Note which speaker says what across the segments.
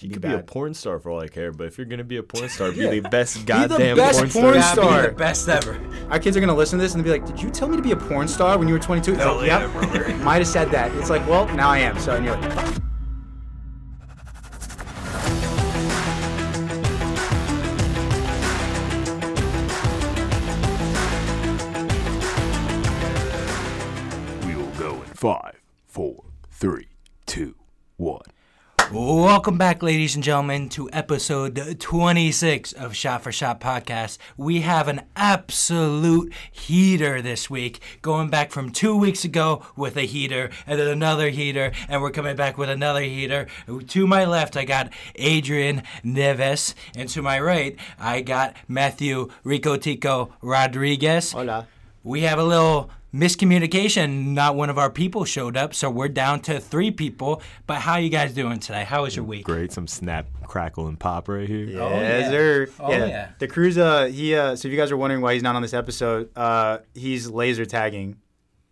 Speaker 1: you
Speaker 2: be
Speaker 1: could be a
Speaker 2: bad.
Speaker 1: porn star for all I care, but if you're gonna be a porn star, be the best goddamn
Speaker 2: best
Speaker 1: porn star.
Speaker 2: porn
Speaker 3: Yeah,
Speaker 2: star.
Speaker 3: Be the best ever.
Speaker 2: Our kids are gonna listen to this and be like, "Did you tell me to be a porn star when you were 22?" It's
Speaker 3: Hell
Speaker 2: like,
Speaker 3: yeah,
Speaker 2: yep.
Speaker 3: brother.
Speaker 2: Might have said that. It's like, well, now I am. So, and you're like, fuck.
Speaker 4: We will go in five, four, three, two, one.
Speaker 3: Welcome back, ladies and gentlemen, to episode 26 of Shot for Shot Podcast. We have an absolute heater this week, going back from two weeks ago with a heater, and then another heater, and we're coming back with another heater. To my left, I got Adrian Neves, and to my right, I got Matthew Rico Tico Rodriguez.
Speaker 2: Hola.
Speaker 3: We have a little miscommunication. Not one of our people showed up, so we're down to three people. But how you guys doing today? How was your week?
Speaker 1: Great, some snap, crackle, and pop right here.
Speaker 2: Oh,
Speaker 3: yeah. Oh, yeah.
Speaker 2: The cruise. Uh, he. Uh, so, if you guys are wondering why he's not on this episode, uh, he's laser tagging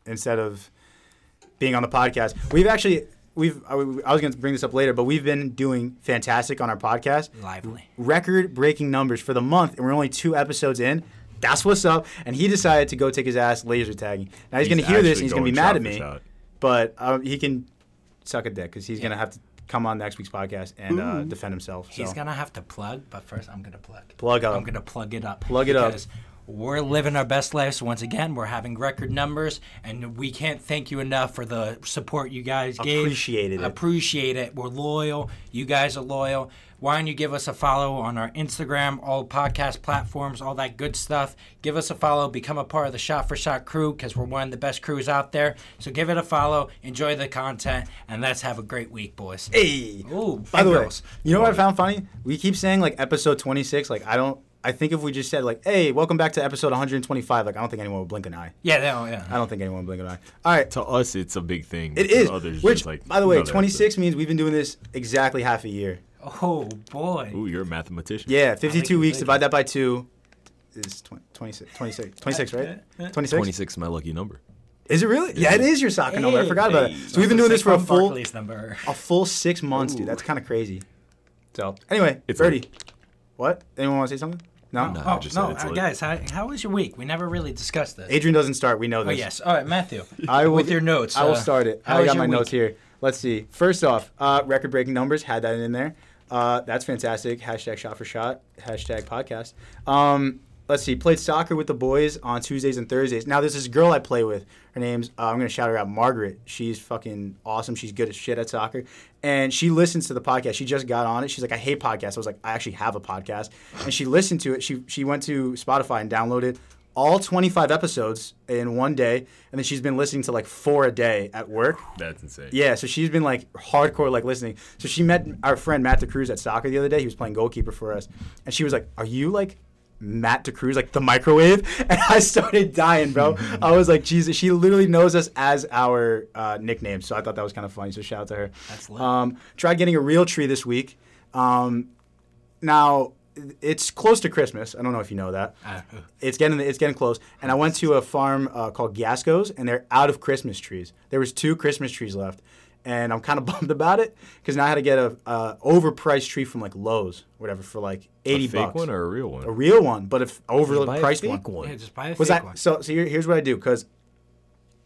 Speaker 2: instead of being on the podcast. We've actually. We've. I, I was gonna bring this up later, but we've been doing fantastic on our podcast.
Speaker 3: Lively.
Speaker 2: record breaking numbers for the month, and we're only two episodes in. That's what's up. And he decided to go take his ass laser tagging. Now he's, going to hear this and he's going to be mad at me, but um, he can suck a dick because he's going to have to come on next week's podcast and uh, defend himself. So.
Speaker 3: He's gonna have to plug, but first I'm gonna plug.
Speaker 2: Plug up.
Speaker 3: I'm gonna plug it up.
Speaker 2: Plug it up.
Speaker 3: because We're living our best lives once again. We're having record numbers, and we can't thank you enough for the support you guys gave.
Speaker 2: Appreciated it.
Speaker 3: Appreciate it. We're loyal. You guys are loyal. Why don't you give us a follow on our Instagram, all podcast platforms, all that good stuff? Give us a follow. Become a part of the Shot for Shot crew because we're one of the best crews out there. So give it a follow. Enjoy the content, and let's have a great week, boys.
Speaker 2: Hey.
Speaker 3: Ooh,
Speaker 2: By the way,
Speaker 3: fingers.
Speaker 2: you know what I found funny? We keep saying like episode 26. Like I don't. I think if we just said like, "Hey, welcome back to episode 125,like I don't think anyone would blink an eye.
Speaker 3: Yeah, no, yeah.
Speaker 2: I don't think anyone would blink an eye. All right,
Speaker 1: To us, it's a big thing. but
Speaker 2: it
Speaker 1: to
Speaker 2: is.
Speaker 1: Others,
Speaker 2: Which,
Speaker 1: just like
Speaker 2: by the way,
Speaker 1: another
Speaker 2: 26 means we've been doing this exactly half a year.
Speaker 3: Oh boy.
Speaker 1: episode. Ooh, you're a mathematician.
Speaker 2: Yeah, 52
Speaker 3: you,
Speaker 2: weeks,
Speaker 3: thank
Speaker 2: divide that by two is 20, 26, 26, 26, right? 26?
Speaker 1: 26 is my lucky number.
Speaker 2: Is it really? Yeah, it is your soccer number. I forgot about it. So we've been doing this for a full
Speaker 3: Barclays number.
Speaker 2: a full six months, dude. That's kind of crazy. So, anyway,
Speaker 1: It's
Speaker 2: Birdie.
Speaker 1: late.
Speaker 2: What? Anyone want to say something? No?
Speaker 1: No. I
Speaker 3: Oh
Speaker 1: just said
Speaker 3: no,
Speaker 1: it's
Speaker 3: uh,
Speaker 1: late.
Speaker 3: guys, how, how was your week? We never really discussed this.
Speaker 2: Adrian doesn't start. We know
Speaker 3: oh
Speaker 2: this.
Speaker 3: yes. All right, Matthew.
Speaker 2: I will,
Speaker 3: with your notes.
Speaker 2: I will
Speaker 3: uh,
Speaker 2: start it.
Speaker 3: how
Speaker 2: I
Speaker 3: was
Speaker 2: got
Speaker 3: your
Speaker 2: my notes
Speaker 3: week?
Speaker 2: here. Let's see. First off, uh, record breaking numbers. Had that in there. Uh, that's fantastic. Hashtag shot for shot. Hashtag podcast. Um, let's see. Played soccer with the boys on Tuesdays and Thursdays. Now, there's this girl I play with. Her name's, uh, I'm going to shout her out, Margaret. She's fucking awesome. She's good as shit at soccer. And she listens to the podcast. She just got on it. She's like, I hate podcasts. I was like, I actually have a podcast. And she listened to it. She, she went to Spotify and downloaded all 25 episodes in one day and then she's been listening to like four a day at work
Speaker 1: That's insane.
Speaker 2: yeah so she's been like hardcore like listening so she met our friend matt DeCruz at soccer the other day he was playing goalkeeper for us and she was like are you like matt DeCruz, like the microwave and i started dying bro i was like jesus she literally knows us as our uh, nickname so i thought that was kind of funny so shout out to her
Speaker 3: That's lit.
Speaker 2: um, tried getting a real tree this week um, now it's close to christmas i don't know if you know that
Speaker 3: Uh,
Speaker 2: it's getting it's getting close. And I went to a farm uh, called Gasco's, and they're out of Christmas trees. There was two Christmas trees left, and I'm kind of bummed about it because now I had to get a uh, overpriced tree from like Lowe's, whatever, for like eighty
Speaker 1: a fake
Speaker 2: bucks.
Speaker 1: one or a real one?
Speaker 2: a real one, but if
Speaker 1: Buy a
Speaker 2: overpriced
Speaker 1: fake
Speaker 2: one.
Speaker 3: yeah, just buy a
Speaker 2: Was
Speaker 3: fake
Speaker 2: I
Speaker 3: one.
Speaker 2: so? So here, here's what I do because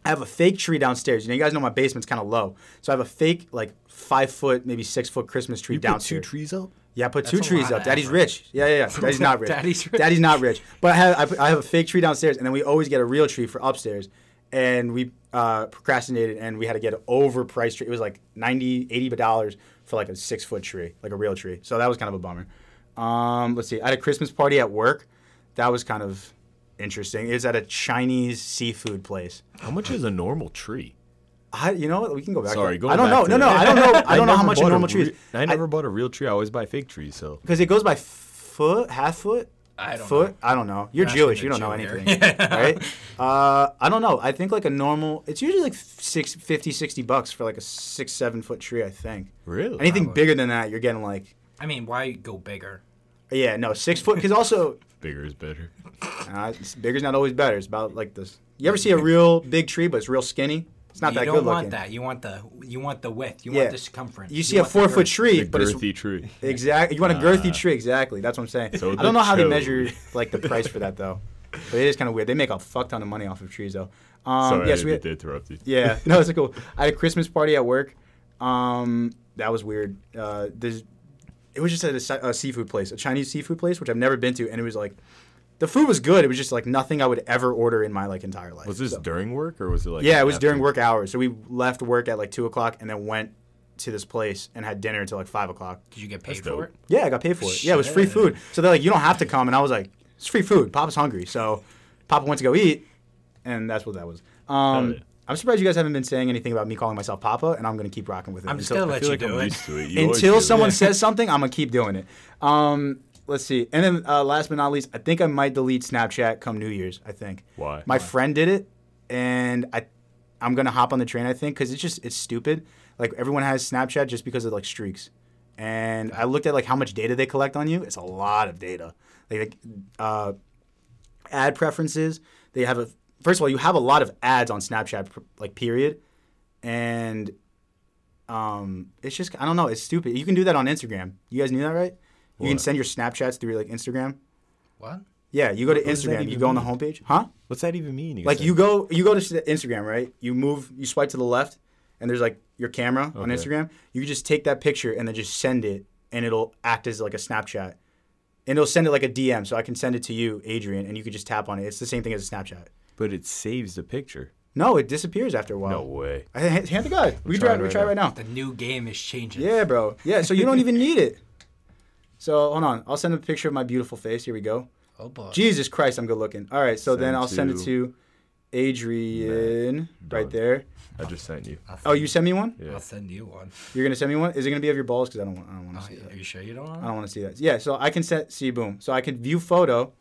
Speaker 2: I have a fake tree downstairs. You know, you guys know my basement's kind of low, so I have a fake like five foot, maybe six foot Christmas tree
Speaker 1: You put
Speaker 2: downstairs.
Speaker 1: two trees up?
Speaker 2: Yeah, I put two
Speaker 3: a
Speaker 2: trees
Speaker 3: lot
Speaker 2: up.
Speaker 3: of
Speaker 2: Daddy's
Speaker 3: effort.
Speaker 2: rich. Yeah, yeah, yeah. Daddy's not rich.
Speaker 3: Daddy's rich.
Speaker 2: Daddy's not rich. But I have, I, I have a fake tree downstairs, and then we always get a real tree for upstairs. And we uh, procrastinated, and we had to get an overpriced tree. It was like 90 80 dollars for like a six foot tree, like a real tree. So that was kind of a bummer. Um, let's see. I had a Christmas party at work. That was kind of interesting. It was at a Chinese seafood place.
Speaker 1: How much is a normal tree?
Speaker 2: I, you know what? We can go back.
Speaker 1: Sorry,
Speaker 2: to
Speaker 1: go
Speaker 2: I don't
Speaker 1: back
Speaker 2: know.
Speaker 1: to
Speaker 2: no, no,
Speaker 1: that.
Speaker 2: I don't know. I don't know how
Speaker 1: never
Speaker 2: much a
Speaker 1: bought
Speaker 2: normal
Speaker 1: re-
Speaker 2: tree is.
Speaker 1: I never bought a real tree. I always buy fake trees. So
Speaker 2: Because it goes by f- foot, half foot,
Speaker 3: I don't
Speaker 2: foot. I don't know. You're
Speaker 3: You're asking
Speaker 2: Jewish.
Speaker 3: the
Speaker 2: You don't know
Speaker 3: Jew here.
Speaker 2: anything, right? Uh, I don't know. I think like a normal. It's usually like six, 50, 60 bucks for like a six, seven foot tree. I think.
Speaker 1: really,
Speaker 2: Anything bigger than that, you're getting like.
Speaker 3: I mean, why go bigger?
Speaker 2: Yeah, no, six foot. Because also,
Speaker 1: bigger is better.
Speaker 2: uh, it's- bigger's not always better. It's about like this. You ever see a real big tree, but it's real skinny? It's It's not
Speaker 3: you
Speaker 2: that
Speaker 3: don't
Speaker 2: good
Speaker 3: want
Speaker 2: looking.
Speaker 3: that. You want the you want the width. You
Speaker 2: Yeah.
Speaker 3: want the circumference.
Speaker 2: You see
Speaker 3: want
Speaker 2: a
Speaker 3: the
Speaker 2: four foot
Speaker 3: girth.
Speaker 2: tree,
Speaker 1: The
Speaker 2: but it's
Speaker 1: girthy tree.
Speaker 2: exactly you want a girthy tree. Exactly, that's what I'm saying.
Speaker 1: So
Speaker 2: I
Speaker 1: the
Speaker 2: don't know how they
Speaker 1: chode.
Speaker 2: measure like the price for that though, but it is kind of weird. They make a fuck ton of money off of trees though. Um,
Speaker 1: Sorry,
Speaker 2: yes,
Speaker 1: I
Speaker 2: we
Speaker 1: did interrupt you.
Speaker 2: Yeah, no, it's cool. I had a Christmas party at work. Um, that was weird. Uh, there's, it was just at a, si- a seafood place, a Chinese seafood place, which I've never been to, and it was like, the food was good. It was just like nothing I would ever order in my like entire life.
Speaker 1: Was this
Speaker 2: So-
Speaker 1: during work or was it like?
Speaker 2: yeah, it was
Speaker 1: after?
Speaker 2: during work hours. So we left work at like two o'clock and then went to this place and had dinner until like five o'clock.
Speaker 3: Did you get paid
Speaker 1: dope.
Speaker 3: for it?
Speaker 2: Yeah, I got paid for it. Yeah, it was free
Speaker 3: Shit.
Speaker 2: food. So they're like, you don't have to come, and I was like, it's free food. Papa's hungry, so Papa went to go eat, and that's what that was. Um,
Speaker 1: Hell yeah.
Speaker 2: I'm surprised you guys haven't been saying anything about me calling myself Papa, and I'm gonna keep rocking with it.
Speaker 3: I'm
Speaker 2: until,
Speaker 3: still
Speaker 1: I
Speaker 3: let
Speaker 1: feel
Speaker 3: you
Speaker 1: like
Speaker 3: do
Speaker 1: I'm
Speaker 3: it.
Speaker 1: used to it. You always do
Speaker 2: until
Speaker 1: it.
Speaker 2: someone says something, I'm gonna keep doing it. Um, let's see. And then uh, last but not least, I think I might delete Snapchat come New Year's. I think.
Speaker 1: Why?
Speaker 2: My friend did it, and I, I'm gonna hop on the train. I think because it's just it's stupid. Like everyone has Snapchat just because of like streaks, and I looked at like how much data they collect on you. It's a lot of data. Like, like uh, ad preferences. They have a first of all, you have a lot of ads on Snapchat, pr- like period, and um, it's just I don't know. It's stupid. You can do that on Instagram. You guys knew that, right? You can
Speaker 1: What?
Speaker 2: send your Snapchats through like Instagram.
Speaker 3: What?
Speaker 2: Yeah, you go to
Speaker 1: does that
Speaker 2: Instagram. You
Speaker 1: even
Speaker 2: go on the homepage, huh?
Speaker 1: "What's that even mean?"
Speaker 2: Like you go you go to s- Instagram, right? You move, you swipe to the left, and there's like your camera on
Speaker 1: Okay.
Speaker 2: Instagram. You just take that picture and then just send it, and it'll act as like a Snapchat, and it'll send it like a DM. So I can send it to you, Adrian, and you can just tap on it. It's the same thing as a Snapchat.
Speaker 1: but it saves the picture.
Speaker 2: No, it disappears after a while.
Speaker 1: No way.
Speaker 2: I, hand, hand the guy. We can try.
Speaker 1: trying
Speaker 2: We
Speaker 1: right
Speaker 2: try
Speaker 1: now.
Speaker 2: right now.
Speaker 3: The new game is changing.
Speaker 2: Yeah, bro. Yeah. So you don't even need it. So hold on. I'll send a picture of my beautiful face. Here we go.
Speaker 3: Oh boy.
Speaker 2: Jesus Christ, I'm good looking. All right. So then
Speaker 1: Send
Speaker 2: I'll send it
Speaker 1: to-
Speaker 2: to Adrian right
Speaker 1: Done.
Speaker 2: there.
Speaker 1: I just sent you.
Speaker 3: I'll
Speaker 2: Oh,
Speaker 3: send-
Speaker 2: you send me one?
Speaker 1: Yeah.
Speaker 3: I'll send you one.
Speaker 2: You're gonna send me one? Is it gonna be of your balls? Because I don't want. I don't want
Speaker 3: Oh,
Speaker 2: to see that.
Speaker 3: are you sure you don't want?
Speaker 2: I don't want to see that. Yeah. So I can set. See, boom. So I can view photo,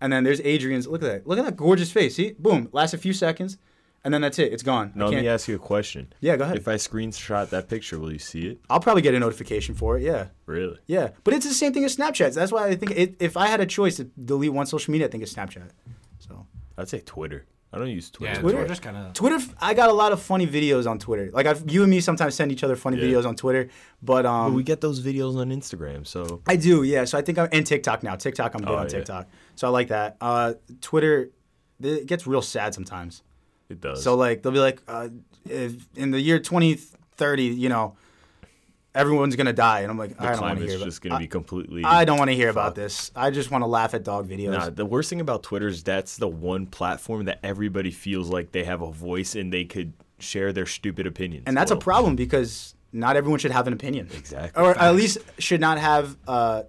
Speaker 2: and then there's Adrian's. Look at that. Look at that gorgeous face. See, boom. Lasts a few seconds, and then that's it. It's gone. I
Speaker 1: Now let
Speaker 2: can't-
Speaker 1: me ask you a question.
Speaker 2: Yeah, go ahead.
Speaker 1: If I screenshot that picture, will you see it?
Speaker 2: I'll probably get a notification for it. Yeah.
Speaker 1: Really?
Speaker 2: Yeah, but it's the same thing as Snapchat. That's why I think it, if I had a choice to delete one social media, I think it's Snapchat. So
Speaker 1: I'd say Twitter. I don't use Twitter.
Speaker 3: Yeah,
Speaker 1: as
Speaker 3: Twitter
Speaker 1: much.
Speaker 3: just kind of.
Speaker 2: Twitter, I got a lot of funny videos on Twitter. Like I've, you and me sometimes send each other funny
Speaker 1: Yeah.
Speaker 2: videos on Twitter, but um,
Speaker 1: But we get those videos on Instagram, so
Speaker 2: I do. Yeah, so I think I'm and TikTok now. TikTok, I'm good
Speaker 1: Oh,
Speaker 2: on
Speaker 1: yeah.
Speaker 2: TikTok, so I like that. Uh, Twitter, th- it gets real sad sometimes.
Speaker 1: it does.
Speaker 2: So like they'll be like, uh, if, in the year 2030, you know, everyone's gonna die, and I'm like,
Speaker 1: the
Speaker 2: I don't want to
Speaker 1: climate's
Speaker 2: hear about.
Speaker 1: just gonna be completely.
Speaker 2: I don't want to hear about this. I just want to laugh at dog videos.
Speaker 1: Nah, the worst thing about Twitter is that's the one platform that everybody feels like they have a voice and they could share their stupid opinions.
Speaker 2: and that's a
Speaker 1: Well,
Speaker 2: problem because not everyone should have an opinion
Speaker 1: Exactly.
Speaker 2: or at least should not have uh,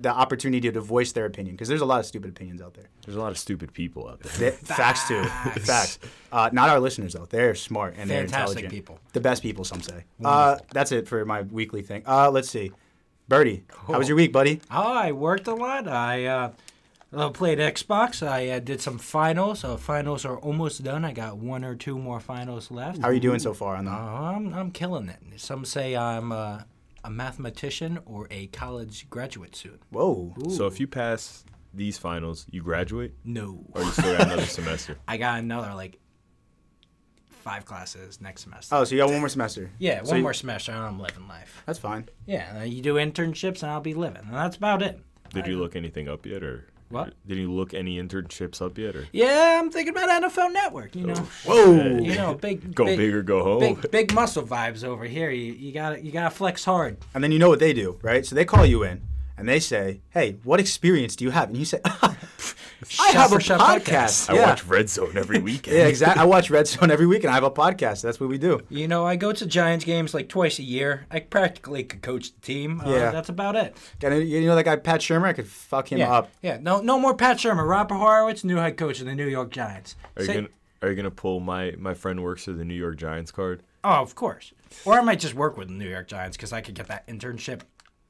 Speaker 2: the opportunity to voice their opinion because there's a lot of stupid opinions out there
Speaker 1: There's a lot of stupid people out there.
Speaker 2: Th- facts too facts uh, not our listeners though they're smart and they're
Speaker 3: Fantastic
Speaker 2: intelligent
Speaker 3: people.
Speaker 2: the best people some say uh, that's it for my weekly thing uh, let's see Birdie, how was your week, buddy?
Speaker 3: Oh, I worked a lot. I uh, uh, played Xbox. I uh, did some finals. So finals are almost done. I got one or two more finals left. Uh,
Speaker 2: How are you doing so far on the
Speaker 3: I'm I'm killing it. Some say I'm uh, a mathematician or a college graduate soon.
Speaker 2: Whoa.
Speaker 1: So if you pass these finals, you graduate,
Speaker 3: No,
Speaker 1: or you still got another semester.
Speaker 3: I got another like five classes next semester.
Speaker 2: Oh, so you got one more semester.
Speaker 3: yeah,
Speaker 2: so
Speaker 3: one
Speaker 2: you-
Speaker 3: more semester and I'm living life.
Speaker 2: That's fine.
Speaker 3: Yeah, and then you do internships and I'll be living, and that's about it.
Speaker 1: Did you look anything up yet, or
Speaker 3: What?
Speaker 1: Did you look any internships up yet, or?
Speaker 3: Yeah, I'm thinking about NFL Network. You know,
Speaker 2: Oh, Whoa.
Speaker 3: you know, big
Speaker 1: Go
Speaker 3: big,
Speaker 1: big or go home.
Speaker 3: big big muscle vibes over here. You you got you got to flex hard.
Speaker 2: And then you know what they do, right? So they call you in and they say, "Hey, what experience do you have?" And you say, "I have a
Speaker 3: for shop
Speaker 2: podcast."
Speaker 1: I
Speaker 2: yeah.
Speaker 1: watch Red Zone every weekend.
Speaker 2: yeah, exactly. I watch Red Zone every week, and I have a podcast. That's what we do.
Speaker 3: You know, I go to Giants games like twice a year. I practically could coach the team. Uh,
Speaker 2: Yeah.
Speaker 3: that's about it.
Speaker 2: And you know that guy Pat Shermer? I could fuck him
Speaker 3: Yeah,
Speaker 2: up.
Speaker 3: yeah. No, no more Pat Shermer. Robert Horowitz, new head coach of the New York Giants.
Speaker 1: Are you
Speaker 3: Say-
Speaker 1: gonna Are you gonna pull my my friend works for the New York Giants card?
Speaker 3: Oh, of course. Or I might just work with the New York Giants because I could get that internship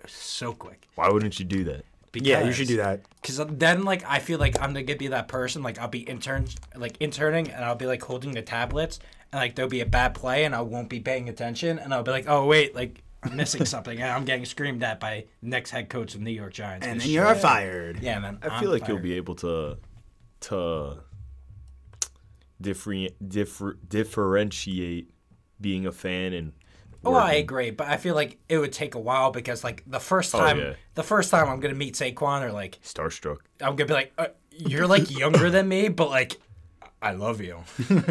Speaker 3: so quick.
Speaker 1: Why wouldn't you do that?
Speaker 3: Because,
Speaker 2: Yeah, you should do that.
Speaker 3: Because then, like, I feel like I'm gonna get- be that person. Like, I'll be intern, like interning, and I'll be like holding the tablets, and like there'll be a bad play, and I won't be paying attention, and I'll be like, oh wait, like I'm missing something, and I'm getting screamed at by next head coach of the New York Giants.
Speaker 2: And
Speaker 3: It's
Speaker 2: then you're
Speaker 3: shit.
Speaker 2: fired.
Speaker 3: Yeah, man.
Speaker 1: I feel like you'll be able to to differ, differ, differentiate being a fan and
Speaker 3: Oh, I
Speaker 1: working.
Speaker 3: agree, but I feel like it would take a while because like the first
Speaker 1: Oh,
Speaker 3: time,
Speaker 1: yeah.
Speaker 3: the first time I'm gonna meet Saquon or like
Speaker 1: starstruck.
Speaker 3: I'm gonna be like, uh, you're like younger than me, but like I love you.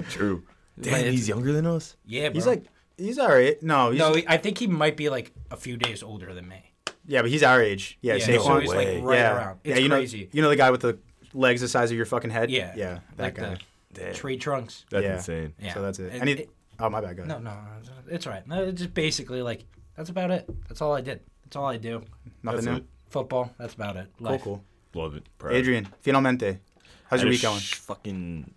Speaker 1: True.
Speaker 3: But
Speaker 1: Damn,
Speaker 3: it's-
Speaker 1: he's younger than us.
Speaker 3: Yeah, bro.
Speaker 2: He's like, he's all right. No, he's,
Speaker 3: no, I think he might be like a few days older than me.
Speaker 2: yeah, but he's our age. Yeah,
Speaker 3: Yeah,
Speaker 2: Saquon.
Speaker 3: so he's
Speaker 1: way.
Speaker 3: like right
Speaker 2: yeah.
Speaker 3: around.
Speaker 2: Yeah,
Speaker 3: It's
Speaker 2: you know,
Speaker 3: crazy.
Speaker 2: you know the guy with the legs the size of your fucking head.
Speaker 3: yeah,
Speaker 2: yeah, that
Speaker 3: like
Speaker 2: guy.
Speaker 3: the
Speaker 1: Damn.
Speaker 3: tree trunks.
Speaker 1: That's
Speaker 2: Yeah.
Speaker 1: insane.
Speaker 3: Yeah.
Speaker 2: So that's it.
Speaker 3: And
Speaker 2: And he,
Speaker 3: it-
Speaker 2: oh my bad. Go ahead.
Speaker 3: no, no, no, it's all right. No, it's just basically like that's about it. That's all I did. That's all I do.
Speaker 2: Nothing
Speaker 1: That's
Speaker 2: new.
Speaker 1: it.
Speaker 3: Football. That's about it.
Speaker 2: Cool,
Speaker 3: Life.
Speaker 2: cool.
Speaker 1: Love it. Proud.
Speaker 2: Adrian, finalmente. How's your
Speaker 1: Had a
Speaker 2: week going?
Speaker 1: sh- fucking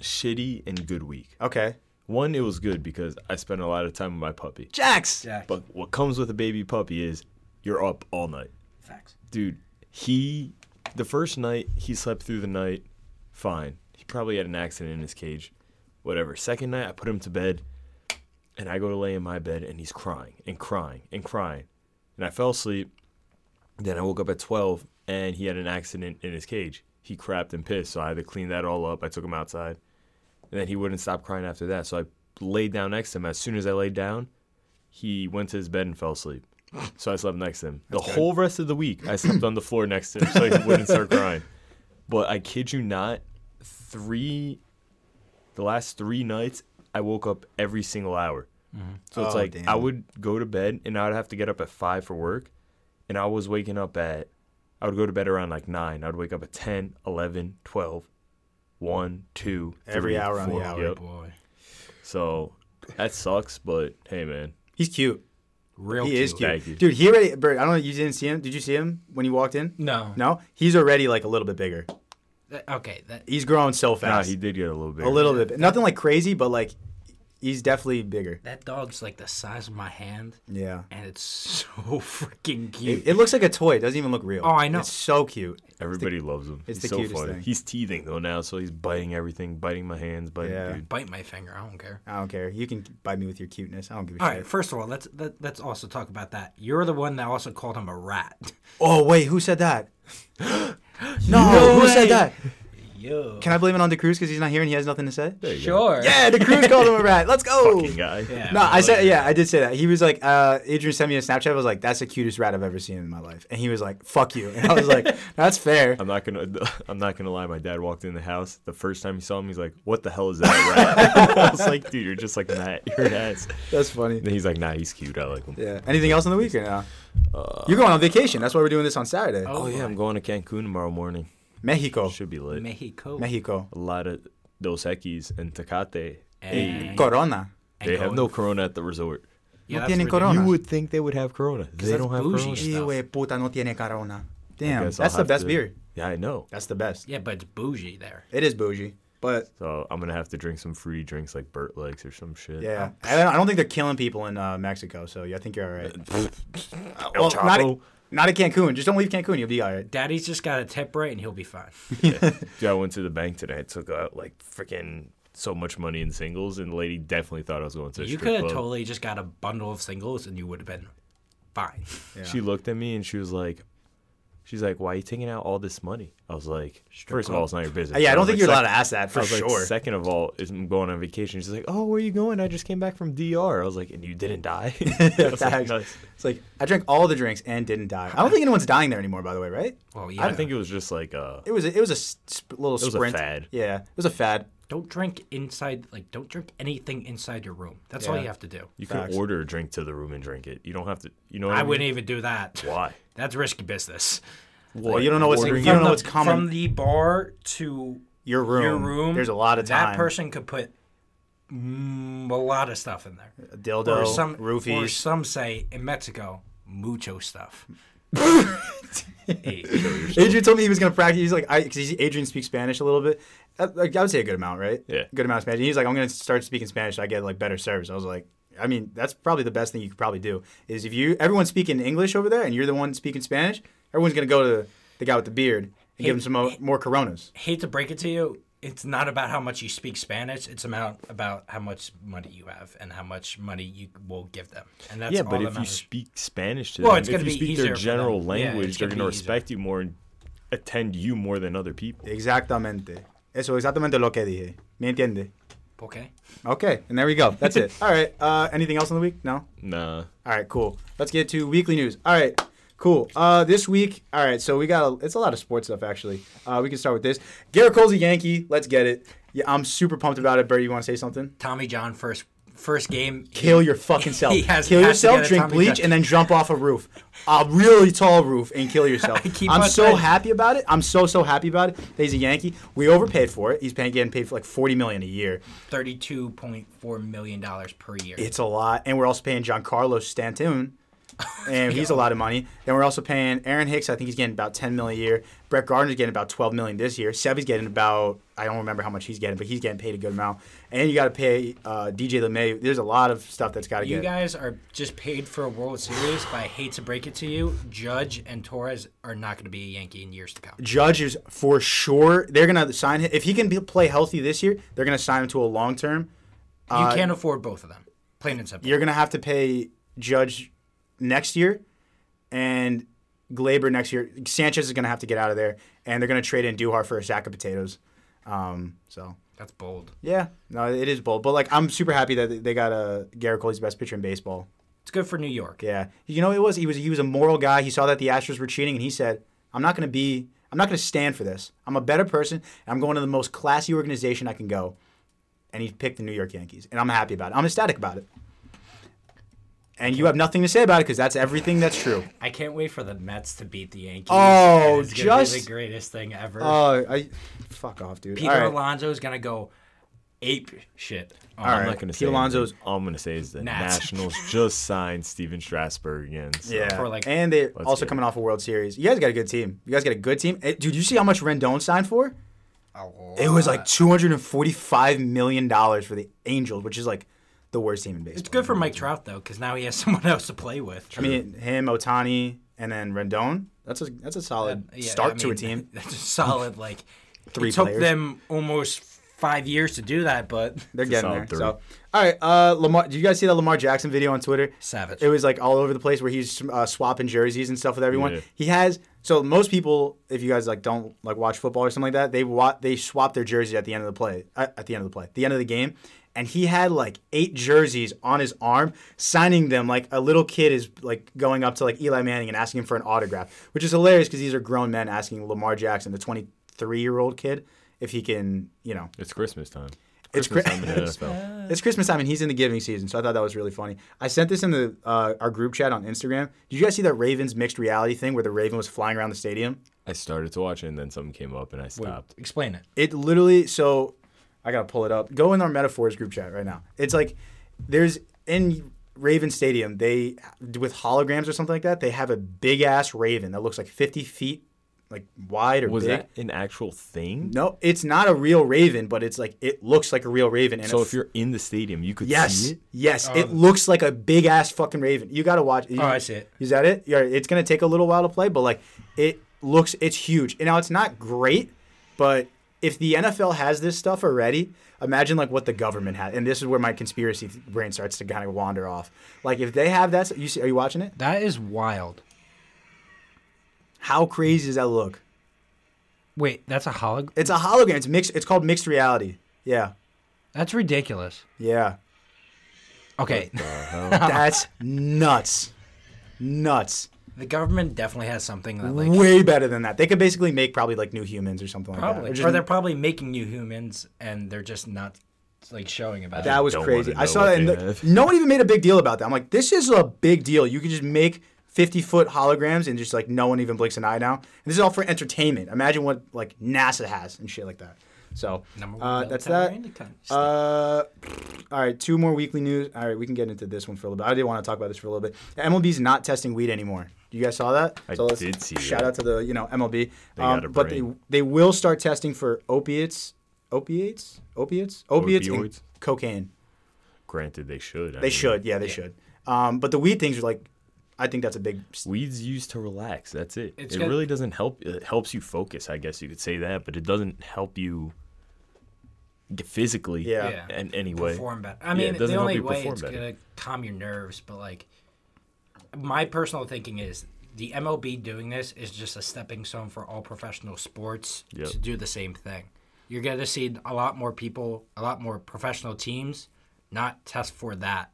Speaker 1: shitty and good week.
Speaker 2: Okay.
Speaker 1: One, it was good because I spent a lot of time with my puppy.
Speaker 2: Jax.
Speaker 3: Jack.
Speaker 1: But what comes with a baby puppy is you're up all night.
Speaker 3: Facts.
Speaker 1: Dude, he the first night he slept through the night, fine. He probably had an accident in his cage. Whatever. Second night I put him to bed and I go to lay in my bed and he's crying and crying and crying. And I fell asleep. Then I woke up at 12 and he had an accident in his cage. He crapped and pissed, so I had to clean that all up. I took him outside. And then he wouldn't stop crying after that. So I laid down next to him. As soon as I laid down, he went to his bed and fell asleep. So I slept next to him. The whole rest of the week, I slept on the floor next to him so he wouldn't start crying. But I kid you not, three, the last three nights, I woke up every single hour. So it's
Speaker 2: Oh,
Speaker 1: like I
Speaker 2: damn.
Speaker 1: would go to bed and I'd have to get up at five for work. And I was waking up at, I would go to bed around like nine. I would wake up at 10, 11, 12, 1, 2,
Speaker 2: Every
Speaker 1: three,
Speaker 2: hour on the
Speaker 1: four.
Speaker 2: hour.
Speaker 1: Yep.
Speaker 3: Boy,
Speaker 1: So that sucks, but hey, man.
Speaker 2: He's cute.
Speaker 3: real.
Speaker 2: He is
Speaker 1: Thank you.
Speaker 2: cute. Dude, he already, Bert, I don't know, you didn't see him? Did you see him when he walked in?
Speaker 3: No.
Speaker 2: No? He's already like a little bit bigger.
Speaker 3: That- okay. That
Speaker 2: He's grown so
Speaker 1: Nah,
Speaker 2: fast.
Speaker 1: he did get a little bit.
Speaker 2: a little bit. Nothing like crazy, but like he's definitely bigger.
Speaker 3: that dog's like the size of my hand,
Speaker 2: Yeah.
Speaker 3: and it's so freaking cute.
Speaker 2: It, it looks like a toy. It doesn't even look real.
Speaker 3: Oh, I know.
Speaker 2: It's so cute.
Speaker 1: Everybody loves him.
Speaker 2: it's
Speaker 1: It's
Speaker 2: the
Speaker 1: so
Speaker 2: cutest
Speaker 1: funny.
Speaker 2: thing.
Speaker 1: He's teething though now, so he's biting everything, biting my hands, biting.
Speaker 2: Yeah.
Speaker 1: Dude.
Speaker 3: Bite my finger. I don't care.
Speaker 2: I don't care. You can bite me with your cuteness. I don't give a
Speaker 3: All
Speaker 2: shit.
Speaker 3: right. First of all, let's let, let's also talk about that. You're the one that also called him a rat.
Speaker 2: Oh, wait, who said that? no, who
Speaker 3: way.
Speaker 2: said that?
Speaker 3: Yo.
Speaker 2: Can I blame it on DeCruz because he's not here and he has nothing to say?
Speaker 1: There you go.
Speaker 3: Sure.
Speaker 2: Yeah, DeCruz called him a rat. Let's go.
Speaker 1: Fucking guy.
Speaker 3: Yeah.
Speaker 2: No, I said
Speaker 3: really.
Speaker 2: yeah, I did say that. He was like, uh, Adrian sent me a Snapchat. I was like, that's the cutest rat I've ever seen in my life, and he was like, fuck you, and I was like, that's fair.
Speaker 1: I'm not gonna. I'm not gonna lie. My dad walked in the house the first time he saw him. He's like, "What the hell is that?" Rat? I was like, "Dude, you're just like Matt. You're an ass."
Speaker 2: That's funny.
Speaker 1: And he's like, "Nah, he's cute. I like him."
Speaker 2: Yeah. Anything else in the week or no? You're going on vacation. That's why we're doing this on Saturday.
Speaker 1: Uh, Oh yeah, I'm going to Cancun tomorrow morning.
Speaker 2: Mexico,
Speaker 1: Should be lit.
Speaker 3: Mexico.
Speaker 2: Mexico,
Speaker 1: A lot of Dos Equis and Tecate.
Speaker 3: And-
Speaker 2: Corona.
Speaker 1: They have no Corona at the resort.
Speaker 2: no
Speaker 3: Yeah, that's
Speaker 2: tienen
Speaker 3: ridiculous.
Speaker 2: Corona.
Speaker 1: You would think they would have Corona. They
Speaker 3: that's
Speaker 1: don't have
Speaker 3: bougie.
Speaker 1: Corona.
Speaker 3: Yeah.
Speaker 2: Hijo puta no tiene Corona. Damn,
Speaker 1: Guess I'll
Speaker 2: that's the
Speaker 1: have
Speaker 2: best
Speaker 1: to-
Speaker 2: beer.
Speaker 1: Yeah, I know.
Speaker 2: That's the best.
Speaker 3: Yeah, but it's bougie there.
Speaker 2: It is bougie, but
Speaker 1: So I'm gonna have to drink some free drinks like Burt Legs or some shit.
Speaker 2: yeah, I don't, I don't think they're killing people in uh, Mexico. So yeah, I think you're all right.
Speaker 1: El
Speaker 2: Well, not,
Speaker 1: Chapo.
Speaker 2: not at Cancun. Just don't leave Cancun. You'll be all right.
Speaker 3: Daddy's just got a tip right, and he'll be fine.
Speaker 1: Dude, I went to the bank today. I took out like freaking so much money in singles, and the lady definitely thought I was going to a
Speaker 3: you could
Speaker 1: strip
Speaker 3: have
Speaker 1: club.
Speaker 3: totally just got a bundle of singles, and you would have been fine.
Speaker 1: She looked at me and she was like, "She's like, why are you taking out all this money?" I was like, first of all, it's not your business."
Speaker 2: Uh, Yeah, I don't
Speaker 1: was
Speaker 2: think
Speaker 1: like,
Speaker 2: you're allowed
Speaker 1: "Sec-
Speaker 2: to ask that for
Speaker 1: I was
Speaker 2: sure.
Speaker 1: like, second of all, is I'm going on vacation. She's like, "Oh, where are you going?" I just came back from DR. I was like, "And you didn't die?" I was like,
Speaker 2: Facts.
Speaker 1: "Nice."
Speaker 2: It's like I drank all the drinks and didn't die. I don't think anyone's dying there anymore, by the way, right?
Speaker 3: Oh yeah.
Speaker 1: I think it was just like, uh,
Speaker 2: It was a, it was a s- sp- little
Speaker 1: was a
Speaker 2: sprint.
Speaker 1: fad.
Speaker 2: Yeah, it was a fad.
Speaker 3: don't drink inside. Like, don't drink anything inside your room. That's all
Speaker 2: Yeah.
Speaker 3: you have to do.
Speaker 1: you could
Speaker 2: Facts.
Speaker 1: order a drink to the room and drink it. You don't have to. You know, what
Speaker 3: I
Speaker 1: mean?
Speaker 3: wouldn't even do that.
Speaker 1: Why?
Speaker 3: That's risky business.
Speaker 1: What?
Speaker 2: you don't know what's-
Speaker 1: ordering
Speaker 2: you don't
Speaker 1: it?
Speaker 2: know
Speaker 3: the,
Speaker 2: what's common.
Speaker 3: From the bar to
Speaker 2: Your room.
Speaker 3: your room,
Speaker 2: There's a lot of time.
Speaker 3: That person could put mm, a lot of stuff in there.
Speaker 2: A dildo.
Speaker 3: or some or
Speaker 2: roofies.
Speaker 3: some say in Mexico, mucho stuff. Hey,
Speaker 2: Adrian told me he was gonna practice. He's like, I because Adrian speaks Spanish a little bit. I, like, I would say a good amount, right?
Speaker 1: Yeah.
Speaker 2: Good amount of Spanish. And he's like, I'm gonna start speaking Spanish. So I get like better service. I was like, I mean, that's probably the best thing you could probably do is if you everyone's speaking English over there and you're the one speaking Spanish, everyone's gonna go to the guy with the beard and give him some mo- more Coronas.
Speaker 3: hate to break it to you, it's not about how much you speak Spanish. It's about about how much money you have and how much money you will give them. And that's
Speaker 1: yeah,
Speaker 3: all
Speaker 1: but
Speaker 3: that
Speaker 1: if you
Speaker 3: matters.
Speaker 1: speak Spanish to
Speaker 3: Well,
Speaker 1: them,
Speaker 3: it's
Speaker 1: if
Speaker 3: gonna
Speaker 1: you
Speaker 3: be
Speaker 1: speak
Speaker 3: easier
Speaker 1: their
Speaker 3: for
Speaker 1: general
Speaker 3: them. Yeah, it's
Speaker 1: language, they're
Speaker 3: gonna
Speaker 1: going to
Speaker 3: be easier.
Speaker 1: respect you more and attend you more than other people.
Speaker 2: Exactamente. Eso exactamente lo que dije. Me entiende.
Speaker 3: Okay.
Speaker 2: Okay, and there we go. That's it. All right. Uh, anything else on the week? No.
Speaker 1: Nah.
Speaker 2: All right, cool. Let's get to weekly news. All right, cool. Uh, this week, all right. So we got a, it's a lot of sports stuff actually. Uh, we can start with this. Garrett Cole's a Yankee. Let's get it. Yeah, I'm super pumped about it. Bert, you want to say something?
Speaker 3: Tommy John first first game.
Speaker 2: Kill your fucking self.
Speaker 3: He has-
Speaker 2: kill
Speaker 3: has to
Speaker 2: yourself.
Speaker 3: get a
Speaker 2: Drink
Speaker 3: Tommy
Speaker 2: bleach
Speaker 3: John.
Speaker 2: and then jump off a roof, a really tall roof, and kill yourself.
Speaker 3: I keep
Speaker 2: I'm
Speaker 3: on
Speaker 2: so
Speaker 3: saying-
Speaker 2: happy about it. I'm so so happy about it. That he's a Yankee. We overpaid for it. He's paying getting paid for like 40 million a year.
Speaker 3: Thirty-two point four million dollars per year.
Speaker 2: It's a lot, and we're also paying Giancarlo Stanton, and he's a lot of money. Then we're also paying Aaron Hicks. I think he's getting about ten million a year. Brett Gardner's getting about twelve million this year. Sevy's getting about I don't remember how much he's getting, but he's getting paid a good amount. And you got to pay uh, DJ LeMay. There's a lot of stuff that's got to
Speaker 3: you
Speaker 2: get.
Speaker 3: guys are just paid for a World Series, but I hate to break it to you, Judge and Torres are not going to be a Yankee in years to come.
Speaker 2: Judge is for sure. They're gonna sign him if he can be, play healthy this year. They're gonna sign him to a long term.
Speaker 3: you can't afford both of them. Plain and simple.
Speaker 2: You're gonna have to pay Judge next year, and Glaber next year. Sanchez is gonna have to get out of there, and they're gonna trade in Duhar for a sack of potatoes. Um, so
Speaker 3: That's bold.
Speaker 2: yeah, no, it is bold, but like I'm super happy that they got a Garrett Cole's best pitcher in baseball.
Speaker 3: It's good for New York.
Speaker 2: Yeah, you know what it was he was he was a moral guy. He saw that the Astros were cheating, and he said, "I'm not gonna be." I'm not going to stand for this. I'm a better person. and I'm going to the most classy organization I can go. And he picked the New York Yankees. And I'm happy about it. I'm ecstatic about it. And you have nothing to say about it because that's everything that's true.
Speaker 3: I can't wait for the Mets to beat the Yankees.
Speaker 2: Oh,
Speaker 3: It is gonna be
Speaker 2: just-
Speaker 3: the greatest thing ever.
Speaker 2: Oh, I fuck off, dude.
Speaker 3: Peter
Speaker 2: All right.
Speaker 3: Alonso is going to go ape shit. on
Speaker 2: All
Speaker 1: I'm
Speaker 2: right.
Speaker 1: not gonna
Speaker 2: Pete
Speaker 1: say
Speaker 2: Alonso's-
Speaker 1: anything. All I'm gonna say is the
Speaker 3: Nats.
Speaker 1: Nationals just signed Steven Strasburg again. so-
Speaker 2: yeah.
Speaker 3: for, like-
Speaker 2: and they're also
Speaker 1: get
Speaker 2: coming off a World Series. You guys got a good team. You guys got a good team. Eh, dude, you see how much Rendon signed for?
Speaker 3: a lot.
Speaker 2: It was like $245 million for the Angels, which is like the worst team in baseball.
Speaker 3: It's good for Mike Trout though, because now he has someone else to play with.
Speaker 2: I mean, him, Otani, and then Rendon. That's a that's a solid
Speaker 3: Yeah,
Speaker 2: start
Speaker 3: I
Speaker 2: to a
Speaker 3: mean,
Speaker 2: team.
Speaker 3: That's a solid like.
Speaker 2: Three
Speaker 3: it took
Speaker 2: players.
Speaker 3: them almost five years to do that, but
Speaker 2: They're getting there.
Speaker 1: solid
Speaker 2: So, all right, uh, Lamar. Did you guys see that Lamar Jackson video on Twitter?
Speaker 3: Savage.
Speaker 2: It was like all over the place where he's uh, swapping jerseys and stuff with everyone.
Speaker 1: Yeah.
Speaker 2: He has so most people, if you guys like don't like watch football or something like that, they wa- they swap their jerseys at the end of the play uh, at at the end of the play, the end of the game. And he had like eight jerseys on his arm, signing them like a little kid is like going up to like Eli Manning and asking him for an autograph, which is hilarious because these are grown men asking Lamar Jackson, the 23 year old kid, if he can, you know,
Speaker 1: It's Christmas time.
Speaker 2: It's
Speaker 1: Christmas
Speaker 2: Chri-
Speaker 1: time in the NFL.
Speaker 2: it's Christmas time and he's in the giving season, so I thought that was really funny. I sent this in the uh, our group chat on Instagram. Did you guys see that Ravens mixed reality thing where the Raven was flying around the stadium?
Speaker 1: I started to watch it and then something came up and I stopped.
Speaker 3: Uh, explain it.
Speaker 2: It literally so I gotta pull it up. Go in our metaphors group chat right now. It's like there's in Raven Stadium they with holograms or something like that. They have a big ass Raven that looks like 50 feet like wide or
Speaker 1: Was
Speaker 2: big.
Speaker 1: that an actual thing?
Speaker 2: No, it's not a real Raven, but it's like it looks like a real Raven. And
Speaker 1: So
Speaker 2: it
Speaker 1: if you're in the stadium, you could
Speaker 2: Yes,
Speaker 1: see it.
Speaker 2: yes. it looks like a big ass fucking raven. You gotta watch. Oh,
Speaker 3: Um, I see it.
Speaker 2: Is that it? Yeah, it's gonna take a little while to play, but like it looks, it's huge. And now it's not great, but if the NFL has this stuff already, imagine like what the government had. And this is where my conspiracy th- brain starts to kind of wander off. Like if they have that, you see, are you watching it?
Speaker 3: That is wild.
Speaker 2: How crazy does that look?
Speaker 3: Wait, that's a holog.
Speaker 2: It's a hologram. It's mixed. It's called mixed reality. Yeah,
Speaker 3: That's ridiculous.
Speaker 2: yeah.
Speaker 3: Okay,
Speaker 2: That's nuts. Nuts.
Speaker 3: the government definitely has something that like
Speaker 2: way better than that. They could basically make probably like new humans or something like that.
Speaker 3: probably,
Speaker 2: Or just-
Speaker 3: or they're probably making new humans and they're just not like showing about
Speaker 2: that
Speaker 3: it.
Speaker 2: was
Speaker 1: Don't
Speaker 2: crazy.
Speaker 1: wanna
Speaker 2: I
Speaker 1: know
Speaker 2: saw
Speaker 1: what
Speaker 2: that. And
Speaker 1: they
Speaker 2: the-
Speaker 1: have.
Speaker 2: no one even made a big deal about that. I'm like, this is a big deal. You could just make 50 foot holograms and just like no one even blinks an eye now. And this is all for entertainment. Imagine what like NASA has and shit like that. So
Speaker 3: Number one
Speaker 2: uh,
Speaker 3: bell
Speaker 2: that's
Speaker 3: tower
Speaker 2: that.
Speaker 3: in the country.
Speaker 2: Uh, all right, two more weekly news. All right, we can get into this one for a little bit. I did want to talk about this for a little bit. The MLB's not testing weed anymore. You guys saw that?
Speaker 1: I did see
Speaker 2: Shout
Speaker 1: that.
Speaker 2: out to the you know MLB.
Speaker 1: got a
Speaker 2: Um, but they
Speaker 1: brain.
Speaker 2: they will start testing for opiates, opiates, opiates, opiates, and
Speaker 1: Opioids?
Speaker 2: cocaine.
Speaker 1: Granted, they should. I
Speaker 2: They
Speaker 1: mean,
Speaker 2: should, yeah, they should. Um, but the weed things are like, I think that's a big.
Speaker 1: Weed's used to relax. That's it.
Speaker 3: It's
Speaker 1: it
Speaker 3: got-
Speaker 1: really doesn't help. It helps you focus, I guess you could say that, but it doesn't help you get physically
Speaker 2: Yeah.
Speaker 3: Yeah.
Speaker 1: in any way.
Speaker 3: perform better.
Speaker 1: Yeah,
Speaker 3: I mean,
Speaker 1: it doesn't
Speaker 3: the
Speaker 1: help
Speaker 3: only
Speaker 1: you
Speaker 3: way
Speaker 1: perform
Speaker 3: it's
Speaker 1: better.
Speaker 3: gonna calm your nerves, but like, my personal thinking is the MLB doing this is just a stepping stone for all professional sports
Speaker 1: Yep.
Speaker 3: to do the same thing. You're going to see a lot more people, a lot more professional teams not test for that.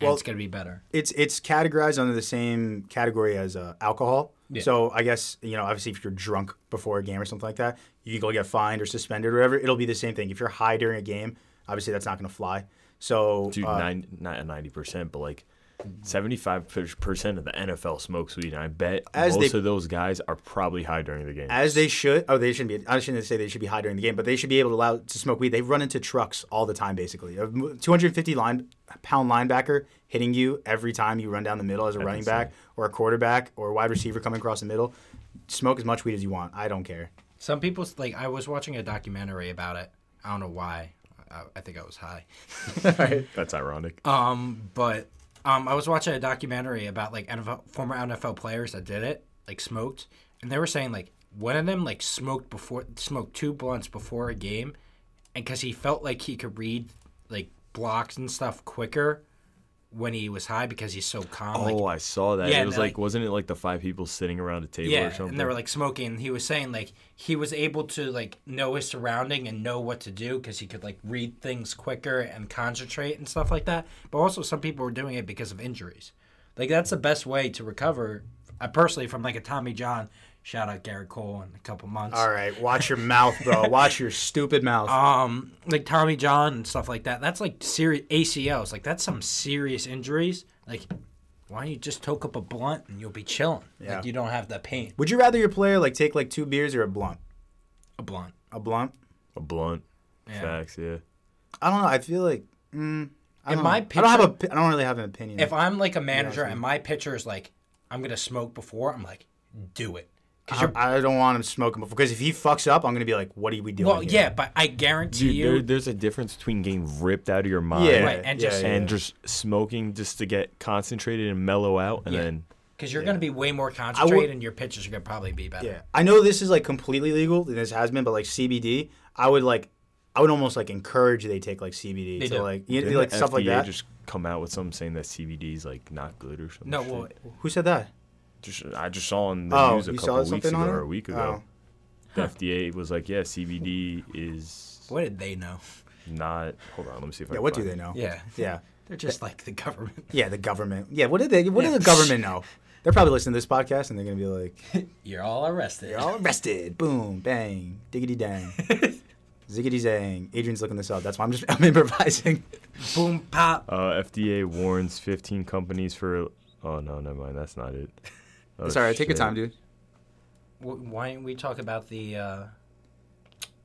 Speaker 3: And
Speaker 2: Well-
Speaker 3: it's going to be better.
Speaker 2: it's it's categorized under the same category as uh, alcohol. So I guess you know, obviously, if you're drunk before a game or something like that, you can go get fined or suspended or whatever. It'll be the same thing. If you're high during a game, obviously that's not going to fly. So
Speaker 1: dude,
Speaker 2: uh,
Speaker 1: nine, not a ninety percent, but like seventy-five percent of the NFL smokes weed. And I bet
Speaker 2: As
Speaker 1: most
Speaker 2: they-
Speaker 1: of those guys are probably high during the game.
Speaker 2: as they should. Oh, they shouldn't be. I shouldn't say they should be high during the game, but they should be able to allow to smoke weed. They run into trucks all the time, basically. A 250 line pound linebacker hitting you every time you run down the middle as a running back or a quarterback or a wide receiver coming across the middle. Smoke as much weed as you want. I don't care.
Speaker 3: Some people like I was watching a documentary about it. I don't know why. I, I think I was high.
Speaker 1: That's ironic.
Speaker 3: Um, but um, I was watching a documentary about like NFL, former NFL players that did it, like smoked, and they were saying like one of them like smoked before smoked two blunts before a game, and because he felt like he could read like blocks and stuff quicker when he was high because he's so calm. like,
Speaker 1: oh, I saw that.
Speaker 3: Yeah,
Speaker 1: it was
Speaker 3: and
Speaker 1: like,
Speaker 3: like-
Speaker 1: wasn't it like the five people sitting around a table
Speaker 3: yeah,
Speaker 1: or something?
Speaker 3: and they were like smoking. and He was saying like he was able to like know his surrounding and know what to do because he could like read things quicker and concentrate and stuff like that. But also, some people were doing it because of injuries. Like that's the best way to recover. I personally from like a Tommy John. Shout out Garrett Cole in a couple months.
Speaker 2: All right, watch your mouth, bro. Watch your stupid mouth.
Speaker 3: Um, like Tommy John and stuff like that. That's like serious ACLs. Like that's some serious injuries. Like. Why don't you just toke up a blunt and you'll be chilling?
Speaker 2: Yeah.
Speaker 3: Like you don't have that pain.
Speaker 2: Would you rather your player like take like two beers or a blunt?
Speaker 3: A blunt.
Speaker 2: A blunt?
Speaker 1: a blunt.
Speaker 3: Yeah.
Speaker 1: Facts, yeah.
Speaker 2: I don't know. I feel like mm, I
Speaker 3: In
Speaker 2: don't
Speaker 3: my
Speaker 2: know. I don't have a.
Speaker 3: picture-
Speaker 2: pi- I don't really have an opinion.
Speaker 3: if I'm like a manager and my pitcher is like, I'm gonna smoke before, I'm like, do it. Cause
Speaker 2: I,
Speaker 3: you're,
Speaker 2: I don't want him smoking before because if he fucks up, I'm gonna be like, "What are we doing?"
Speaker 3: well,
Speaker 2: here?
Speaker 3: yeah, but I guarantee
Speaker 1: Dude,
Speaker 3: you,
Speaker 1: there, there's a difference between getting ripped out of your mind
Speaker 2: yeah,
Speaker 3: Right, and
Speaker 2: yeah,
Speaker 3: just-
Speaker 2: yeah.
Speaker 1: and just smoking just to get concentrated and mellow out, and
Speaker 3: Yeah.
Speaker 1: then
Speaker 3: because you're gonna be way more concentrated, and your pitches are gonna probably be better.
Speaker 2: yeah. I know this is like completely legal. and This has been, but like CBD, I would like, I would almost like encourage they take like CBD
Speaker 3: They
Speaker 2: to
Speaker 3: do.
Speaker 2: like, you know,
Speaker 1: didn't
Speaker 2: like
Speaker 1: the
Speaker 2: stuff like
Speaker 1: FDA
Speaker 2: that.
Speaker 1: Just come out with something saying that CBD is like not good or something.
Speaker 3: No, well,
Speaker 2: Who said that?
Speaker 1: Just- I just saw on the
Speaker 2: Oh,
Speaker 1: news a
Speaker 2: you saw
Speaker 1: couple weeks
Speaker 2: something
Speaker 1: ago
Speaker 2: on
Speaker 1: or
Speaker 2: it?
Speaker 1: a week ago.
Speaker 2: Oh.
Speaker 1: The FDA was like, "Yeah, CBD is
Speaker 3: what did they know?
Speaker 1: not." Hold on, let me see if I
Speaker 2: Yeah,
Speaker 1: can
Speaker 2: what do
Speaker 1: find
Speaker 2: they
Speaker 1: it.
Speaker 2: know?
Speaker 3: Yeah,
Speaker 2: yeah,
Speaker 3: they're just like the government.
Speaker 2: yeah. The government. Yeah, what did they? What
Speaker 3: Yeah.
Speaker 2: did the government know? They're probably listening to this podcast and they're gonna be like,
Speaker 3: You're all arrested.
Speaker 2: You're all arrested. Boom, bang, diggity dang, ziggity zang. Adrian's looking this up. That's why I'm just I'm improvising.
Speaker 3: Boom, pop.
Speaker 1: Uh, FDA warns 15 companies for. Oh no, never mind. That's not it. Oh,
Speaker 2: Sorry, take
Speaker 1: shit.
Speaker 2: your time, dude.
Speaker 3: W- Why don't we talk about the uh,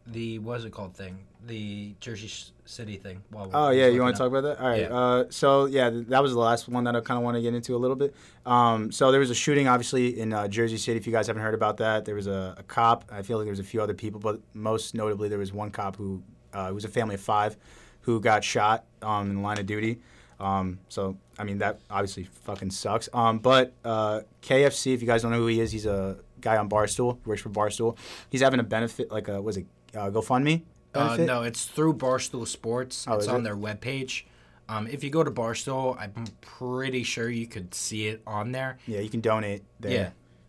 Speaker 3: the what's it called thing, the Jersey Sh- City thing? While we're-
Speaker 2: Oh yeah,
Speaker 3: just
Speaker 2: you
Speaker 3: looking
Speaker 2: want to
Speaker 3: up.
Speaker 2: talk about that? All right.
Speaker 3: Yeah.
Speaker 2: Uh, so yeah, th- that was the last one that I kind of want to get into a little bit. Um, so there was a shooting, obviously, in uh, Jersey City. If you guys haven't heard about that, there was a, a cop. I feel like there was a few other people, but most notably, there was one cop who uh, who was a family of five who got shot um, in the line of duty. Um, so I mean that obviously fucking sucks. Um, but uh, KFC, if you guys don't know who he is, he's a guy on Barstool. Works for Barstool. He's having a benefit, like a was it uh, GoFundMe?
Speaker 3: Uh,
Speaker 2: benefit? Oh,
Speaker 3: no, it's through Barstool Sports. it's
Speaker 2: is
Speaker 3: on
Speaker 2: it?
Speaker 3: their webpage. Um, if you go to Barstool, I'm pretty sure you could see it on there.
Speaker 2: Yeah, you can donate there.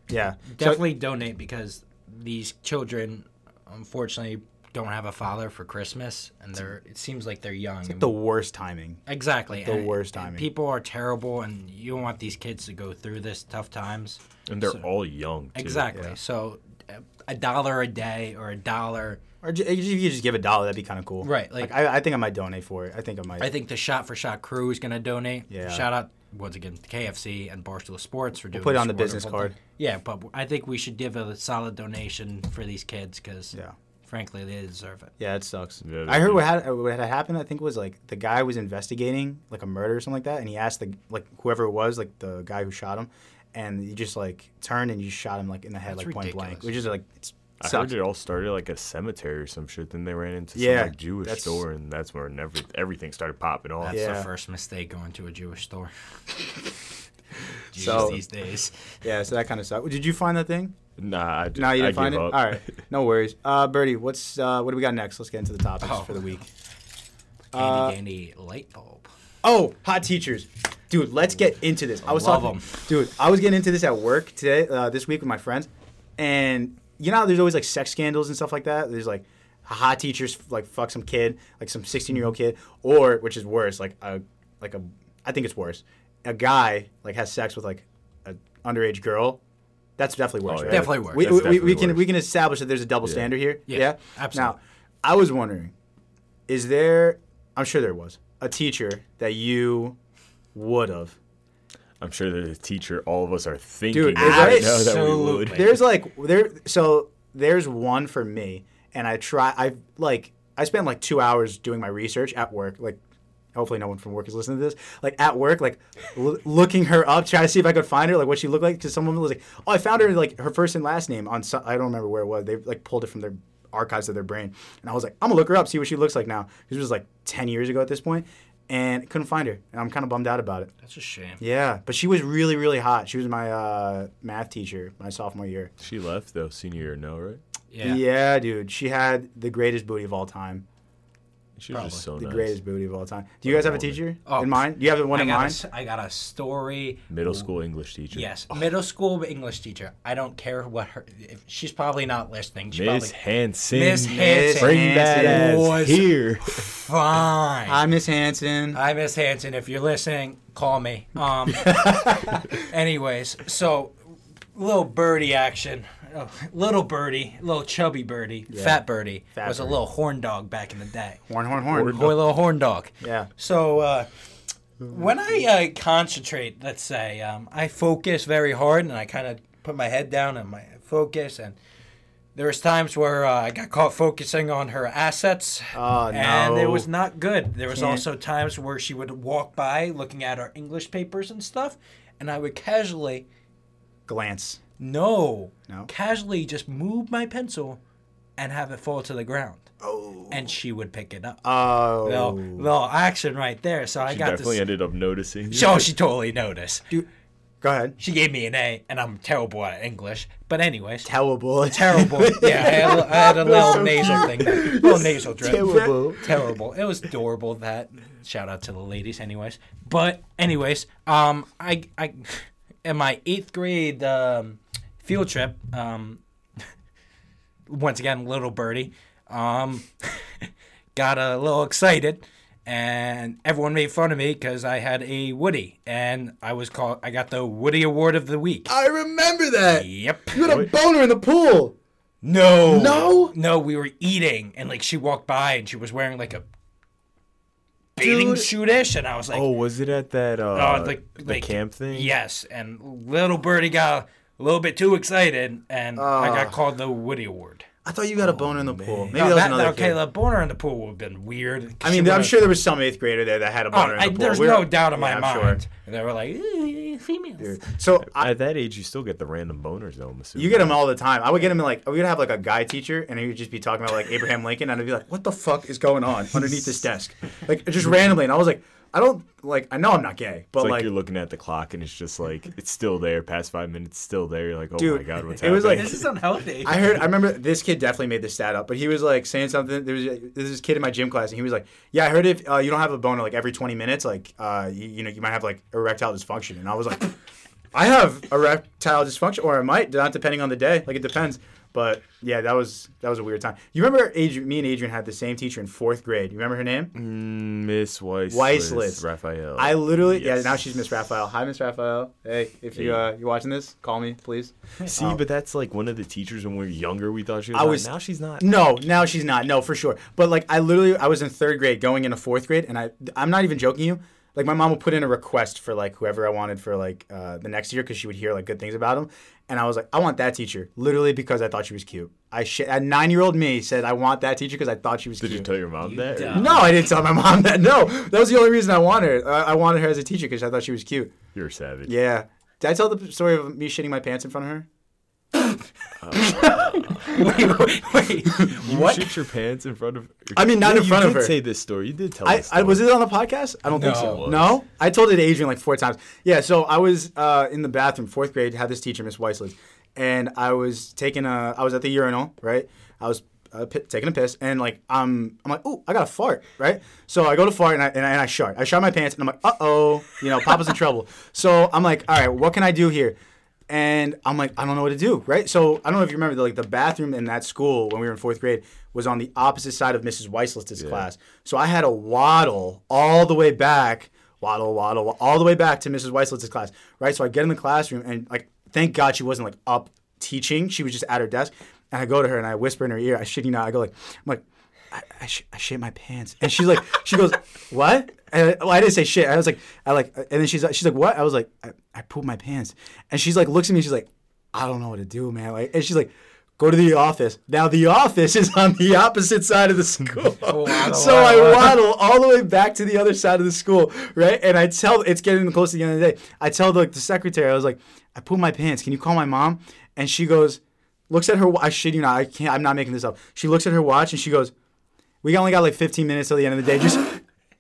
Speaker 3: Yeah.
Speaker 2: Yeah. So-
Speaker 3: Definitely donate because these children, unfortunately, don't have a father for Christmas, and they're. It seems like they're young.
Speaker 2: the worst timing.
Speaker 3: exactly.
Speaker 2: the
Speaker 3: and-
Speaker 2: worst
Speaker 3: and
Speaker 2: timing.
Speaker 3: People are terrible, and you don't want these kids to go through this tough times.
Speaker 1: And they're all young. Too.
Speaker 3: Exactly. So, uh, a dollar a day or a dollar.
Speaker 2: Or ju- if you could just give a dollar, that'd be kind of cool.
Speaker 3: Right, like-
Speaker 2: I, I think I might donate for it. I think I might.
Speaker 3: I think the Shot for Shot crew is going to donate.
Speaker 2: Yeah.
Speaker 3: Shout out once again to KFC and Barstool Sports for doing.
Speaker 2: put it
Speaker 3: this
Speaker 2: on the business
Speaker 3: wonderful
Speaker 2: card.
Speaker 3: thing. Yeah, but I think we should give a solid donation for these kids because,
Speaker 2: Yeah.
Speaker 3: frankly, they deserve it.
Speaker 2: yeah, it sucks.
Speaker 1: Yeah,
Speaker 2: I heard
Speaker 1: they-
Speaker 2: what had what had happened. I think was like the guy was investigating like a murder or something like that, and he asked the like whoever it was, like the guy who shot him, and he just like turned and you shot him like in the head,
Speaker 3: That's
Speaker 2: like point
Speaker 3: ridiculous.
Speaker 2: blank, which is like it's,
Speaker 1: I
Speaker 2: sucks.
Speaker 1: heard it all started at, like a cemetery or some shit. Then they ran into
Speaker 2: Yeah,
Speaker 1: some like Jewish
Speaker 2: that's-
Speaker 1: store, and that's where never, everything started popping off.
Speaker 3: That's the
Speaker 2: Yeah.
Speaker 3: first mistake going to a Jewish store. Jesus,
Speaker 2: So-
Speaker 3: these days.
Speaker 2: Yeah, so that kind of sucked. Did you find that thing?
Speaker 1: Nah, I just,
Speaker 2: No, you
Speaker 1: I
Speaker 2: didn't find it.
Speaker 1: give
Speaker 2: All
Speaker 1: up.
Speaker 2: right, no worries. Uh, Birdie, what's uh, what do we got next? Let's get into the topics
Speaker 3: Oh.
Speaker 2: for the week. uh,
Speaker 3: Candy, candy light bulb.
Speaker 2: Oh, hot teachers. Dude, let's get into this. I was
Speaker 3: Love
Speaker 2: talking,
Speaker 3: 'em.
Speaker 2: dude. I was getting into this at work today, uh, this week with my friends, and you know, how there's always like sex scandals and stuff like that. There's like a hot teacher's like fuck some kid, like some 16 year old kid, or which is worse, like a like a I think it's worse. A guy like has sex with like an underage girl. That's definitely worse.
Speaker 1: Oh,
Speaker 2: right?
Speaker 1: yeah.
Speaker 3: Definitely worse.
Speaker 2: We,
Speaker 1: That's
Speaker 2: we, we- we
Speaker 1: definitely
Speaker 2: can
Speaker 1: worse.
Speaker 2: we can establish that there's a double standard here.
Speaker 3: Yeah,
Speaker 2: Yeah,
Speaker 3: absolutely.
Speaker 2: Now, I was wondering, is there? I'm sure there was a teacher that you would have.
Speaker 1: I'm sure there's a teacher all of us are thinking
Speaker 2: Dude,
Speaker 1: of
Speaker 2: is
Speaker 1: right
Speaker 2: that-
Speaker 1: now that we
Speaker 3: Absolutely.
Speaker 1: would.
Speaker 3: Like-
Speaker 2: There's like there so there's one for me and I try I like I spend like 2 hours doing my research at work like hopefully no one from work is listening to this like at work like l- looking her up trying to see if I could find her like what she looked like cuz someone was like oh I found her like her first and last name on so- I don't remember where it was they like pulled it from their archives of their brain and I was like I'm going to look her up see what she looks like now this was like 10 years ago at this point and couldn't find her and I'm kind of bummed out about it
Speaker 3: That's a shame.
Speaker 2: yeah but she was really really hot she was my uh, math teacher my sophomore year
Speaker 1: She left though, senior year, no, right?
Speaker 3: Yeah.
Speaker 2: yeah. dude. She had the greatest booty of all time.
Speaker 1: She was just so
Speaker 2: The
Speaker 1: nice.
Speaker 2: greatest booty of all time. Do you guys have a
Speaker 1: woman.
Speaker 2: teacher
Speaker 3: Oh,
Speaker 2: in mind? Do you have one
Speaker 3: I
Speaker 2: in
Speaker 3: got, a
Speaker 2: mind?
Speaker 3: s I got a story.
Speaker 1: Middle school English teacher.
Speaker 3: Yes, middle school English teacher. I don't care what her. If, she's probably not listening. She's
Speaker 1: Miss
Speaker 3: probably
Speaker 1: Hanson.
Speaker 3: Miss Hanson.
Speaker 1: Bring that
Speaker 2: Hanson
Speaker 1: ass
Speaker 3: was-
Speaker 1: here.
Speaker 3: fine.
Speaker 2: Hi, Miss Hanson.
Speaker 3: Hi, Miss Hanson. If you're listening, call me. Um, anyways, so little birdie action. Oh, little birdie, little chubby birdie, fat birdie
Speaker 2: Fat
Speaker 3: was a
Speaker 2: birdie.
Speaker 3: little horn dog back in the day.
Speaker 2: Horn, horn, horn.
Speaker 3: Boy, little horn dog.
Speaker 2: Yeah.
Speaker 3: So uh, when I uh, concentrate, let's say, um, I focus very hard and I kind of put my head down and my focus and. There was times where uh, I got caught focusing on her assets,
Speaker 2: Oh,
Speaker 3: and it
Speaker 2: no.
Speaker 3: was not good. There was
Speaker 2: Can't-
Speaker 3: also times where she would walk by looking at our English papers and stuff, and I would casually,
Speaker 2: Glance.
Speaker 3: no,
Speaker 2: No?
Speaker 3: casually just move my pencil and have it fall to the ground. Oh. And she would pick it up.
Speaker 2: Oh.
Speaker 3: Little, little action right there. So I
Speaker 1: She
Speaker 3: got
Speaker 1: definitely
Speaker 3: this.
Speaker 1: ended up noticing.
Speaker 3: Oh, she totally noticed.
Speaker 2: Go ahead.
Speaker 3: She gave me an A, and I'm terrible at English. But anyways,
Speaker 2: Terrible.
Speaker 3: terrible. yeah, I had, a- I had a little nasal thing, little nasal drip. Terrible. terrible. It was adorable. That shout out to the ladies, anyways. But anyways, um, I I, in my eighth grade um, field trip, um, once again, little birdie, um, got a little excited. And everyone made fun of me because I had a Woody, and I was called. I got the Woody Award of the week.
Speaker 2: I remember that.
Speaker 3: Yep.
Speaker 2: You had a boner in the pool.
Speaker 3: No.
Speaker 2: No?
Speaker 3: No, we were eating and like she walked by and she was wearing like a bathing suit-ish and I was like,
Speaker 1: Oh, was it at that uh,
Speaker 3: Oh, like-
Speaker 1: the
Speaker 3: like-
Speaker 1: camp thing?
Speaker 3: yes. And little birdie got a little bit too excited and I got called the Woody Award.
Speaker 2: I thought you got a boner in the pool. Ah. Maybe
Speaker 3: Now,
Speaker 2: that was
Speaker 3: Oh, that,
Speaker 2: another
Speaker 3: that
Speaker 2: kid.
Speaker 3: Caleb Bonner in the pool would have been weird.
Speaker 2: I mean, I'm sure there was some eighth grader there that had a boner in the
Speaker 3: Oh, I,
Speaker 2: pool.
Speaker 3: there's
Speaker 2: We're-
Speaker 3: no doubt in
Speaker 2: Yeah,
Speaker 3: my
Speaker 2: I'm sure.
Speaker 3: mind. And they were like, "Ooh, females.
Speaker 2: So I,
Speaker 1: At that age, you still get the random boners though. I'm assuming.
Speaker 2: You get them all the time. I would get them in like we would have like a guy teacher, and he would just be talking about like Abraham Lincoln, and I'd be like, "What the fuck is going on underneath this desk?" Like just randomly, and I was like, "I don't like. I know I'm not gay, but
Speaker 1: It's like,
Speaker 2: like,
Speaker 1: you're looking at the clock and it's just like it's still there. Past five minutes, still there. You're like, oh
Speaker 2: Dude,
Speaker 1: my god, what's
Speaker 2: it
Speaker 1: happening?
Speaker 2: was like-
Speaker 3: This is unhealthy.
Speaker 2: I heard. I remember this kid definitely made this stat up, but he was like saying something. There was there's this kid in my gym class, and he was like, "Yeah, I heard if uh, you don't have a boner like every 20 minutes, like uh, you, you know, you might have like erectile dysfunction." And I was like, "I have erectile dysfunction, or I might, not depending on the day. Like it depends." But yeah, that was that was a weird time. You remember, Adrian, me and Adrian had the same teacher in fourth grade. You remember her name?
Speaker 1: Mm-hmm. Mm, Miss Weisslitz,
Speaker 2: Weisslitz.
Speaker 1: Raphael.
Speaker 2: I literally,
Speaker 1: Yes.
Speaker 2: yeah. Now she's Miss Raphael. Hi, Miss Raphael. Hey, if
Speaker 1: Hey.
Speaker 2: you uh, you're watching this, call me, please.
Speaker 1: see, but that's like one of the teachers when we were younger. We thought she was.
Speaker 2: I
Speaker 1: hot.
Speaker 2: was-
Speaker 1: now she's not.
Speaker 2: No, now she's not. No, for sure. But like, I literally, I was in third grade, going into fourth grade, and I, I'm not even joking you. Like, my mom would put in a request for like whoever I wanted for like uh, the next year because she would hear like good things about him, and I was like, I want that teacher, literally because I thought she was cute. I sh- at nine year old me said I want that teacher because I thought she was
Speaker 1: Did
Speaker 2: cute.
Speaker 1: you tell your mom that? or-
Speaker 3: dumb.
Speaker 2: no, I didn't tell my mom that. No, that was the only reason I wanted her. I, I wanted her as a teacher because I thought she was cute.
Speaker 1: You're a savage.
Speaker 2: Yeah. Did I tell the story of me shitting my pants in front of her?
Speaker 3: wait, wait, wait.
Speaker 1: You
Speaker 3: what?
Speaker 1: shit your pants in front of.
Speaker 2: I mean, not
Speaker 1: Yeah,
Speaker 2: in front
Speaker 1: you
Speaker 2: of
Speaker 1: did
Speaker 2: her.
Speaker 1: Say this story. You did tell.
Speaker 2: I,
Speaker 1: this
Speaker 2: I
Speaker 1: story.
Speaker 2: was it on the podcast? I don't think
Speaker 3: No. It
Speaker 2: so.
Speaker 3: was.
Speaker 2: No, I told it to Adrian like four times. Yeah, so I was uh, in the bathroom, fourth grade, had this teacher, Miss Weisslitz, and I was taking a, I was at the urinal, right? I was uh, pi taking a piss, and like I'm, I'm like, oh, I got a fart, right? So I go to fart and I and I, and I shart. I shart my pants, and I'm like, uh oh, you know, Papa's in trouble. So I'm like, all right, what can I do here? and I'm like, I don't know what to do, right? So I don't know if you remember, the, like the bathroom in that school when we were in fourth grade was on the opposite side of Mrs. Weisslist's class. So I had to waddle all the way back, waddle, waddle, wa- all the way back to Mrs. Weisslist's class, right? So I get in the classroom and like, thank God she wasn't like up teaching; she was just at her desk. And I go to her and I whisper in her ear, I shit you not, I go like, I'm like, I, I, sh- I shit my pants. And she's like, she goes, what? And I, well, I didn't say shit. I was like, I like, and then she's like, she's like, what? I was like, I, I pooped my pants. And she's like, looks at me, and she's like, I don't know what to do, man. Like, and she's like, go to the office. Now the office is on the opposite side of the school. so I waddle all the way back to the other side of the school, right? And I tell, it's getting close to the end of the day. I tell like the secretary, I was like, I pooped my pants. Can you call my mom? And she goes, looks at her. wa- I shit you not. I can't. I'm not making this up. She looks at her watch and she goes. We only got like 15 minutes till the end of the day. Just,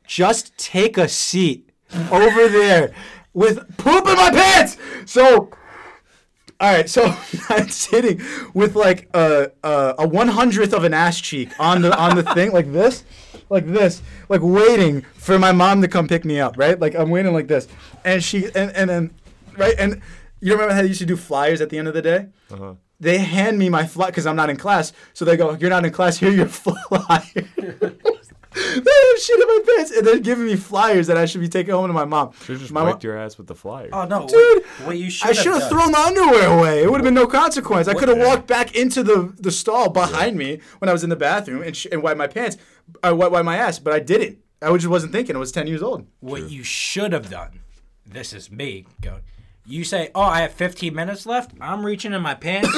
Speaker 2: just take a seat over there with poop in my pants. So, all right. So I'm sitting with like a a, a one hundredth of an ass cheek on the on the thing like this, like this, like waiting for my mom to come pick me up. Right? Like I'm waiting like this, and she and and then, right? And you remember how they used to do flyers at the end of the day? Uh-huh they hand me my flyer because I'm not in class. So they go, "You're not in class. Here, your flyer." they have shit in my pants, and they're giving me flyers that I should be taking home to my mom.
Speaker 1: Should've just
Speaker 2: my mom-
Speaker 1: wiped your ass with the flyer.
Speaker 3: Oh no,
Speaker 2: Dude,
Speaker 3: What, what you should
Speaker 2: I should have
Speaker 3: done-
Speaker 2: thrown the underwear away. It would have been no consequence. I could have walked back into the, the stall behind me when I was in the bathroom and, sh- and wiped my pants, I wiped, wiped my ass, but I didn't. I just wasn't thinking. I was 10 years old.
Speaker 3: What you should have done. This is me going. You say, "Oh, I have 15 minutes left." I'm reaching in my pants,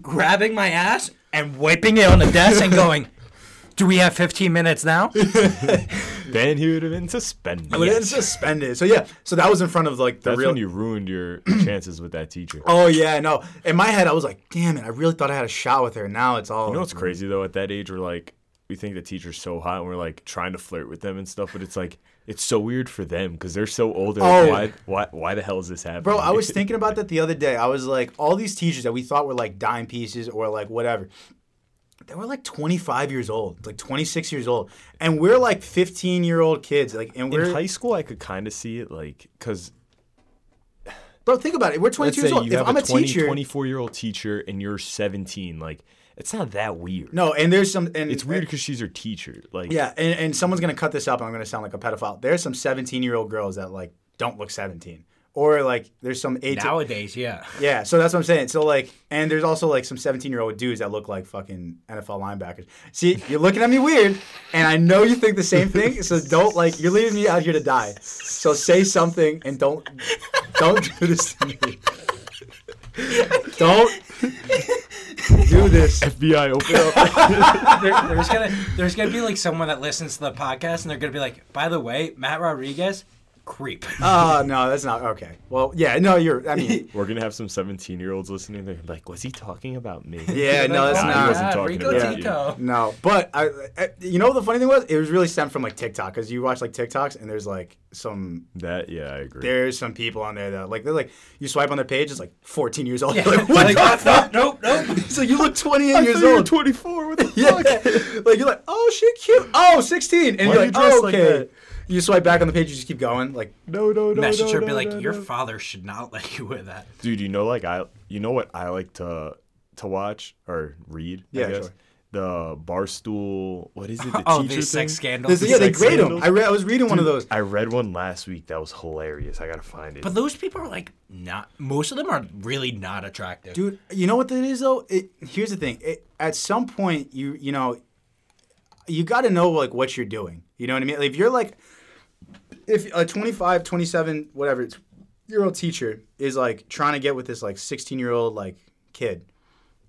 Speaker 3: grabbing my ass, and wiping it on the desk, and going, "Do we have 15 minutes now?"
Speaker 1: Then he would have been suspended.
Speaker 2: But it's suspended. So yeah, so that was in front of like the
Speaker 1: That's
Speaker 2: real.
Speaker 1: when you ruined your chances with that teacher.
Speaker 2: oh yeah, no. In my head, I was like, damn it, I really thought I had a shot with her. Now it's all.
Speaker 1: You know what's crazy though? At that age, we're like, we think the teacher's so hot, and we're like trying to flirt with them and stuff. But it's like, it's so weird for them because they're so old. and
Speaker 2: Oh.
Speaker 1: Why, why, why the hell is this happening?
Speaker 2: Bro, I was thinking about that the other day. I was like, all these teachers that we thought were like dime pieces or like whatever, they were like 25 years old, like 26 years old, and we're like 15 year old kids. Like, and
Speaker 1: in
Speaker 2: we're
Speaker 1: high school, I could kind of see it, like, because
Speaker 2: bro, think about it. We're
Speaker 1: let's
Speaker 2: 22
Speaker 1: say
Speaker 2: years old.
Speaker 1: you
Speaker 2: If
Speaker 1: have
Speaker 2: I'm
Speaker 1: a
Speaker 2: a
Speaker 1: 20,
Speaker 2: teacher,
Speaker 1: 24 year old teacher and you're 17, like, it's not that weird.
Speaker 2: no, and there's some, and
Speaker 1: it's weird because she's her teacher. Like,
Speaker 2: Yeah, and, and someone's gonna cut this up, and I'm gonna sound like a pedophile. There's some 17 year old girls that like don't look 17, or like there's some 18.
Speaker 3: Nowadays, yeah.
Speaker 2: Yeah, so that's what I'm saying. So like, and there's also like some 17 year old dudes that look like fucking NFL linebackers. See, you're looking at me weird, and I know you think the same thing. So don't like, you're leaving me out here to die. So say something and don't, don't do this to me. Don't do this.
Speaker 1: FBI, open up.
Speaker 3: there, there's gonna there's gonna be like someone that listens to the podcast and they're gonna be like, by the way, Matt Rodriguez, creep.
Speaker 2: Uh, no, that's not okay. Well, yeah, no, you're. I mean,
Speaker 1: we're gonna have some 17 year olds listening. They're gonna be like, was he talking about me?
Speaker 2: yeah, no, that's
Speaker 1: Nah, he
Speaker 2: not.
Speaker 1: wasn't talking
Speaker 3: "Oh, Rico
Speaker 1: about you.
Speaker 3: Tico.
Speaker 2: No, but I, I, you know what the funny thing was? It was really stemmed from like TikTok because you watch like TikToks and there's like some
Speaker 1: That, yeah, I agree.
Speaker 2: there's some people on there that like they're like you swipe on their page it's like 14 years old.
Speaker 3: Yeah.
Speaker 2: You're like what
Speaker 3: Like,
Speaker 2: the
Speaker 3: "Oh,
Speaker 2: fuck?
Speaker 3: Nope, nope.
Speaker 2: So you look 28
Speaker 1: I
Speaker 2: years
Speaker 1: thought you were
Speaker 2: old.
Speaker 1: 24. What the
Speaker 2: Yeah.
Speaker 1: fuck?
Speaker 2: like you're like oh shit cute. Oh 16 and
Speaker 1: Why
Speaker 2: you're
Speaker 1: are
Speaker 2: like oh,
Speaker 1: you dressed like
Speaker 2: okay.
Speaker 1: that?
Speaker 2: you swipe back on the page you just keep going like
Speaker 1: No, no, no.
Speaker 3: Message
Speaker 1: no,
Speaker 3: her, be
Speaker 1: no,
Speaker 3: like,
Speaker 1: no,
Speaker 3: your
Speaker 1: no.
Speaker 3: father should not let you wear that.
Speaker 1: dude. You know, like I, you know what I like to to watch or read.
Speaker 2: Yeah,
Speaker 1: I guess.
Speaker 2: sure.
Speaker 1: The barstool. What is it? The
Speaker 3: Oh,
Speaker 1: teacher
Speaker 3: the sex
Speaker 1: thing?
Speaker 3: scandal.
Speaker 2: this, yeah they
Speaker 1: sex
Speaker 2: grade them.
Speaker 1: scandals?
Speaker 2: I, re- I was reading one of those.
Speaker 1: I read one last week that was hilarious. I gotta find it.
Speaker 3: But those people are like not. Most of them are really not attractive.
Speaker 2: Dude, you know what that is though? It, here's the thing. It, at some point, you you know, you got to know like what you're doing. You know what I mean? Like, if you're like, if a 25, 27, whatever it's- year old teacher is like trying to get with this like 16 year old like kid,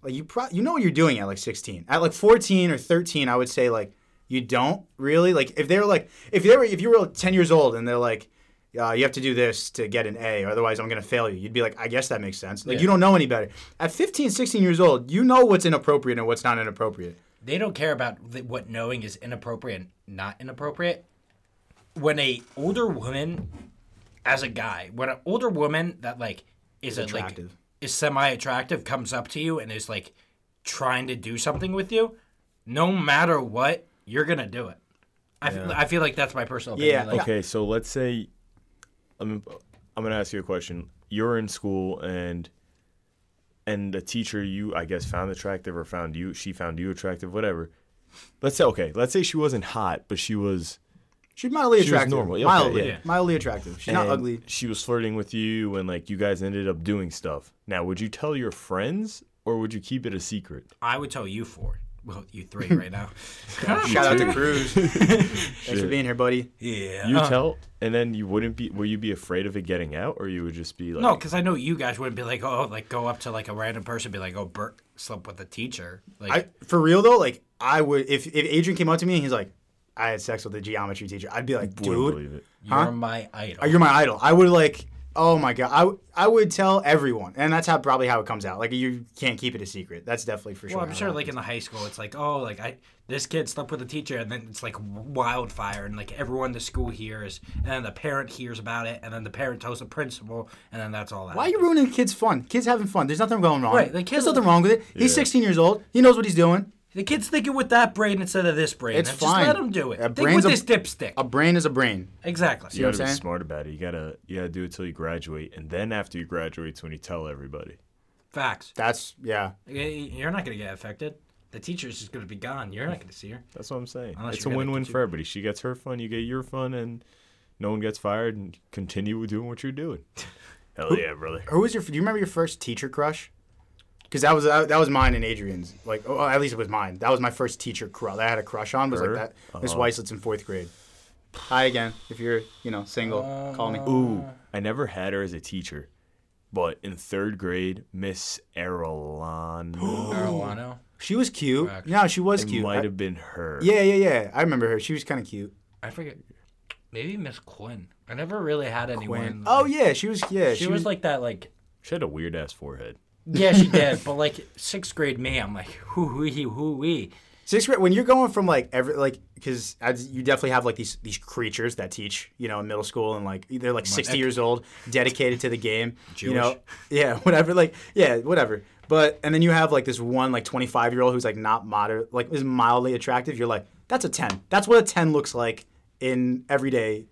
Speaker 2: like you pro- you know what you're doing at like 16. At like 14 or 13, I would say like you don't really like if they were like if they were if you were 10 years old and they're like. Uh, you have to do this to get an A, or otherwise I'm going to fail you. You'd be like, I guess that makes sense. Like, you don't know any better. At 15, 16 years old, you know what's inappropriate and what's not inappropriate.
Speaker 3: they don't care about th- what knowing is inappropriate, and not inappropriate. When a older woman, as a guy, when an older woman that like is a, like
Speaker 2: Attractive.
Speaker 3: is semi attractive comes up to you and is like trying to do something with you, no matter what, you're gonna do it. I f- I feel like that's my personal opinion.
Speaker 2: Yeah.
Speaker 3: Like,
Speaker 1: okay, so let's say, I'm I'm gonna ask you a question. You're in school and and the teacher you I guess found attractive or found you she found you attractive, whatever. Let's say okay, let's say she wasn't hot, but she was
Speaker 2: She's mildly
Speaker 1: She was
Speaker 2: attractive.
Speaker 1: normal, yeah, okay,
Speaker 2: Mildly.
Speaker 1: yeah.
Speaker 2: Mildly attractive. She's not
Speaker 1: and
Speaker 2: ugly.
Speaker 1: She was flirting with you and like you guys ended up doing stuff. Now would you tell your friends or would you keep it a secret?
Speaker 3: I would tell you four. Well, you three right now.
Speaker 2: Shout out to Cruz. Thanks for being here, buddy.
Speaker 3: yeah.
Speaker 1: You
Speaker 2: Uh-huh.
Speaker 3: Uh,
Speaker 1: tell and then you wouldn't be will you be afraid of it getting out or you would just be like
Speaker 3: no, because I know you guys wouldn't be like, oh, like go up to like a random person, and be like, oh, Bert slept with a teacher. Like,
Speaker 2: I, for real though, like I would if if Adrian came up to me and he's like, I had sex with a geometry teacher, I'd be like,
Speaker 1: wouldn't
Speaker 2: dude,
Speaker 1: believe it.
Speaker 3: you're
Speaker 2: huh?
Speaker 3: my idol.
Speaker 2: Oh, you're my idol. I would like, oh my god, I, w- I would tell everyone, and that's how probably how it comes out. Like you can't keep it a secret. That's definitely for sure.
Speaker 3: well, I'm
Speaker 2: how
Speaker 3: sure,
Speaker 2: that
Speaker 3: like in the high school, it's like, oh, like I this kid slept with a teacher, and then it's like wildfire, and like everyone in the school hears, and then the parent hears about it, and then the parent tells the principal, and then that's all that.
Speaker 2: Why are you ruining kids' fun? Kids having fun. There's nothing going wrong.
Speaker 3: Right, the kid-
Speaker 2: There's nothing wrong with it. He's 16 years old. He knows what he's doing.
Speaker 3: The kid's thinking with that brain instead of this brain.
Speaker 2: It's
Speaker 3: Just
Speaker 2: fine.
Speaker 3: let him do it.
Speaker 2: A
Speaker 3: Think with
Speaker 2: brain's a-
Speaker 3: this dipstick.
Speaker 2: A brain is a brain.
Speaker 3: exactly.
Speaker 1: You
Speaker 2: what
Speaker 1: gotta
Speaker 2: I'm
Speaker 1: be
Speaker 2: saying?
Speaker 1: smart about it. You gotta you gotta do it till you graduate, and then after you graduate, it's when you tell everybody.
Speaker 3: Facts.
Speaker 2: That's yeah.
Speaker 3: Y- You're not going to get affected. The teacher's just going to be gone. You're not going to see her.
Speaker 1: That's what I'm saying.
Speaker 3: Unless
Speaker 1: it's a
Speaker 3: you're gonna
Speaker 1: win-win
Speaker 3: get
Speaker 1: for everybody. She gets her fun, you get your fun, and no one gets fired. And continue with doing what you're doing. Hell yeah, brother.
Speaker 2: Who was your? Do you remember your first teacher crush? Because that was that was mine and Adrian's. Like, oh, at least it was mine. That was my first teacher crush. That I had a crush on was
Speaker 1: Her?
Speaker 2: like that. Miss Weislett's in fourth grade. Hi again. If you're you know single, call me.
Speaker 3: Uh,
Speaker 1: Ooh, I never had her as a teacher, but in third grade, Miss Erolon
Speaker 3: Marijuana.
Speaker 2: She was cute. No, she was cute.
Speaker 1: might
Speaker 2: I-
Speaker 1: have been her.
Speaker 2: yeah, yeah, yeah. I remember her. She was kind of cute.
Speaker 3: I forget. Maybe Miss Quinn. I never really had anyone.
Speaker 2: When,
Speaker 3: like-
Speaker 2: oh yeah, she was. Yeah,
Speaker 3: She, was, like that, like.
Speaker 1: she had a weird ass forehead.
Speaker 3: Yeah, she did. but like sixth grade me, I'm like, hoo hoo hoo wee.
Speaker 2: Sixth grade, when you're going from like every like, because you definitely have like these these creatures that teach, you know, in middle school, and like they're like 60 years old, dedicated to the game, you know, yeah, whatever, like yeah, whatever. But and then you have like this one like 25 year old who's like not moderate, like is mildly attractive. You're like, that's a 10. That's what a 10 looks like in everyday.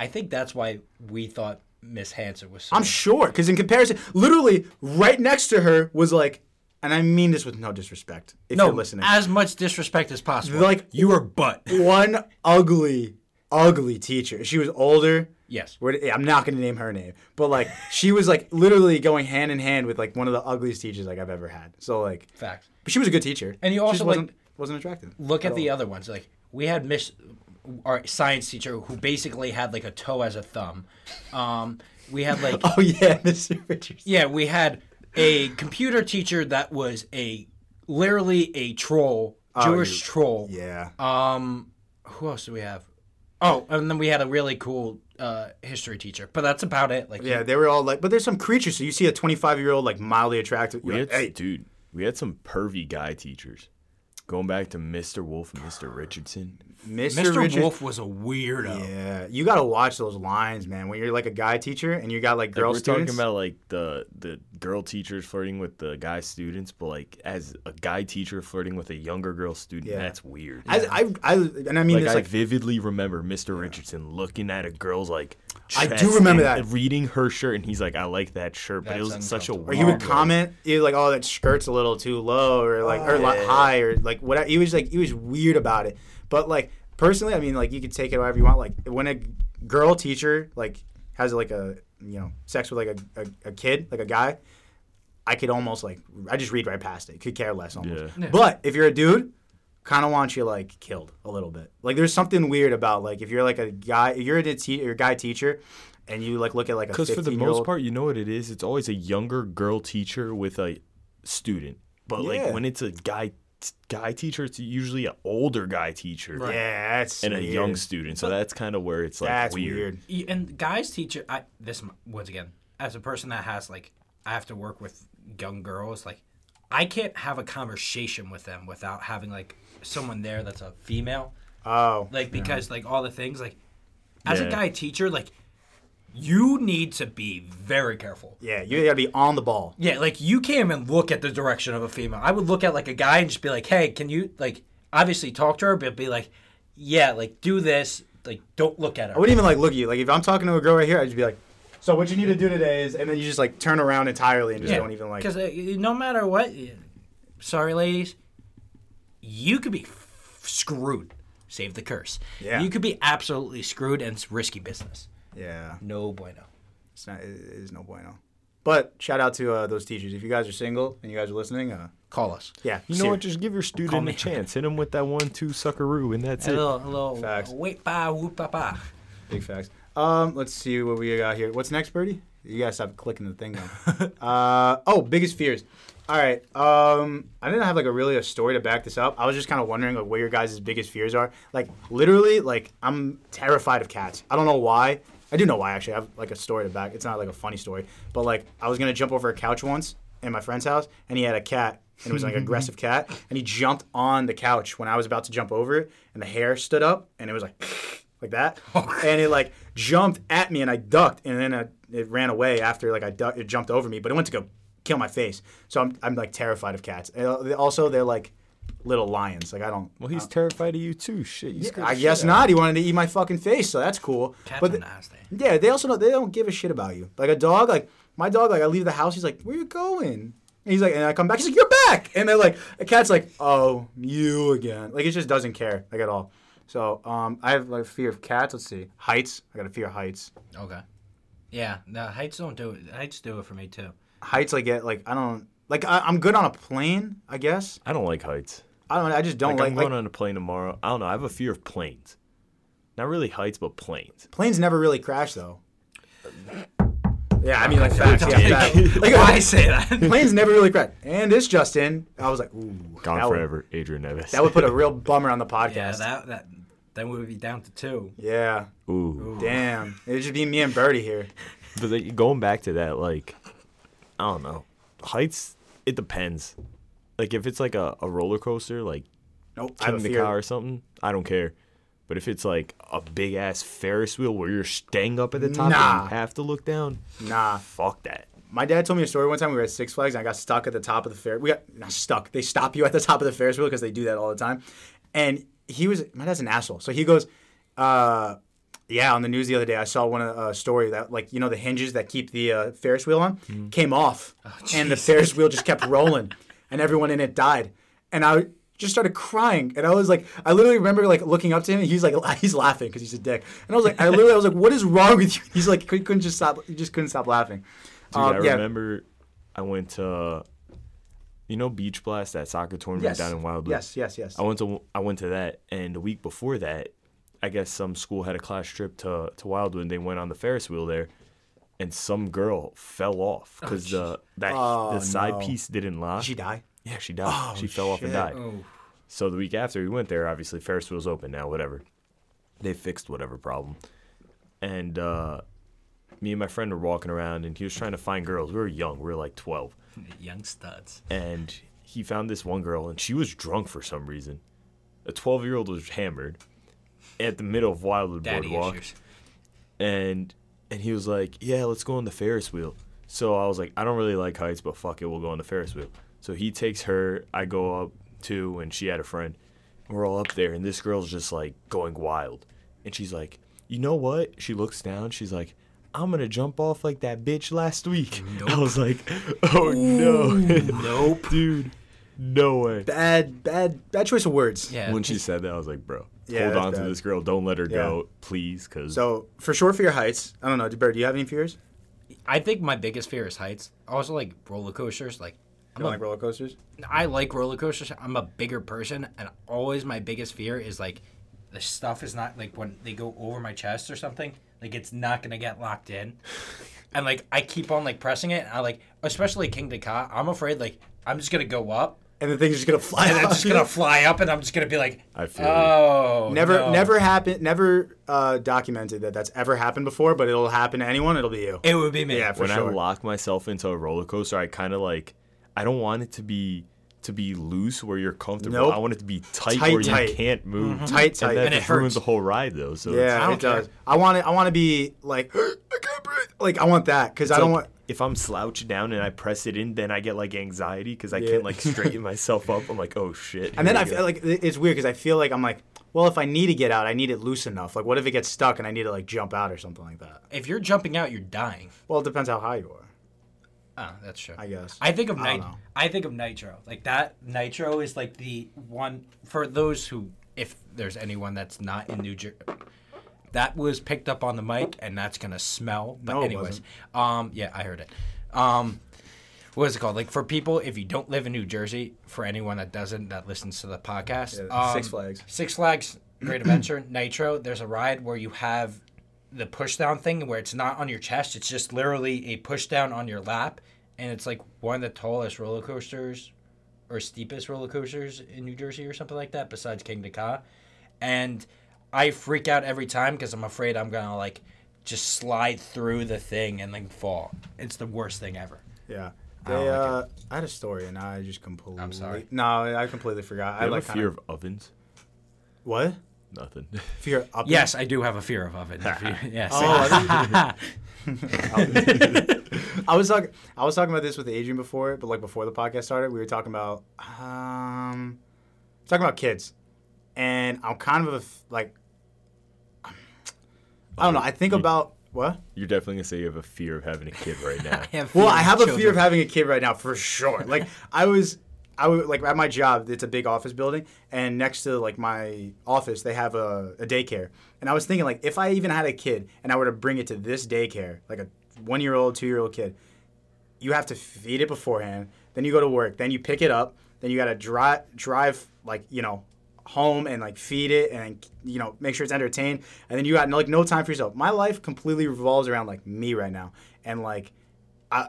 Speaker 3: I think that's why we thought Miss Hanson was so.
Speaker 2: I'm sure, because in comparison, literally right next to her was like, and I mean this with no disrespect, if
Speaker 3: no,
Speaker 2: you're listening,
Speaker 3: as much disrespect as possible.
Speaker 2: Like-
Speaker 3: you were butt.
Speaker 2: one ugly, ugly teacher. She was older.
Speaker 3: Yes.
Speaker 2: Where, yeah, I'm not going to name her name, but like she was like literally going hand in hand with like one of the ugliest teachers like I've ever had. So like,
Speaker 3: Facts.
Speaker 2: but she was a good teacher,
Speaker 3: And you
Speaker 2: She
Speaker 3: also,
Speaker 2: just
Speaker 3: like-
Speaker 2: wasn't wasn't attractive.
Speaker 3: look at the other ones. Like we had Miss, our science teacher who basically had like a toe as a thumb. Um, we had like
Speaker 2: Oh yeah, Mr. Richards.
Speaker 3: yeah, we had a computer teacher that was a literally a troll, Jewish troll.
Speaker 2: Oh, Yeah.
Speaker 3: Um, who else do we have? Oh, and then we had a really cool uh, history teacher, but that's about it. Like
Speaker 2: yeah, they were all like, but there's some creatures. So you see a 25 year old like mildly attractive. You're
Speaker 1: We
Speaker 2: like,
Speaker 1: had,
Speaker 2: Uh, hey,
Speaker 1: dude, we had some pervy guy teachers. Going back to Mr. Wolf and Mr. Richardson.
Speaker 2: Mr.
Speaker 3: Mr.
Speaker 2: Richards.
Speaker 3: Wolf was a weirdo.
Speaker 2: Yeah, you gotta watch those lines, man. When you're like a guy teacher and you got like
Speaker 1: Like,
Speaker 2: girl
Speaker 1: we're
Speaker 2: students.
Speaker 1: talking about like the the girl teachers flirting with the guy students, but like as a guy teacher flirting with a younger girl student,
Speaker 2: Yeah.
Speaker 1: that's weird.
Speaker 2: I, I, I, and I mean
Speaker 1: like
Speaker 2: this
Speaker 1: I
Speaker 2: like
Speaker 1: vividly remember Mr. Richardson looking at a girl's like
Speaker 2: I do
Speaker 1: chest
Speaker 2: remember
Speaker 1: and
Speaker 2: that.
Speaker 1: reading her shirt, and he's like, "I like that shirt," but it
Speaker 3: That's
Speaker 1: was such a
Speaker 3: uncomfortable.
Speaker 2: or
Speaker 1: weird.
Speaker 2: he would
Speaker 1: way.
Speaker 2: comment either like oh that skirt's a little too low or like or
Speaker 1: Oh,
Speaker 2: li- high or like whatever he was like he was weird about it but like personally i mean like you could take it however you want like when a girl teacher like has like a you know sex with like a, a, a kid like a guy i could almost like i just read right past it could care less almost
Speaker 1: Yeah.
Speaker 2: but if you're a dude kind of want you like killed a little bit like there's something weird about like if you're like a guy if you're a, te- you're a guy teacher and you like look at like a
Speaker 1: Because for the
Speaker 2: 15-year-old
Speaker 1: most part, you know what it is. It's always a younger girl teacher with a student, but
Speaker 2: Yeah.
Speaker 1: like when it's a guy guy teacher, it's usually an older guy teacher
Speaker 2: yeah that's
Speaker 1: and a
Speaker 2: weird.
Speaker 1: young student. So that's kind of where it's like
Speaker 2: That's
Speaker 1: weird.
Speaker 2: weird.
Speaker 3: Y- and guys teacher i this m- once again as a person that has like i have to work with young girls like i can't have a conversation with them without having like someone there that's a female
Speaker 2: Oh,
Speaker 3: like because like all the things like as a
Speaker 1: Yeah.
Speaker 3: guy teacher like you need to be very careful
Speaker 2: yeah, you gotta be on the ball.
Speaker 3: yeah like you can't even look at the direction of a female i would look at like a guy and just be like hey can you like obviously talk to her but be like yeah like do this like don't look at her
Speaker 2: I wouldn't even like look at you. Like if I'm talking to a girl right here, I'd just be like, So what you need to do today is, and then you just like turn around entirely and just don't even like.
Speaker 3: because uh, no matter what, sorry ladies, you could be f- screwed. Save the curse.
Speaker 2: Yeah.
Speaker 3: You could be absolutely screwed, and it's risky business.
Speaker 2: Yeah,
Speaker 3: No bueno.
Speaker 2: it's not. It is no bueno. But shout out to uh, those teachers. If you guys are single and you guys are listening, uh,
Speaker 3: Call us.
Speaker 2: yeah,
Speaker 1: You know what? Just give your student
Speaker 3: me.
Speaker 1: a chance. Hit him with that one, two suckaroo, and that's
Speaker 3: A
Speaker 1: it.
Speaker 3: little, a little.
Speaker 2: Facts.
Speaker 3: Wait, pa, whoop, pa, pa.
Speaker 2: Big facts. Um, let's see what we got here. What's next, Birdie? You gotta stop clicking the thing. Down. uh, oh, biggest fears. All right. Um, I didn't have like a really a story to back this up. I was just kind of wondering like what your guys' biggest fears are. Like literally, like I'm terrified of cats. I don't know why. I do know why actually. I have like a story to back. It's not like a funny story, but like I was gonna jump over a couch once in my friend's house, and he had a cat, and it was like an aggressive cat, and he jumped on the couch when I was about to jump over it, and the hair stood up, and it was like. like that, and it like jumped at me, and I ducked, and then I, it ran away after like I ducked, it jumped over me, but it went to go kill my face. So I'm, I'm like terrified of cats. And, uh, they- also, they're like little lions. Like I don't.
Speaker 1: Well, he's terrified of you too. Shit, you scared
Speaker 2: I
Speaker 1: the
Speaker 2: guess
Speaker 1: shit out
Speaker 2: not. He wanted to eat my fucking face, so that's cool.
Speaker 3: Cats
Speaker 2: but
Speaker 3: are
Speaker 2: th-
Speaker 3: nasty.
Speaker 2: yeah, they also don't, they don't give a shit about you. Like a dog, like my dog, like I leave the house, he's like, "Where you going?" And he's like, and I come back, he's like, "You're back!" And they're like, a cat's like, "Oh, you again?" Like it just doesn't care like at all. So um, I have like a fear of cats. Let's see, heights. I got a fear of heights.
Speaker 3: Okay. Yeah, no, heights don't do it. Heights do it for me too.
Speaker 2: Heights, I get like I don't like I, I'm good on a plane, I guess.
Speaker 1: I don't like heights.
Speaker 2: I don't. I just don't
Speaker 1: Like,
Speaker 2: like,
Speaker 1: I'm
Speaker 2: like,
Speaker 1: going on a plane tomorrow. I don't know. I have a fear of planes. Not really heights, but planes.
Speaker 2: planes. Never really crash though. Yeah, I mean like facts. Yeah, facts. Like,
Speaker 3: Why say that?
Speaker 2: planes never really crash. And this Justin, I was like, ooh,
Speaker 1: Gone
Speaker 2: that would,
Speaker 1: forever, Adrian Nevis.
Speaker 2: that would put a real bummer on the podcast.
Speaker 3: yeah, that that then we would be down to two.
Speaker 2: Yeah.
Speaker 1: Ooh.
Speaker 2: Damn. It'd just be me and Birdie here.
Speaker 1: But like, going back to that, like, I don't know. Heights, it depends. Like, if it's like a, a roller coaster, like
Speaker 2: Nope.
Speaker 1: King
Speaker 2: I have a
Speaker 1: of the
Speaker 2: fear.
Speaker 1: Car or something, I don't care. But if it's like a big ass Ferris wheel where you're staying up at the top
Speaker 2: Nah.
Speaker 1: and you have to look down,
Speaker 2: Nah.
Speaker 1: fuck that.
Speaker 2: My dad told me a story one time we were at Six Flags and I got stuck at the top of the fair. We got not stuck. They stop you at the top of the Ferris wheel because they do that all the time. And he was my dad's an asshole. So he goes, uh, yeah, on the news the other day I saw one uh, story that like you know the hinges that keep the uh, Ferris wheel on
Speaker 1: Hmm.
Speaker 2: came off,
Speaker 1: Oh,
Speaker 2: and the Ferris wheel just kept rolling, and everyone in it died. And I just started crying, and I was like, I literally remember like looking up to him, and he's like, he's laughing because he's a dick, and I was like, I literally I was like, what is wrong with you? He's like, he couldn't just stop, he just couldn't stop laughing.
Speaker 1: Dude,
Speaker 2: Um,
Speaker 1: I
Speaker 2: yeah.
Speaker 1: remember I went to, you know, Beach Blast, that soccer tournament down in Wild Blue.
Speaker 2: Yes, yes, yes.
Speaker 1: I went to I went to that, and the week before that, I guess some school had a class trip to to Wildwood. And they went on the Ferris wheel there, and some girl fell off because the that the side piece didn't lock.
Speaker 2: Did Oh, she die?
Speaker 1: Yeah, she died. she fell off
Speaker 2: shit.
Speaker 1: and died.
Speaker 3: Oh.
Speaker 1: So the week after we went there, obviously Ferris wheel's open now. Whatever, they fixed whatever problem, and uh, me and my friend were walking around, and he was trying to find girls. We were young. We were like twelve
Speaker 3: Young studs.
Speaker 1: and he found this one girl and she was drunk for some reason. A 12 year old was hammered at the middle of Wildwood
Speaker 3: Daddy
Speaker 1: Boardwalk
Speaker 3: issues.
Speaker 1: and and he was like, "Yeah, let's go on the Ferris wheel." So I was like, "I don't really like heights, but fuck it, we'll go on the Ferris wheel." So he takes her, I go up too, and she had a friend. We're all up there, and this girl's just like going wild, and she's like, "You know what?" She looks down, she's like. I'm gonna jump off like that bitch last week. I was like, oh no. nope. Dude, no way.
Speaker 2: Bad, bad, bad choice of words.
Speaker 3: Yeah.
Speaker 1: When she said that, I was like, bro,
Speaker 2: Yeah,
Speaker 1: hold
Speaker 2: that's
Speaker 1: on to
Speaker 2: bad.
Speaker 1: this girl. Don't let her go, please, because
Speaker 2: So for sure, fear heights. I don't know, Bird. Do you have any fears?
Speaker 3: I think my biggest fear is heights. Also, like roller coasters. Like,
Speaker 2: You
Speaker 3: I'm
Speaker 2: don't
Speaker 3: a,
Speaker 2: like roller coasters?
Speaker 3: I like roller coasters. I'm a bigger person, and always my biggest fear is like the stuff is not like when they go over my chest or something. Like it's not gonna get locked in, and like I keep on like pressing it. And I like, especially King Dakar. I'm afraid like I'm just gonna go up,
Speaker 2: And the thing's just gonna fly.
Speaker 3: and it's
Speaker 2: off
Speaker 3: just
Speaker 2: you.
Speaker 3: gonna fly up, and I'm just gonna be like,
Speaker 1: I feel you.
Speaker 3: oh,
Speaker 2: Never,
Speaker 3: no."
Speaker 2: never happened. Never uh, documented that that's ever happened before. But it'll happen to anyone. It'll be you.
Speaker 3: It would be me.
Speaker 2: yeah, for
Speaker 1: when
Speaker 2: sure.
Speaker 1: I lock myself into a roller coaster, I kind of like I don't want it to be to be loose where you're comfortable.
Speaker 2: Nope.
Speaker 1: I want it to be tight,
Speaker 2: Tight,
Speaker 1: where
Speaker 2: tight.
Speaker 1: you can't move.
Speaker 2: Tight,
Speaker 1: and
Speaker 2: tight.
Speaker 1: that
Speaker 2: And
Speaker 3: Mm-hmm. it
Speaker 1: just ruins
Speaker 3: hurts.
Speaker 1: the whole ride though. So
Speaker 2: yeah,
Speaker 3: I
Speaker 2: it
Speaker 3: don't care.
Speaker 2: does. I want to. I want to be like, I can't breathe. Like I want that because I don't
Speaker 1: like-
Speaker 2: want.
Speaker 1: if I'm slouched down and I press it in, then I get like anxiety because I can't like straighten myself up. I'm like, oh shit.
Speaker 2: And then
Speaker 1: here
Speaker 2: I
Speaker 1: we
Speaker 2: feel
Speaker 1: go.
Speaker 2: like it- it's weird because I feel like I'm like, well, if I need to get out, I need it loose enough. Like, what if it gets stuck and I need to like jump out or something like that?
Speaker 3: If you're jumping out, you're dying.
Speaker 2: Well, it depends how high you are,
Speaker 3: Ah, that's true.
Speaker 2: I guess.
Speaker 3: I think of
Speaker 2: I don't
Speaker 3: nit-
Speaker 2: know.
Speaker 3: I think of nitro. Like that nitro is like the one for those who if there's anyone that's not in New Jersey that was picked up on the mic and that's gonna smell. But
Speaker 2: No, it
Speaker 3: anyways. Um yeah, I heard it. Um what is it called? Like for people, if you don't live in New Jersey, for anyone that doesn't that listens to the podcast,
Speaker 2: Yeah,
Speaker 3: um,
Speaker 2: Six Flags.
Speaker 3: Six Flags Great Adventure Nitro. There's a ride where you have the push down thing where it's not on your chest. It's just literally a push down on your lap, and it's like one of the tallest roller coasters or steepest roller coasters in New Jersey or something like that, besides King de Ka. And I freak out every time because I'm afraid I'm gonna like just slide through the thing and then fall. It's the worst thing ever.
Speaker 2: yeah.
Speaker 3: I
Speaker 2: They,
Speaker 3: don't
Speaker 2: uh,
Speaker 3: like
Speaker 2: I had a story and now I just completely.
Speaker 3: sorry.
Speaker 2: No, I completely forgot.
Speaker 1: I
Speaker 2: I
Speaker 1: have
Speaker 2: like
Speaker 1: a fear
Speaker 2: kinda,
Speaker 1: of ovens.
Speaker 2: what
Speaker 1: Nothing.
Speaker 2: fear of up.
Speaker 3: Yes, I do have a fear of oven. yes.
Speaker 2: Oh, I think- I was talking. I was talking about this with Adrian before, but like before the podcast started, we were talking about um, talking about kids, and I'm kind of a f- like, I don't know. I think about what.
Speaker 1: You're definitely gonna say you have a fear of having a kid right now.
Speaker 2: Well, I have a fear of having a kid right now for sure. Like I was, I was like at my job. It's a big office building, and next to like my office, they have a, a daycare. And I was thinking like, if I even had a kid and I were to bring it to this daycare, like a one year old, two year old kid, you have to feed it beforehand. Then you go to work. Then you pick it up. Then you gotta drive drive like you know home and like feed it and you know make sure it's entertained. And then you got like no time for yourself. My life completely revolves around like me right now and like I,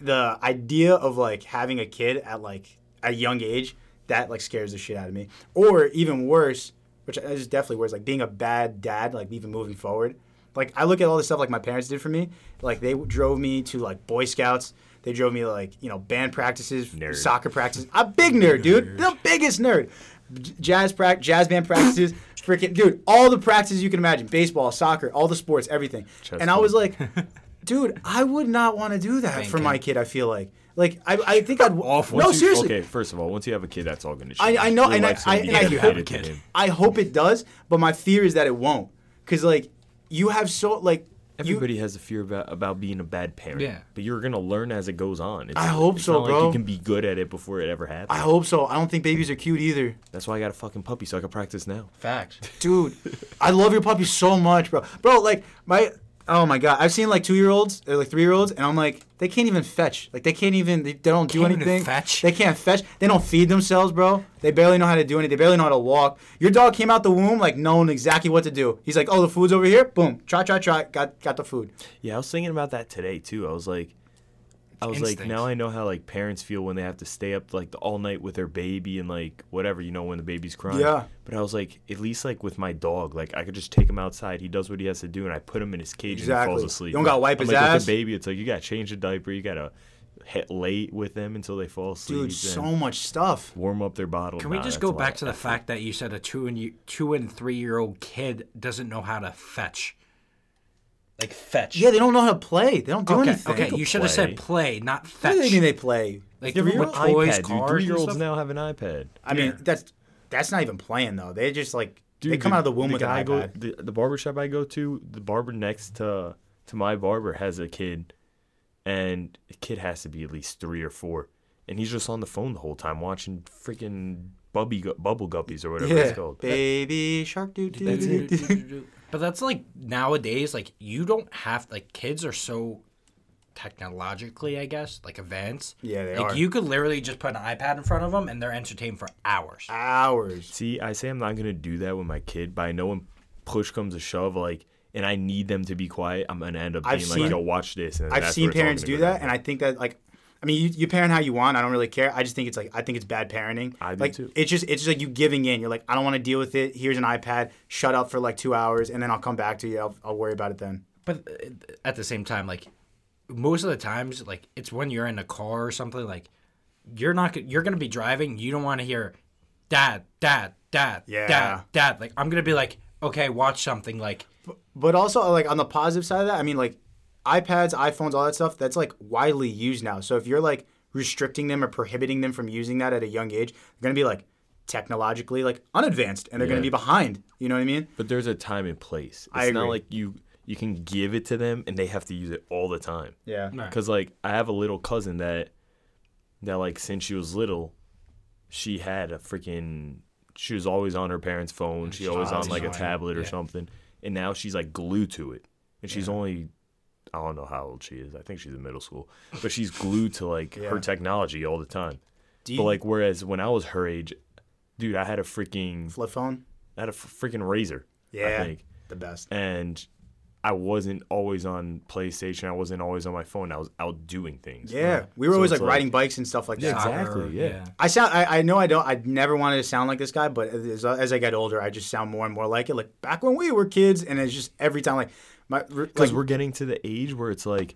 Speaker 2: the idea of like having a kid at like a young age that like scares the shit out of me. Or even worse, which is definitely worse, like being a bad dad, like even moving forward. Like I look at all the stuff like my parents did for me. Like they drove me to like Boy Scouts. They drove me to, like you know band practices,
Speaker 1: Nerd.
Speaker 2: soccer practices. A big nerd, dude, the biggest nerd. J- Jazz prac, jazz band practices, freaking dude, all the practices you can imagine: baseball, soccer, all the sports, everything.
Speaker 1: Chess
Speaker 2: and I was
Speaker 1: club.
Speaker 2: like, dude, I would not want to do that for
Speaker 3: Thank
Speaker 2: my
Speaker 3: you.
Speaker 2: kid. I feel like, like I, I think I'd
Speaker 3: Awful.
Speaker 2: No,
Speaker 1: Once you-
Speaker 2: seriously,
Speaker 1: okay, first of all, once you have a kid, that's all gonna
Speaker 2: I-
Speaker 1: change.
Speaker 2: I know,
Speaker 1: Your
Speaker 2: and I-
Speaker 1: life's gonna
Speaker 2: I-
Speaker 1: be
Speaker 2: and I
Speaker 1: dedicated
Speaker 2: have a
Speaker 1: to
Speaker 3: kid.
Speaker 1: him.
Speaker 2: I hope it does, but my fear is that it won't, because like you have so like you.
Speaker 1: Everybody has a fear about, about being a bad parent.
Speaker 3: Yeah.
Speaker 1: But you're gonna learn as it goes on. It's,
Speaker 2: I hope
Speaker 1: it's
Speaker 2: so,
Speaker 1: not Like
Speaker 2: bro.
Speaker 1: you can be good at it before it ever happens.
Speaker 2: I hope so. I don't think babies are cute either,
Speaker 1: That's why I got a fucking puppy so I can practice now.
Speaker 3: fact.
Speaker 2: dude. I love your puppy so much, bro. Bro, like my. Oh my god! I've seen like two-year-olds or like three-year-olds, and I'm like, they can't even fetch. Like they can't even. They, they don't do
Speaker 3: Can't even
Speaker 2: anything.
Speaker 3: fetch?
Speaker 2: They can't fetch. They don't feed themselves, bro. They barely know how to do anything. They barely know how to walk. Your dog came out the womb like knowing exactly what to do. He's like, oh, the food's over here. Boom, try, try, try. Got, got the food.
Speaker 1: Yeah, I was thinking about that today too. I was like, I was like,
Speaker 3: instincts.
Speaker 1: now I know how like parents feel when they have to stay up like all night with their baby and like whatever you know when the baby's crying.
Speaker 2: Yeah.
Speaker 1: But I was like, at least like with my dog, like I could just take him outside. He does what he has to do, and I put him in his cage and he
Speaker 2: Exactly.
Speaker 1: falls asleep.
Speaker 2: You don't gotta wipe
Speaker 1: I'm
Speaker 2: his
Speaker 1: like,
Speaker 2: ass.
Speaker 1: With the baby, it's like you gotta change the diaper. You gotta hit late with them until they fall asleep.
Speaker 2: Dude,
Speaker 1: and
Speaker 2: so much stuff.
Speaker 1: warm up their bottle.
Speaker 3: Can we
Speaker 1: Nah,
Speaker 3: just
Speaker 1: that's a
Speaker 3: go
Speaker 1: lot
Speaker 3: back
Speaker 1: of
Speaker 3: to the
Speaker 1: effort.
Speaker 3: fact that you said a two and you, two and three year old kid doesn't know how to fetch? Like fetch.
Speaker 2: Yeah, they don't know how to play. They don't do
Speaker 3: okay,
Speaker 2: anything.
Speaker 3: okay. You should have said play, not
Speaker 2: What
Speaker 3: fetch.
Speaker 2: do they mean they play?
Speaker 3: like
Speaker 1: Yeah, but
Speaker 3: with
Speaker 1: with
Speaker 3: toys,
Speaker 1: iPad, dude.
Speaker 3: cars,
Speaker 1: Three year olds
Speaker 3: and stuff.
Speaker 1: now have an iPad.
Speaker 2: I mean, that's that's not even playing though. They just like they come
Speaker 1: the-
Speaker 2: out of the womb with an
Speaker 1: guy I go,
Speaker 2: iPad.
Speaker 1: the, the barbershop I go to, the barber next to to my barber has a kid, and the kid has to be at least three or four, and he's just on the phone the whole time watching freaking bubby gu- bubble guppies or whatever it's
Speaker 2: yeah,
Speaker 1: called.
Speaker 2: baby shark, dude. dude, dude.
Speaker 3: But that's like nowadays. Like you don't have like kids are so technologically, I guess, like advanced.
Speaker 2: Yeah, they
Speaker 3: like
Speaker 2: are.
Speaker 3: you could literally just put an iPad in front of them and they're entertained for hours.
Speaker 2: Hours.
Speaker 1: See, I say I'm not gonna do that with my kid, but I know when push comes to shove, like, and I need them to be quiet, I'm gonna end up being
Speaker 2: I've
Speaker 1: like,
Speaker 2: seen-
Speaker 1: "Yo, watch this." And then
Speaker 2: I've
Speaker 1: that's
Speaker 2: seen
Speaker 1: where it's all
Speaker 2: parents
Speaker 1: gonna
Speaker 2: do
Speaker 1: go
Speaker 2: that,
Speaker 1: down.
Speaker 2: and I think that like, I mean, you, you parent how you want. I don't really care. I just think it's like I think it's bad parenting.
Speaker 1: I do
Speaker 2: like
Speaker 1: too.
Speaker 2: it's just it's just like you giving in. You're like, I don't want to deal with it. Here's an iPad. Shut up for like two hours, and then I'll come back to you. I'll, I'll worry about it then.
Speaker 3: but uh, at the same time like most of the times like it's when you're in a car or something like you're not go- you're gonna be driving you don't want to hear dad dad dad
Speaker 2: Yeah.
Speaker 3: dad dad like i'm gonna be like okay watch something like
Speaker 2: But also, like on the positive side of that, I mean, like iPads, iPhones, all that stuff, that's like widely used now. So if you're like restricting them or prohibiting them from using that at a young age, they're gonna be like technologically like unadvanced and they're gonna
Speaker 1: Yeah.
Speaker 2: be behind. You know what I mean?
Speaker 1: But there's a time and place. It's
Speaker 2: I
Speaker 1: not
Speaker 2: agree.
Speaker 1: like you you can give it to them and they have to use it all the time.
Speaker 2: Yeah.
Speaker 3: Right.
Speaker 1: Cuz like I have a little cousin that that like since she was little, she had a freaking she was always on her parents' phone. She always on like a
Speaker 3: annoying.
Speaker 1: tablet or
Speaker 3: Yeah.
Speaker 1: something. And now she's like glued to it. And she's only I don't know how old she is. I think she's in middle school. But she's glued to like her
Speaker 2: Yeah.
Speaker 1: technology all the time.
Speaker 2: Do you
Speaker 1: But like whereas when I was her age, dude, I had a freaking
Speaker 2: flip phone?
Speaker 1: I had a freaking razor.
Speaker 2: Yeah.
Speaker 1: I think
Speaker 2: The best.
Speaker 1: and I wasn't always on PlayStation. I wasn't always on my phone. I was out doing things.
Speaker 2: Yeah. We were always like,
Speaker 1: it's like-
Speaker 2: riding bikes and stuff like that.
Speaker 1: exactly. yeah.
Speaker 2: I sound. I, I know. I don't. I never wanted to sound like this guy, but as, as I get older, I just sound more and more like it. Like back when we were kids, and it's just every time like my
Speaker 1: Because
Speaker 2: like
Speaker 1: we're getting to the age where it's like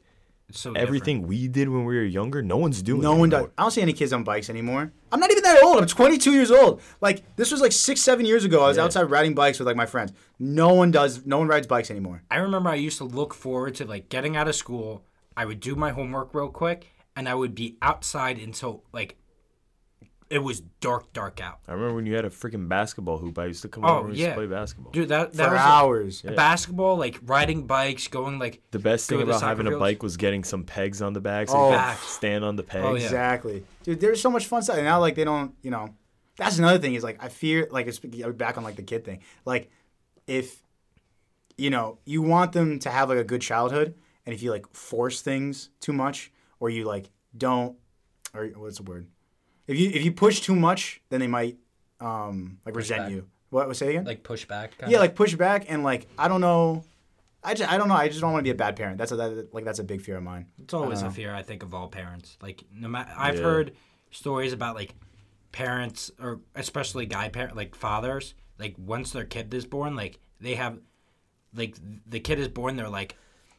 Speaker 3: It's so
Speaker 1: everything we did when we were younger, no one's doing.
Speaker 2: no one does.
Speaker 1: anymore.
Speaker 2: I don't see any kids on bikes anymore. I'm not even that old. I'm 22 years old. Like this was like six, seven years ago. I was outside riding bikes with like my friends. No one does. No one rides bikes anymore.
Speaker 3: I remember I used to look forward to like getting out of school. I would do my homework real quick, and I would be outside until like it was dark, dark out.
Speaker 1: I remember when you had a freaking basketball hoop. I used to come
Speaker 3: Oh,
Speaker 1: over and we used
Speaker 3: yeah.
Speaker 1: to play basketball.
Speaker 3: Dude, that that
Speaker 2: For
Speaker 3: was
Speaker 2: hours.
Speaker 3: basketball, like riding bikes, going like
Speaker 1: the best
Speaker 3: go
Speaker 1: thing
Speaker 3: to the
Speaker 1: about
Speaker 3: soccer
Speaker 1: having a
Speaker 3: fields.
Speaker 1: bike was getting some pegs on the back so
Speaker 2: Oh.
Speaker 1: you could
Speaker 3: Facts.
Speaker 1: stand on the pegs.
Speaker 3: yeah.
Speaker 2: Exactly, dude. There's so much fun stuff, and now like they don't, you know. That's another thing is like I fear like it's back on like the kid thing. Like if you know you want them to have like a good childhood, and if you like force things too much, or you like don't, or what's the word? If you if you push too much, then they might um like resent
Speaker 3: back.
Speaker 2: you. What was say again?
Speaker 3: like pushback. Kind
Speaker 2: yeah, like push back and like I don't know. I just I don't know. I just don't want to be a bad parent. That's a, that, like that's a big fear of mine.
Speaker 3: It's always a
Speaker 2: Uh-huh.
Speaker 3: fear I think of all parents. Like no matter, I've
Speaker 1: Yeah.
Speaker 3: heard stories about like parents or especially guy parent like fathers like once their kid is born like they have like the kid is born they're like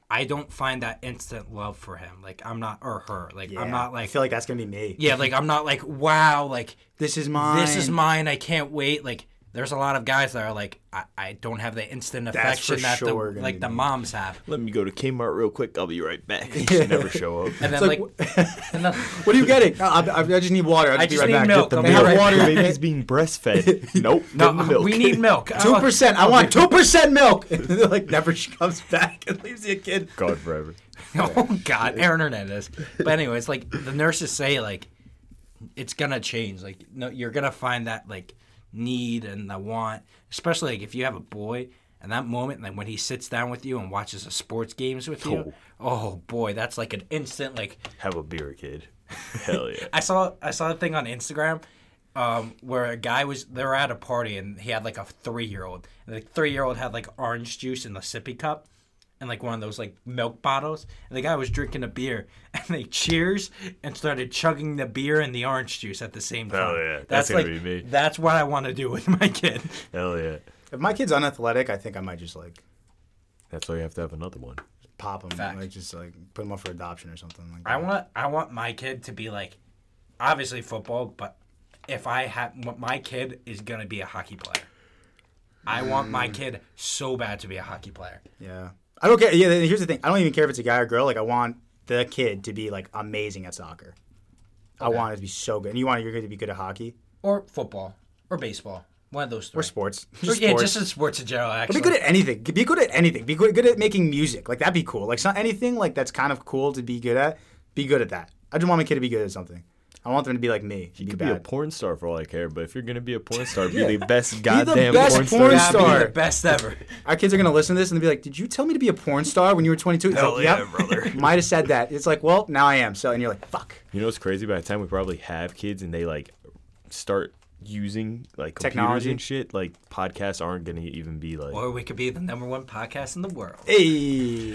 Speaker 3: I don't find that instant love for him like I'm not or her like
Speaker 2: Yeah.
Speaker 3: I'm not
Speaker 2: I
Speaker 3: like
Speaker 2: feel like that's gonna be me.
Speaker 3: yeah like I'm not like wow like
Speaker 2: This is mine.
Speaker 3: this is mine I can't wait like there's a lot of guys that are like I, I don't have the instant
Speaker 2: for
Speaker 3: affection that
Speaker 2: sure
Speaker 3: the
Speaker 2: gonna
Speaker 3: like
Speaker 2: be
Speaker 3: the
Speaker 2: me.
Speaker 3: moms have
Speaker 1: Let me go to Kmart real quick. I'll be right back. She never show up.
Speaker 3: and then
Speaker 2: like,
Speaker 3: like, and then,
Speaker 2: What are you getting? I, I, I just need water. I'll
Speaker 3: I
Speaker 2: just be
Speaker 3: just
Speaker 2: right
Speaker 3: need
Speaker 2: back.
Speaker 3: milk.
Speaker 2: Get
Speaker 3: I'll
Speaker 2: the
Speaker 3: be
Speaker 2: milk.
Speaker 3: right
Speaker 2: water.
Speaker 1: Your baby's being breastfed. Nope. give him
Speaker 3: no,
Speaker 1: milk.
Speaker 3: we need milk Oh, I
Speaker 2: Two
Speaker 3: want-
Speaker 2: percent. I want two percent milk. like never she comes back and leaves you a kid.
Speaker 1: God forever.
Speaker 3: Oh God, Aaron Hernandez. But anyways, like the nurses say, like it's gonna change. Like no, you're gonna find that like need and the want, especially like if you have a boy. And that moment, like when he sits down with you and watches the sports games with you, oh boy, that's like an instant. Like
Speaker 1: Have a beer, kid. Hell yeah.
Speaker 3: I saw, I saw a thing on Instagram um, where a guy was they were at a party and he had like a three year old, and the three year old had like orange juice in the sippy cup, and like one of those like milk bottles. And the guy was drinking a beer, and they cheers and started chugging the beer and the orange juice at the same time.
Speaker 1: yeah. That's gonna
Speaker 3: like
Speaker 1: be me.
Speaker 3: that's what I want to do with my kid.
Speaker 1: Hell yeah.
Speaker 2: If my kid's unathletic, I think I might just like
Speaker 1: That's why you have to have another one.
Speaker 2: pop him.
Speaker 3: Facts.
Speaker 2: Like just like put him up for adoption or something. Like
Speaker 3: I
Speaker 2: that.
Speaker 3: want I want my kid to be like, obviously football, but if I have my kid is gonna be a hockey player. I want my
Speaker 2: Mm.
Speaker 3: kid so bad to be a hockey player.
Speaker 2: Yeah. I don't care. Yeah. Here's the thing. I don't even care if it's a guy or girl. Like I want the kid to be like amazing at soccer. I want it to be so good. And you want your kid to be good at hockey
Speaker 3: or football or baseball. One of those three.
Speaker 2: or sports?
Speaker 3: Or-
Speaker 2: Just
Speaker 3: yeah,
Speaker 2: sports.
Speaker 3: just in sports in general.
Speaker 2: Be
Speaker 3: Actually,
Speaker 2: good at anything. Be good at anything. Be good, good at making music. Like that'd be cool. Like some, anything like that's kind of cool to be good at. Be good at that. I just want my kid to be good at something. I want them to be like me.
Speaker 1: You
Speaker 2: be
Speaker 1: could
Speaker 2: bad.
Speaker 1: be a porn star for all I care, but if you're gonna be a porn star, be the best goddamn
Speaker 2: best
Speaker 1: porn,
Speaker 2: porn
Speaker 1: star.
Speaker 2: star.
Speaker 3: That'd be the best ever.
Speaker 2: Our kids are gonna listen to this and be like, "Did you tell me to be a porn star when you were 22?" It's
Speaker 1: Hell
Speaker 2: like,
Speaker 1: yeah,
Speaker 2: "Yep,
Speaker 1: brother."
Speaker 2: Might have said that. It's like, well, now I am. So, and you're like, "Fuck."
Speaker 1: You know what's crazy? By the time we probably have kids and they like start using like computers
Speaker 2: Technology.
Speaker 1: and shit, like podcasts aren't gonna even be like
Speaker 3: or we could be the number one podcast in the world.
Speaker 2: Hey,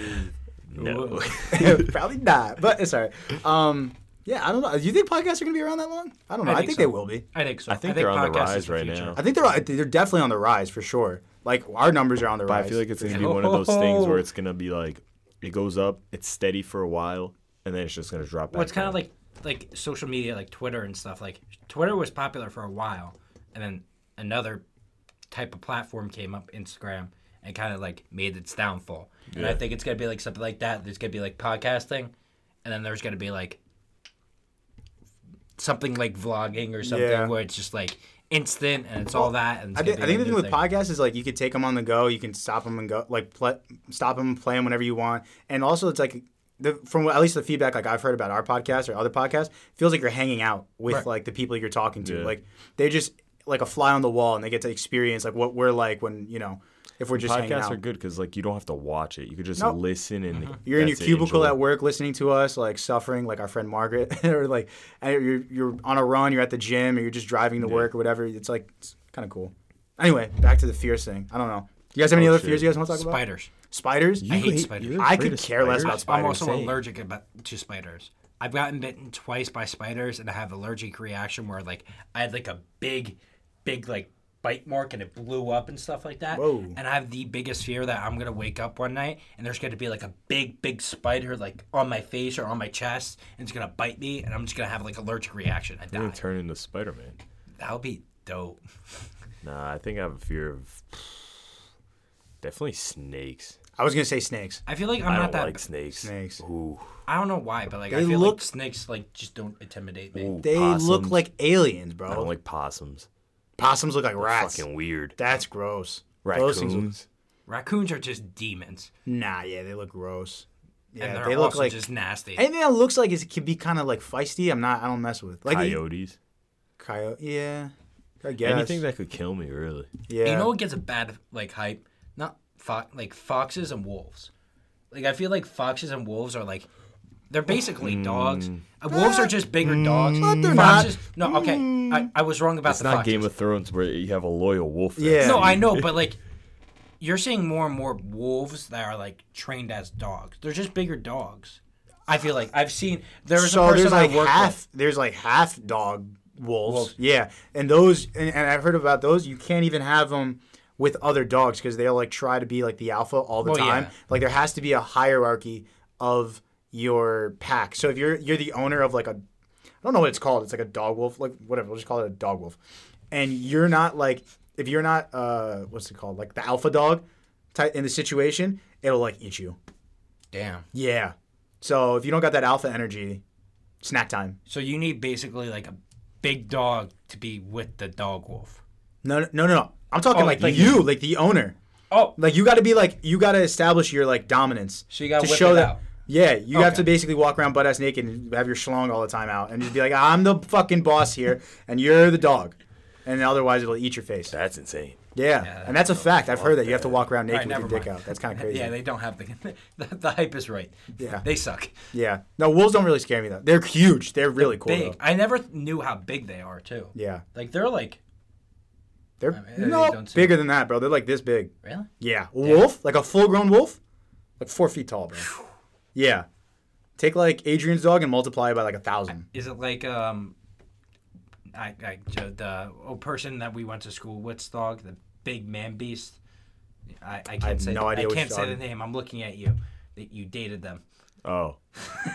Speaker 1: no.
Speaker 2: probably not, but it's alright. Um, yeah, I don't know. Do you think podcasts are gonna be around that long? I don't know. I
Speaker 3: I
Speaker 2: think,
Speaker 3: think
Speaker 2: they
Speaker 3: so.
Speaker 2: will be.
Speaker 3: I think so.
Speaker 1: I think they're on the
Speaker 3: podcast
Speaker 1: rise
Speaker 3: is
Speaker 1: right
Speaker 3: future.
Speaker 1: now.
Speaker 2: I think they're they're definitely on the rise for sure. Like our numbers are on the
Speaker 1: But
Speaker 2: rise.
Speaker 1: I feel like it's
Speaker 2: for
Speaker 1: gonna
Speaker 2: sure.
Speaker 1: be one of those things where it's gonna be like it goes up, it's steady for a while, and then it's just gonna drop back.
Speaker 3: Well, it's kind
Speaker 1: down.
Speaker 3: of like like social media, like Twitter and stuff. Like Twitter was popular for a while, and then another type of platform came up, Instagram, and and kind of like made its downfall. And I think it's gonna be like something like that. There's gonna be like podcasting, and then there's gonna be like something like vlogging or something
Speaker 2: Yeah.
Speaker 3: where it's just like instant and it's all that. And it's
Speaker 2: I,
Speaker 3: gonna
Speaker 2: thi-
Speaker 3: be
Speaker 2: I think
Speaker 3: a
Speaker 2: the thing
Speaker 3: new
Speaker 2: with podcasts is like you could take them on the go. You can stop them and go, like pl- stop them, play them whenever you want. And also, it's like the, from what, at least the feedback like I've heard about our podcast or other podcasts feels like you're hanging out with
Speaker 3: Right.
Speaker 2: like the people you're talking to.
Speaker 1: Yeah.
Speaker 2: Like they just like a fly on the wall and they get to experience like what we're like when you know if we're just hanging
Speaker 1: Podcasts
Speaker 2: out.
Speaker 1: are good because like you don't have to watch it. You could just
Speaker 2: Nope. Mm-hmm.
Speaker 1: listen and
Speaker 2: You're in your
Speaker 1: that's it,
Speaker 2: cubicle
Speaker 1: enjoy.
Speaker 2: at work listening to us, like suffering, like our friend Margaret, or like and you're, you're on a run, you're at the gym, or you're just driving to work or whatever. It's like it's kind of cool. Anyway, back to the fears thing. I don't know. You guys have any
Speaker 1: Oh,
Speaker 2: other
Speaker 1: shit.
Speaker 2: fears you guys want to talk about?
Speaker 3: spiders.
Speaker 2: Spiders?
Speaker 1: You
Speaker 3: I hate spiders.
Speaker 1: you're
Speaker 2: I
Speaker 1: afraid
Speaker 2: could
Speaker 1: of
Speaker 2: care less about
Speaker 3: I'm
Speaker 2: spiders.
Speaker 3: also
Speaker 1: Same.
Speaker 3: allergic about, to spiders. I've gotten bitten twice by spiders, and I have allergic reaction where like I had like a big, big like bite mark, and it blew up and stuff like that.
Speaker 2: Whoa.
Speaker 3: And I have the biggest fear that I'm gonna wake up one night and there's gonna be like a big, big spider like on my face or on my chest, and it's gonna bite me, and I'm just gonna have like allergic reaction. I
Speaker 1: You're
Speaker 3: die.
Speaker 1: gonna turn into Spider Man.
Speaker 3: that would be dope.
Speaker 1: Nah, I think I have a fear of definitely snakes.
Speaker 2: I was gonna say snakes.
Speaker 3: I feel like I'm
Speaker 1: I
Speaker 3: not
Speaker 1: don't
Speaker 3: that.
Speaker 1: like snakes.
Speaker 2: Snakes.
Speaker 1: Ooh,
Speaker 3: I don't know why, but like I
Speaker 2: They
Speaker 3: feel
Speaker 2: look-
Speaker 3: like snakes like just don't intimidate me.
Speaker 1: Ooh,
Speaker 2: They look
Speaker 1: possums.
Speaker 2: like aliens, bro.
Speaker 1: I don't like possums.
Speaker 2: Possums look like rats.
Speaker 1: Fucking weird.
Speaker 2: That's gross. Those things look-
Speaker 1: Raccoons.
Speaker 3: Raccoons are just demons,
Speaker 2: nah, yeah, they look gross.
Speaker 3: and
Speaker 2: Yeah,
Speaker 3: they're
Speaker 2: they look
Speaker 3: also
Speaker 2: like
Speaker 3: just nasty.
Speaker 2: anything that looks like it could be kind of like feisty. I'm not. I don't mess with like
Speaker 1: Coyotes.
Speaker 2: Coyote. Yeah. I guess.
Speaker 1: Anything that could kill me, really.
Speaker 2: Yeah.
Speaker 3: You know what gets a bad like hype? Not fo- like foxes and wolves. Like I feel like foxes and wolves are like they're basically dogs. Uh, wolves are just bigger dogs. But
Speaker 2: they're
Speaker 3: foxes, not. No, okay, I, I was wrong about
Speaker 1: It's
Speaker 3: the
Speaker 1: not
Speaker 3: foxes.
Speaker 1: Game of Thrones where you have a loyal wolf. that's-
Speaker 2: Yeah.
Speaker 3: no, I know, but like you're seeing more and more wolves that are like trained as dogs. They're just bigger dogs. I feel like I've seen there's
Speaker 2: so
Speaker 3: a person
Speaker 2: there's like
Speaker 3: I work
Speaker 2: half.
Speaker 3: with.
Speaker 2: There's like half dog wolves.
Speaker 3: Wolves.
Speaker 2: Yeah, and those, and, and I've heard about those. You can't even have them with other dogs because they'll like try to be like the alpha all the
Speaker 3: Well,
Speaker 2: time.
Speaker 3: yeah.
Speaker 2: Like there has to be a hierarchy of your pack. So if you're you're the owner of like a, I don't know what it's called. It's like a dog wolf, like whatever. We'll just call it a dog wolf. And you're not like if you're not uh what's it called like the alpha dog, type in the situation, it'll like eat you.
Speaker 3: Damn.
Speaker 2: Yeah. So if you don't got that alpha energy, snack time.
Speaker 3: So you need basically like a big dog to be with the dog wolf.
Speaker 2: No, no, no, no. I'm talking
Speaker 3: Oh,
Speaker 2: like,
Speaker 3: like-
Speaker 2: you, like the owner.
Speaker 3: Oh,
Speaker 2: Like you got to be like you got to establish your like dominance.
Speaker 3: So you gotta
Speaker 2: to
Speaker 3: whip
Speaker 2: show
Speaker 3: it
Speaker 2: that.
Speaker 3: out.
Speaker 2: Yeah, you have
Speaker 3: Okay.
Speaker 2: to basically walk around butt ass naked and have your schlong all the time out, and just be like, "I'm the fucking boss here, and you're the dog," and otherwise it'll eat your face.
Speaker 1: That's insane.
Speaker 2: Yeah, and that's a fact. I've heard that you have to walk around
Speaker 3: All right,
Speaker 2: naked with your
Speaker 3: never
Speaker 2: dick
Speaker 3: mind.
Speaker 2: out. That's kind of crazy.
Speaker 3: Yeah,
Speaker 2: Yeah,
Speaker 3: they don't have the, the the hype is right.
Speaker 2: Yeah.
Speaker 3: they suck.
Speaker 2: No, wolves don't really scare me though. They're huge. They're really cool.
Speaker 3: big.
Speaker 2: Though.
Speaker 3: I never knew how big they are too.
Speaker 2: Yeah,
Speaker 3: like they're like
Speaker 2: they're
Speaker 3: mean, you
Speaker 2: no
Speaker 3: don't see-
Speaker 2: bigger than that, bro. They're like this big.
Speaker 3: really.
Speaker 2: Yeah, a wolf, like a full-grown wolf, like four feet tall, bro. Yeah, take like Adrian's dog and multiply it by like a thousand.
Speaker 3: Is it like um, I, I the, the old person that we went to school with's dog, the big man beast. I, I can't
Speaker 2: have
Speaker 3: say
Speaker 2: no idea
Speaker 3: I
Speaker 2: which
Speaker 3: can't say
Speaker 2: dog.
Speaker 3: the name. I'm looking at you. That you dated them.
Speaker 1: Oh,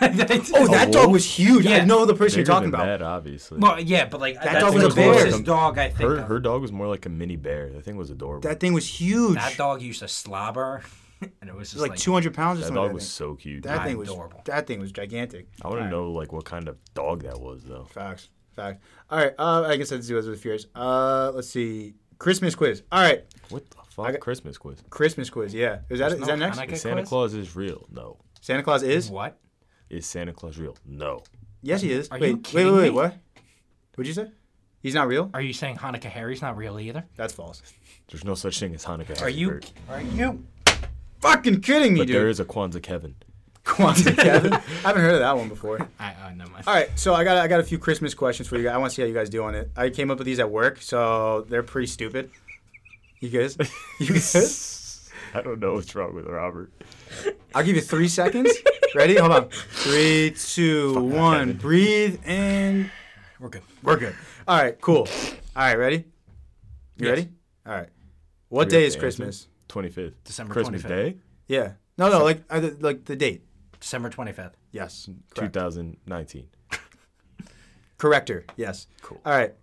Speaker 2: Oh, that dog was huge. I
Speaker 3: Yeah.
Speaker 2: know the
Speaker 1: bigger
Speaker 2: person you're talking
Speaker 1: than
Speaker 2: about.
Speaker 1: that, obviously.
Speaker 3: Well, yeah, but like that that's
Speaker 2: dog
Speaker 3: the
Speaker 2: was a bear.
Speaker 3: closest dog I think.
Speaker 1: her
Speaker 3: of.
Speaker 1: her dog was more like a mini bear. The thing was adorable.
Speaker 2: That thing was huge.
Speaker 3: That dog used to slobber, and it was
Speaker 2: it was
Speaker 3: just
Speaker 2: like,
Speaker 3: like
Speaker 2: 200 pounds or
Speaker 1: That
Speaker 2: something.
Speaker 1: dog
Speaker 2: I
Speaker 1: was
Speaker 2: think.
Speaker 1: so cute.
Speaker 2: that
Speaker 1: dude.
Speaker 2: thing was
Speaker 3: adorable.
Speaker 2: that thing was gigantic.
Speaker 1: I want to know like what kind of dog that was though.
Speaker 2: Facts, facts. All right, uh, I guess that's those are the fears. Uh, let's see, Christmas quiz. All right,
Speaker 1: What the fuck?
Speaker 2: got-
Speaker 1: Christmas quiz.
Speaker 2: Christmas quiz. Yeah, is that is
Speaker 3: no
Speaker 2: that next?
Speaker 3: Hanukkah.
Speaker 1: Is Santa
Speaker 3: quiz?
Speaker 1: Claus is real? No.
Speaker 2: Santa Claus is?
Speaker 3: what?
Speaker 1: Is Santa Claus real? No.
Speaker 2: Yes, he is.
Speaker 3: Are
Speaker 2: wait,
Speaker 3: you
Speaker 2: wait,
Speaker 3: kidding
Speaker 2: wait, wait,
Speaker 3: me?
Speaker 2: what? What'd you say? He's not real.
Speaker 3: Are you saying Hanukkah Harry's not real either?
Speaker 2: That's false.
Speaker 1: There's no such thing as Hanukkah.
Speaker 3: Are you?
Speaker 1: But
Speaker 3: Are you?
Speaker 2: Fucking kidding me, dude.
Speaker 1: there is a Kwanzaa Kevin.
Speaker 2: Quantum Kevin. I haven't heard of that one before.
Speaker 3: I, I never mind.
Speaker 2: All right, so I got I got a few Christmas questions for you guys. I want to see how you guys do on it. I came up with these at work, so they're pretty stupid. You guys, you guys.
Speaker 1: I don't know what's wrong with Robert.
Speaker 2: I'll give you three seconds. Ready? Hold on. Three, two, one.
Speaker 1: Kevin.
Speaker 2: Breathe and
Speaker 3: We're good.
Speaker 2: we're good. All right, cool. All right, ready? You ready? All right. What
Speaker 1: Do we
Speaker 2: day
Speaker 1: have
Speaker 2: is
Speaker 1: to
Speaker 2: Christmas?
Speaker 1: Twenty fifth.
Speaker 3: December
Speaker 1: Christmas
Speaker 3: 25th.
Speaker 1: Day,
Speaker 2: Yeah. No, no, like uh, the- like the date.
Speaker 3: December twenty fifth.
Speaker 2: Yes.
Speaker 1: two
Speaker 2: Correct.
Speaker 1: thousand nineteen.
Speaker 2: Corrector. Yes.
Speaker 1: Cool.
Speaker 2: All right.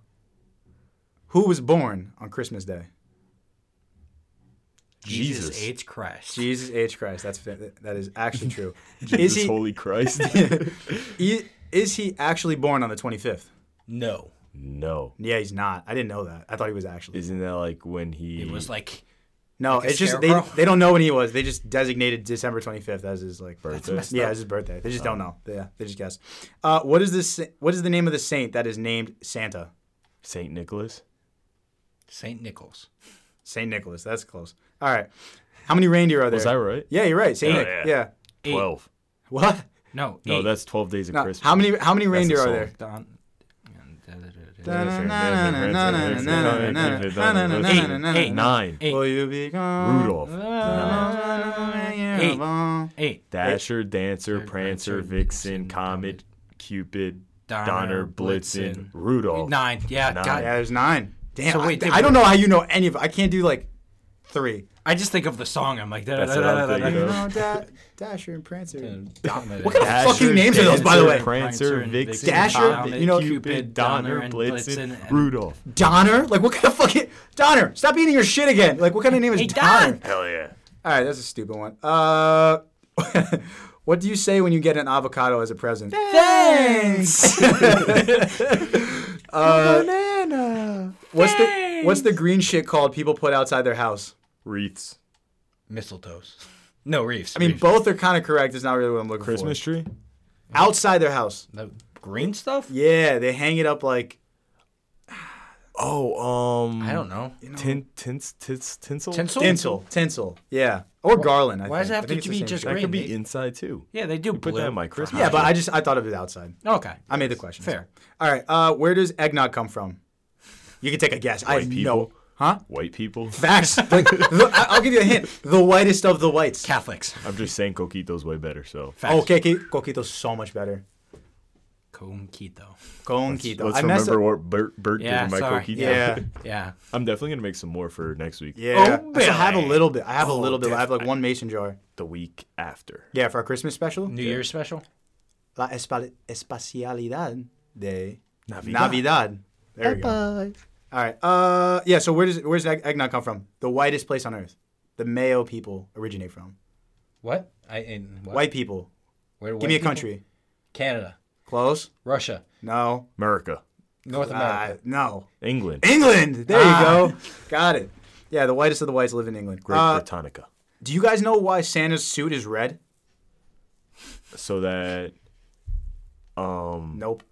Speaker 2: Who was born on Christmas Day?
Speaker 1: Jesus.
Speaker 3: Jesus H. Christ.
Speaker 2: Jesus H Christ. That's that is actually true.
Speaker 1: Jesus,
Speaker 2: is he
Speaker 1: holy Christ.
Speaker 2: i- is he actually born on the 25th?
Speaker 3: No.
Speaker 1: no.
Speaker 2: Yeah, he's not. I didn't know that. I thought he was actually.
Speaker 1: Isn't that like when he
Speaker 3: It was like,
Speaker 2: no,
Speaker 3: a
Speaker 2: it's just they,
Speaker 3: scarecrow?
Speaker 2: they don't know when he was. They just designated December 25th as his like birthday.
Speaker 1: birthday? Oh.
Speaker 2: Yeah, it's his birthday. They just don't know. Yeah, they just guess. Uh, what is this? What is the name of the saint that is named Santa?
Speaker 1: Saint Nicholas?
Speaker 3: St. Nichols.
Speaker 2: Saint Nicholas. That's close. All right. How many reindeer are there?
Speaker 1: Was I right?
Speaker 2: Yeah, you're right. Saint.
Speaker 1: Yeah, yeah.
Speaker 2: Nick. yeah.
Speaker 3: Eight.
Speaker 1: Twelve.
Speaker 2: What?
Speaker 3: No.
Speaker 1: No,
Speaker 3: eight.
Speaker 1: that's twelve days of
Speaker 2: No,
Speaker 1: Christmas.
Speaker 2: How many? How many
Speaker 1: a
Speaker 2: reindeer are
Speaker 1: song.
Speaker 2: there?
Speaker 3: Dun- dun-
Speaker 2: Eight.
Speaker 3: dun- dun-
Speaker 1: Eight. Nine.
Speaker 3: Eight. Uh,
Speaker 2: Will you be gone?
Speaker 1: Rudolph.
Speaker 2: Eight.
Speaker 3: Eight.
Speaker 1: Dasher, Dancer,
Speaker 3: Dancer,
Speaker 1: Prancer,
Speaker 3: Prancer,
Speaker 1: Vixen,
Speaker 3: Vixen,
Speaker 1: Comet, Cupid,
Speaker 3: Donner,
Speaker 1: Donner, Blitzen,
Speaker 3: Blitzen,
Speaker 1: Rudolph.
Speaker 3: Nine. Yeah.
Speaker 1: Oh, Nine.
Speaker 3: God,
Speaker 2: Yeah, there's nine. Damn.
Speaker 3: So
Speaker 2: I-
Speaker 3: wait,
Speaker 2: I,
Speaker 3: did-
Speaker 2: don't know how you know any of. I can't do like three.
Speaker 3: I just think of the song. I'm like,
Speaker 1: That's what I'm thinking
Speaker 2: You
Speaker 1: Yeah.
Speaker 2: know, da- Dasher and Prancer.
Speaker 3: What
Speaker 2: kind of
Speaker 1: Dasher,
Speaker 2: fucking names are those, by the
Speaker 1: Dancer,
Speaker 2: way?
Speaker 1: Prancer, Vixen,
Speaker 2: Dasher,
Speaker 1: Comet,
Speaker 2: you know,
Speaker 1: Cupid, Donner,
Speaker 3: and
Speaker 1: Blitzen,
Speaker 3: Blitzen, and-
Speaker 1: Rudolph.
Speaker 2: Donner? Like what kind of fucking Donner? Stop eating your shit again. Like what kind of name is
Speaker 3: Hey, Don!
Speaker 2: Donner?
Speaker 1: Hell yeah.
Speaker 2: All right, that's a stupid one. Uh, what do you say when you get an avocado as a present?
Speaker 3: Thanks.
Speaker 1: Banana.
Speaker 2: Uh, What's the What's the green shit called people put outside their house?
Speaker 1: Wreaths.
Speaker 3: Mistletoes. No reefs.
Speaker 2: I mean, both are kind of correct. It's not really what I'm looking
Speaker 1: Christmas
Speaker 2: for.
Speaker 1: tree?
Speaker 2: outside their house.
Speaker 3: the green stuff.
Speaker 2: Yeah, they hang it up like
Speaker 1: Oh, um.
Speaker 3: I don't know.
Speaker 1: Tin, tins, tins, tinsel?
Speaker 3: Tinsel.
Speaker 2: tinsel, tinsel. Yeah, or garland. I
Speaker 3: why does
Speaker 2: think.
Speaker 3: it have
Speaker 2: I think
Speaker 3: to
Speaker 2: it's the
Speaker 3: be
Speaker 2: same
Speaker 3: just
Speaker 2: shit.
Speaker 1: That
Speaker 3: green?
Speaker 1: could be inside too.
Speaker 3: Yeah, they do.
Speaker 1: put
Speaker 3: blue
Speaker 1: that in my
Speaker 3: for
Speaker 1: Christmas.
Speaker 2: Yeah,
Speaker 3: hot-
Speaker 2: but I just I thought of it outside.
Speaker 3: okay.
Speaker 2: I made the question.
Speaker 3: Fair.
Speaker 2: All right. Uh, where does eggnog come from? You can take a guess. I
Speaker 1: White
Speaker 2: know.
Speaker 1: people.
Speaker 2: Huh?
Speaker 1: White people.
Speaker 2: Facts. Like, the, I- I'll give you a hint. The whitest of the whites.
Speaker 3: Catholics.
Speaker 1: I'm just saying Coquito's way better, so.
Speaker 3: Facts.
Speaker 2: Oh, Keke, Coquito's so much better.
Speaker 3: Conquito.
Speaker 2: Conquito.
Speaker 1: Let's
Speaker 2: I messed
Speaker 1: remember
Speaker 2: up.
Speaker 1: what Bert, Bert
Speaker 3: Yeah,
Speaker 1: did in my
Speaker 3: sorry.
Speaker 1: Coquito.
Speaker 2: Yeah.
Speaker 3: Yeah.
Speaker 1: I'm definitely going to make some more for next week.
Speaker 2: Yeah.
Speaker 3: Oh,
Speaker 2: I still have a
Speaker 3: Billy.
Speaker 2: little bit. I have a
Speaker 3: Oh,
Speaker 2: little bit. I have
Speaker 3: def-
Speaker 2: like one mason jar.
Speaker 1: The week after.
Speaker 2: Yeah, for our Christmas special.
Speaker 3: New Year's special.
Speaker 2: La espa- espacialidad de
Speaker 1: Navidad.
Speaker 2: Navidad. There we go. All right. Uh, yeah. So where does where's egg- eggnog come from? The whitest place on earth. The Mayo people originate from.
Speaker 3: What? I in what?
Speaker 2: White people.
Speaker 3: Where do
Speaker 2: Give
Speaker 3: white
Speaker 2: me a
Speaker 3: people-
Speaker 2: country.
Speaker 3: Canada.
Speaker 2: Close.
Speaker 3: Russia.
Speaker 2: No.
Speaker 1: America.
Speaker 3: North
Speaker 2: Uh,
Speaker 3: America.
Speaker 2: no.
Speaker 1: England.
Speaker 2: England. There
Speaker 3: Ah.
Speaker 2: you go. Got it. Yeah, the whitest of the whites live in England.
Speaker 1: Great
Speaker 2: Uh,
Speaker 1: Britannica.
Speaker 2: do you guys know why Santa's suit is red?
Speaker 1: So that
Speaker 2: Nope.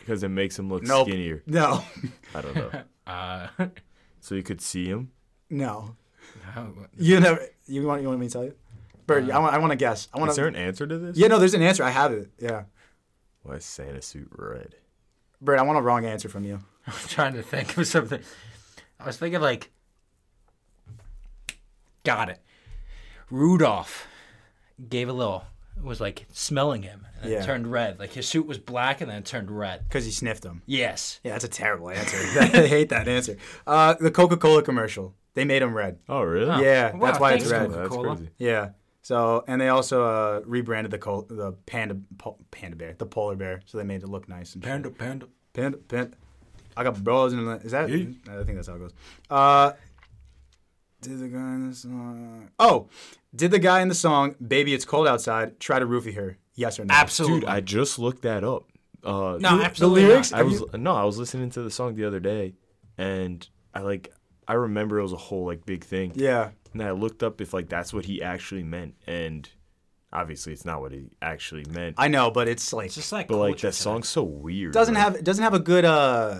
Speaker 1: because it makes him look
Speaker 2: Nope.
Speaker 1: skinnier.
Speaker 2: No.
Speaker 1: I don't know.
Speaker 3: Uh,
Speaker 1: so you could see him.
Speaker 2: no.
Speaker 3: how-
Speaker 2: You never. You want? You want me to tell you? Bert, I want. I want to guess. I want
Speaker 1: Is there
Speaker 2: to.
Speaker 1: an answer to this?
Speaker 2: Um, Yeah. No. There's an answer. I have it. Yeah.
Speaker 1: Why is Santa suit red?
Speaker 2: Bert, I want a wrong answer from you.
Speaker 3: I'm trying to think of something. I was thinking like, got it. Rudolph gave a little. Was like smelling him, and
Speaker 2: Yeah.
Speaker 3: it turned red. Like his suit was black, and then it turned red.
Speaker 2: Because he sniffed them.
Speaker 3: Yes.
Speaker 2: Yeah, that's a terrible answer. I hate that answer. Uh, the Coca-Cola commercial. They made them red.
Speaker 1: Oh really? Oh,
Speaker 2: Yeah,
Speaker 3: Wow,
Speaker 2: that's why it's
Speaker 3: thanks,
Speaker 2: red.
Speaker 1: That's
Speaker 3: Coca-Cola.
Speaker 1: crazy.
Speaker 2: Yeah. So, and they also uh, rebranded the col- the panda po- panda bear, the polar bear. So they made it look nice. And shit.
Speaker 3: Panda, panda.
Speaker 2: panda, panda. I got bros in the. Is that? I think that's how it goes. Uh, did the guy in the song? Oh, did the guy in the song "Baby It's Cold Outside" try to roofie her? Yes or no?
Speaker 3: Absolutely.
Speaker 1: Dude, I just looked that up. Uh,
Speaker 3: no, absolutely.
Speaker 2: the lyrics-
Speaker 3: not.
Speaker 1: I was no, I was listening to the song the other day, and I like I remember it was a whole like big thing.
Speaker 2: Yeah.
Speaker 1: And I looked up if like that's what he actually meant, and obviously it's not what he actually meant.
Speaker 2: I know, but it's like
Speaker 3: It's just like
Speaker 1: but like
Speaker 3: culture
Speaker 1: that song's so weird.
Speaker 2: doesn't
Speaker 1: like,
Speaker 2: have it doesn't have a good uh.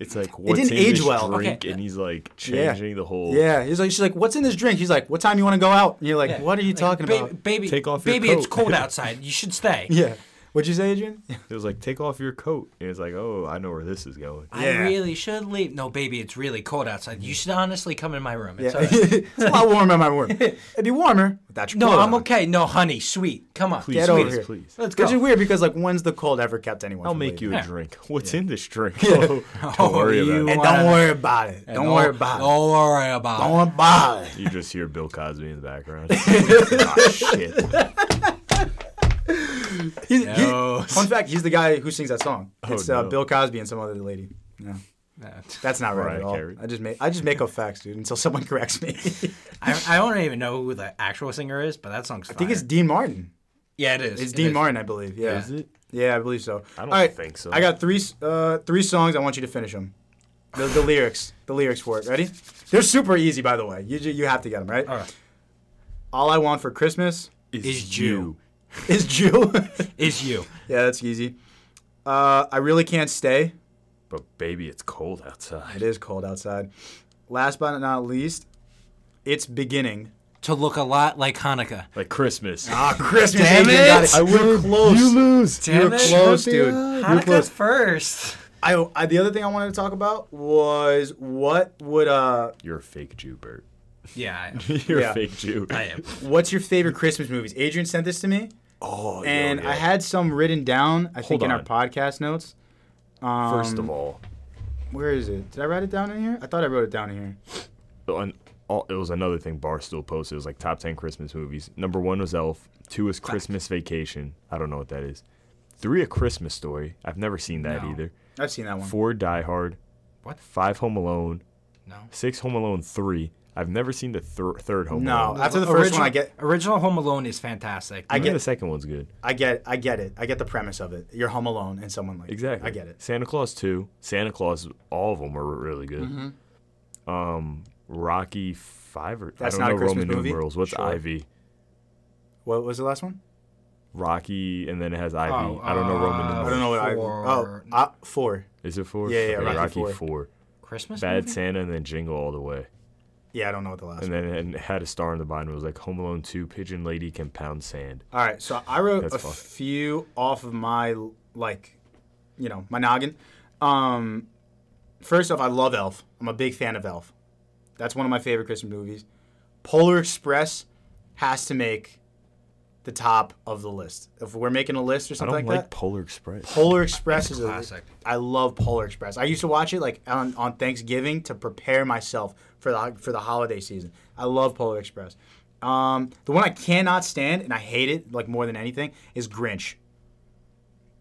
Speaker 1: It's like what's
Speaker 2: didn't
Speaker 1: in
Speaker 2: age
Speaker 1: this
Speaker 2: well.
Speaker 1: drink,
Speaker 3: Okay.
Speaker 1: and he's like changing the whole.
Speaker 2: Yeah, he's like, she's like, what's in this drink? He's like, what time you want to go out? And you're like,
Speaker 3: today.
Speaker 2: what are you
Speaker 3: Like,
Speaker 2: talking
Speaker 3: ba-
Speaker 2: about?
Speaker 3: Baby,
Speaker 1: Take off your
Speaker 3: baby, it's
Speaker 1: coat.
Speaker 3: cold outside. You should stay.
Speaker 2: Yeah. What'd you say, Adrian?
Speaker 1: It was like take off your coat, and it's like oh I know where this is going.
Speaker 3: I
Speaker 2: Yeah.
Speaker 3: really should leave. No, baby, it's really cold outside. You should honestly come in my room. It's
Speaker 2: Yeah.
Speaker 3: all right.
Speaker 2: it's a lot warmer in my room. It'd be warmer without your
Speaker 3: No,
Speaker 2: clothes
Speaker 3: I'm
Speaker 2: on.
Speaker 3: okay. No, honey, sweet. Come on.
Speaker 1: Please,
Speaker 2: Get
Speaker 1: please,
Speaker 2: over here.
Speaker 1: please.
Speaker 3: Let's
Speaker 2: Which is
Speaker 3: go.
Speaker 2: weird because, like, when's the cold ever kept anyone
Speaker 1: I'll
Speaker 2: from
Speaker 1: make you
Speaker 2: leaving?
Speaker 1: a
Speaker 3: Yeah.
Speaker 1: drink. What's in this drink? Oh, don't worry about
Speaker 2: And
Speaker 3: you-
Speaker 1: it.
Speaker 2: don't worry about it. Don't worry about it.
Speaker 3: Don't worry about
Speaker 2: Don't
Speaker 3: it.
Speaker 2: worry about it.
Speaker 1: You just hear Bill Cosby in the background. Ah, shit.
Speaker 2: He's- he-
Speaker 3: No.
Speaker 2: fun fact, he's the guy who sings that song. It's uh,
Speaker 1: Oh, no.
Speaker 2: Bill Cosby and some other lady. Yeah. That's not right,
Speaker 1: Mariah
Speaker 2: at all.
Speaker 1: Carey.
Speaker 2: I just make I just make up facts, dude, until someone corrects me. I
Speaker 3: I, I don't even know who the actual singer is, but that song's. I
Speaker 2: think it's Dean Martin.
Speaker 3: yeah, it is.
Speaker 2: It's
Speaker 3: It
Speaker 2: Dean
Speaker 3: is.
Speaker 2: Martin, I believe. Yeah.
Speaker 1: Is it?
Speaker 2: Yeah, I believe so.
Speaker 1: I don't
Speaker 2: All right,
Speaker 1: think so.
Speaker 2: I got three s- uh, three songs. I want you to finish them. The, the lyrics, the lyrics for it. Ready? They're super easy, by the way. You ju- you have to get them right.
Speaker 3: All right.
Speaker 2: All I want for Christmas
Speaker 3: Is you.
Speaker 2: is Jew.
Speaker 3: Is you.
Speaker 2: yeah, that's easy. Uh, I really can't stay.
Speaker 1: But baby, it's cold outside.
Speaker 2: It is cold outside. Last but not least, it's beginning.
Speaker 3: To look a lot like Hanukkah.
Speaker 1: Like Christmas.
Speaker 2: Ah, Christmas.
Speaker 3: Damn
Speaker 2: Adrian, got
Speaker 3: it!
Speaker 1: I win.
Speaker 2: close.
Speaker 1: You lose.
Speaker 3: Damn
Speaker 2: you were
Speaker 3: it.
Speaker 2: close,
Speaker 1: Shut
Speaker 2: dude.
Speaker 1: it up.
Speaker 2: You were
Speaker 3: Hanukkah's
Speaker 2: close.
Speaker 3: first.
Speaker 2: I, I the other thing I wanted to talk about was what would uh
Speaker 1: You're a fake Jew, Bert.
Speaker 3: Yeah, I,
Speaker 1: You're
Speaker 2: Yeah.
Speaker 1: a fake Jew.
Speaker 3: I am.
Speaker 2: what's your favorite Christmas movies? Adrian sent this to me,
Speaker 1: Oh, yeah,
Speaker 2: and
Speaker 1: yeah.
Speaker 2: I had some written down. I
Speaker 1: Hold
Speaker 2: think in our
Speaker 1: on.
Speaker 2: podcast notes. Um,
Speaker 1: First of all,
Speaker 2: where is it? Did I write it down in here? I thought I wrote it down in here.
Speaker 1: on, all, it was another thing Barstool posted. It was like top 10 Christmas movies. Number one was Elf. Two is Christmas Vacation. I don't know what that is. Three, A Christmas Story. I've never seen that
Speaker 3: No.
Speaker 1: either.
Speaker 2: I've seen that one.
Speaker 1: Four, Die Hard.
Speaker 3: What?
Speaker 1: Five, Home Alone.
Speaker 3: No.
Speaker 1: Six, Home Alone 3. I've never seen the thir- third Home
Speaker 2: No,
Speaker 1: Alone.
Speaker 2: after the first one, I
Speaker 3: Original-
Speaker 2: get,
Speaker 3: original Home Alone is fantastic.
Speaker 2: I
Speaker 1: I
Speaker 2: get-
Speaker 1: the second one's good.
Speaker 2: I get, I get it. I get the premise of it. You're home alone, and someone like
Speaker 1: Exactly.
Speaker 2: I get it.
Speaker 1: Santa Claus 2, Santa Claus, all of them were really good. Um, Rocky 5 or
Speaker 2: Mm-hmm. That's
Speaker 1: I
Speaker 2: not
Speaker 1: don't
Speaker 2: a
Speaker 1: know
Speaker 2: Christmas
Speaker 1: Roman
Speaker 2: movie?
Speaker 1: numerals. What's
Speaker 2: Sure.
Speaker 1: Ivy?
Speaker 2: What was the last one?
Speaker 1: Rocky and then it has Ivy.
Speaker 3: Oh,
Speaker 1: I don't know Roman
Speaker 3: uh,
Speaker 1: numerals.
Speaker 2: I don't know what I. Oh,
Speaker 3: Four.
Speaker 2: uh, four.
Speaker 1: Is it 4?
Speaker 2: Yeah, yeah,
Speaker 1: Okay,
Speaker 2: Rocky
Speaker 1: Rocky
Speaker 2: four.
Speaker 1: 4.
Speaker 3: Christmas
Speaker 1: Bad
Speaker 3: movie?
Speaker 1: Santa and then Jingle All the Way.
Speaker 2: Yeah, I don't know what the last.
Speaker 1: And then and it had a star in the bottom. It was like Home Alone 2, Pigeon Lady Can Pound Sand.
Speaker 2: All right, so I wrote
Speaker 1: That's
Speaker 2: a
Speaker 1: fun.
Speaker 2: few off of my like, you know, my noggin. Um, first off, I love Elf. I'm a big fan of Elf. That's one of my favorite Christmas movies. Polar Express has to make the top of the list. If we're making a list or
Speaker 1: I
Speaker 2: something
Speaker 1: don't
Speaker 2: like,
Speaker 1: like,
Speaker 2: that,
Speaker 1: Polar Express.
Speaker 2: Polar Express is a
Speaker 3: That's classic.
Speaker 2: I love Polar Express. I used to watch it like on, on Thanksgiving to prepare myself for the for the holiday season. I love Polar Express. Um, the one I cannot stand and I hate it like more than anything is Grinch.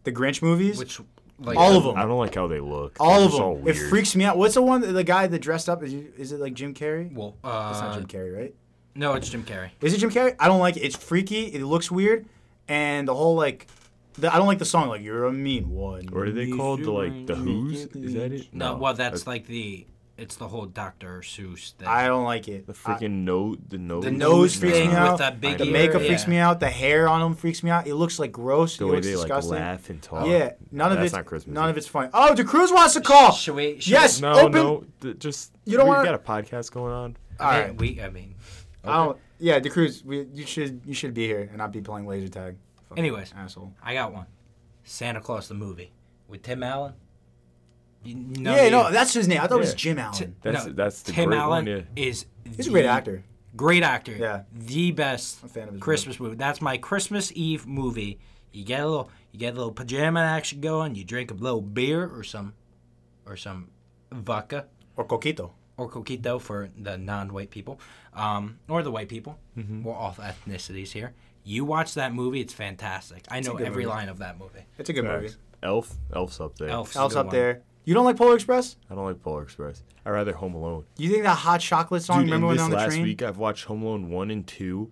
Speaker 2: The Grinch movies,
Speaker 3: Which, like,
Speaker 2: all of them,
Speaker 1: Oh, I don't like how they look.
Speaker 2: all
Speaker 1: They're
Speaker 2: of
Speaker 1: just All
Speaker 2: them. It
Speaker 1: weird.
Speaker 2: freaks me out. What's the one? that- The guy that dressed up is, it- is it like Jim Carrey?
Speaker 3: Well,
Speaker 2: it's not
Speaker 3: uh,
Speaker 2: Jim Carrey, right?
Speaker 3: no, it's Jim Carrey.
Speaker 2: Is it Jim Carrey? I don't like it. It's freaky. It looks weird, and the whole like, the, I don't like the song. Like you're a mean one.
Speaker 1: What are they called? The, like the Who's? Is that it?
Speaker 3: No, well, that's like the it's the whole Dr. Seuss thing.
Speaker 2: Uh, I don't like it.
Speaker 1: the
Speaker 2: I-
Speaker 1: freaking nose. The nose.
Speaker 3: the
Speaker 2: nose
Speaker 3: Nose
Speaker 2: freaks
Speaker 3: thing
Speaker 2: me
Speaker 3: with
Speaker 2: out.
Speaker 3: that big
Speaker 2: the
Speaker 1: ear,
Speaker 2: makeup
Speaker 3: yeah.
Speaker 2: freaks me out. The hair on him freaks me out. It looks like gross.
Speaker 1: The
Speaker 2: it
Speaker 1: way
Speaker 2: looks
Speaker 1: they
Speaker 2: disgusting.
Speaker 1: like laugh and talk.
Speaker 2: yeah, none of
Speaker 1: That's
Speaker 2: it's
Speaker 1: not Christmas.
Speaker 2: none of it's funny. Oh, DeCruz wants to call.
Speaker 3: Should we- should
Speaker 2: yes,
Speaker 1: No,
Speaker 2: open.
Speaker 1: no. th- just
Speaker 2: You don't
Speaker 1: we
Speaker 2: wanna-
Speaker 1: got a podcast going on.
Speaker 2: All
Speaker 3: I mean,
Speaker 2: right.
Speaker 3: we. I mean,
Speaker 2: I don't. Yeah, DeCruz, we, you should you should be here and not be playing laser tag. Fucking
Speaker 3: Anyways.
Speaker 2: asshole.
Speaker 3: I got one. Santa Claus the movie with Tim Allen. You- none
Speaker 2: yeah,
Speaker 3: of
Speaker 2: no,
Speaker 3: you-
Speaker 2: that's his name. I thought it was
Speaker 1: Yeah.
Speaker 2: Jim Allen.
Speaker 1: That's
Speaker 3: no,
Speaker 1: that's the
Speaker 3: Tim
Speaker 1: great
Speaker 3: Allen
Speaker 1: one. Yeah.
Speaker 3: is
Speaker 2: He's a great
Speaker 3: the
Speaker 2: actor.
Speaker 3: Great actor.
Speaker 2: Yeah.
Speaker 3: The best
Speaker 2: a fan of his
Speaker 3: Christmas movie. That's my Christmas Eve movie. You get a little you get a little pajama action going, you drink a little beer or some or some vodka
Speaker 2: Or Coquito.
Speaker 3: or coquito for the non-white people, um, or the white people.
Speaker 1: Mm-hmm.
Speaker 3: We're all ethnicities here. You watch that movie; it's fantastic. I know
Speaker 2: good
Speaker 3: every
Speaker 2: movie.
Speaker 3: line of that movie.
Speaker 2: It's a good movie.
Speaker 1: Facts. Elf, Elf's up there.
Speaker 3: Elf's a
Speaker 2: Else
Speaker 3: good
Speaker 2: up
Speaker 3: one.
Speaker 2: there. You don't like Polar Express?
Speaker 1: I don't like Polar Express. I rather Home Alone.
Speaker 2: You think that hot chocolate song?
Speaker 1: Dude,
Speaker 2: remember
Speaker 1: in
Speaker 2: when
Speaker 1: this
Speaker 2: on the
Speaker 1: last
Speaker 2: train?
Speaker 1: week, I've watched Home Alone one and two,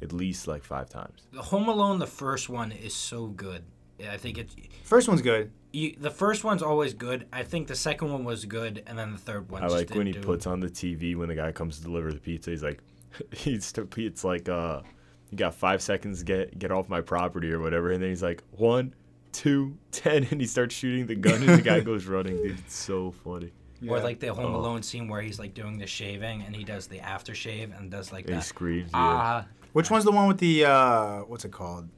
Speaker 1: at least like five times.
Speaker 3: The Home Alone, the first one, is so good. I think it's
Speaker 2: First one's good.
Speaker 3: you, the first one's always good. I think the second one was good, and then the third one.
Speaker 1: I
Speaker 3: just
Speaker 1: like when he
Speaker 3: didn't do
Speaker 1: puts on the TV when the guy comes to deliver the pizza. He's like, he's to, it's like, uh, you got five seconds to get get off my property or whatever, and then he's like one, two, ten, and he starts shooting the gun, and the guy goes running. Dude, it's so funny.
Speaker 3: Or
Speaker 2: Yeah.
Speaker 3: like the Home
Speaker 1: Oh.
Speaker 3: Alone scene where he's like doing the shaving, and he does the aftershave, and does like
Speaker 1: And he
Speaker 3: that.
Speaker 1: screams. Yeah.
Speaker 3: Ah,
Speaker 2: Which one's the one with the uh, what's it called?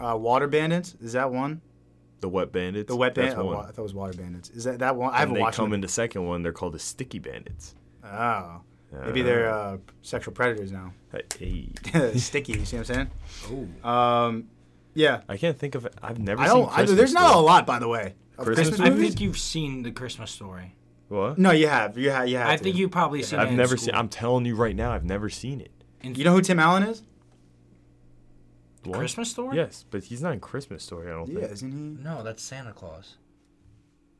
Speaker 2: Uh, water bandits? Is that one?
Speaker 1: the wet bandits.
Speaker 2: The wet bandits.
Speaker 1: That's one.
Speaker 2: I thought it was water bandits. Is that that one? I
Speaker 1: and
Speaker 2: haven't
Speaker 1: they
Speaker 2: watched
Speaker 1: come
Speaker 2: them.
Speaker 1: in the second one. They're called the sticky bandits.
Speaker 2: Oh, maybe they're uh, sexual predators now.
Speaker 1: Hey.
Speaker 2: Sticky. You see what I'm
Speaker 3: ooh.
Speaker 2: saying? Um, yeah.
Speaker 1: I can't think of it. I've never
Speaker 2: I
Speaker 1: seen
Speaker 2: don't. I,
Speaker 1: Christmas.
Speaker 2: there's not
Speaker 1: though.
Speaker 2: a lot, by the way. Of
Speaker 1: Christmas
Speaker 2: Christmas
Speaker 3: I
Speaker 2: movies?
Speaker 3: think you've seen the Christmas story.
Speaker 1: What?
Speaker 2: no, you have. You have. You have.
Speaker 3: I
Speaker 2: to.
Speaker 3: think you've probably seen. it
Speaker 1: I've
Speaker 3: in
Speaker 1: never
Speaker 3: school.
Speaker 1: seen. I'm telling you right now, I've never seen it.
Speaker 2: You know who Tim Allen is?
Speaker 1: What?
Speaker 3: Christmas story?
Speaker 1: Yes, but he's not in Christmas story. I don't
Speaker 2: Yeah,
Speaker 1: think.
Speaker 2: isn't he?
Speaker 3: No, that's Santa Claus.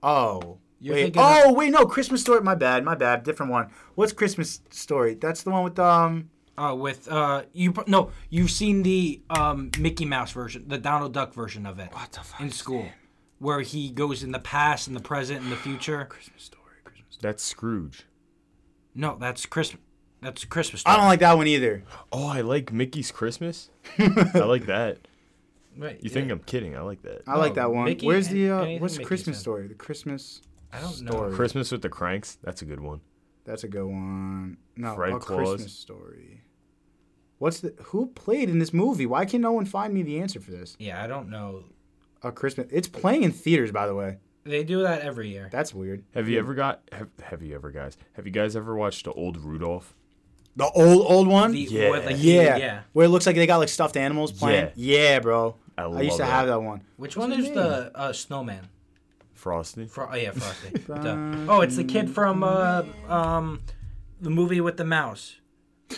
Speaker 2: Oh,
Speaker 3: You're
Speaker 2: wait,
Speaker 3: thinking of-
Speaker 2: oh wait, no, Christmas story. My bad, my bad. Different one. What's Christmas story? That's the one with um.
Speaker 3: uh, with uh, you pr- no, you've seen the um, Mickey Mouse version, the Donald Duck version of it. What the fuck? In school, where he goes in the past and the present and the future.
Speaker 1: That's Scrooge.
Speaker 3: No, that's Christmas. That's Christmas.
Speaker 2: I
Speaker 3: Story.
Speaker 2: don't like that one either.
Speaker 1: Oh, I like Mickey's Christmas. I like that.
Speaker 3: Right,
Speaker 1: You think I'm kidding? I like that.
Speaker 2: I like
Speaker 3: No,
Speaker 2: that one.
Speaker 3: Mickey,
Speaker 2: Where's
Speaker 3: an-
Speaker 2: the uh,
Speaker 3: anything
Speaker 2: what's
Speaker 3: Mickey's
Speaker 2: Christmas
Speaker 3: in.
Speaker 2: story? The Christmas.
Speaker 3: I don't know.
Speaker 2: story.
Speaker 1: Christmas with the Cranks. That's a good one.
Speaker 2: That's a good one. No,
Speaker 1: Fred
Speaker 2: a
Speaker 1: Claus.
Speaker 2: Christmas story. What's the who played in this movie? Why can no one find me the answer for this?
Speaker 3: Yeah, I don't know.
Speaker 2: A Christmas. It's playing in theaters, by the way.
Speaker 3: They do that every year.
Speaker 2: That's weird.
Speaker 1: Have you ever got? Have, have you ever, guys? Have you guys ever watched the old Rudolph?
Speaker 2: The old old one.
Speaker 3: The-
Speaker 1: Yeah.
Speaker 3: with, like, the-
Speaker 2: yeah.
Speaker 3: yeah.
Speaker 2: Where it looks like they got like stuffed animals playing. Yeah, bro.
Speaker 1: I
Speaker 2: I,
Speaker 1: love
Speaker 2: used to
Speaker 1: that.
Speaker 2: have that one.
Speaker 3: Which
Speaker 2: What's
Speaker 3: one
Speaker 2: his
Speaker 3: is the uh, snowman?
Speaker 1: Frosty.
Speaker 3: Fro- oh yeah, Frosty. Duh. Oh, it's the kid from uh, um, the movie with the mouse.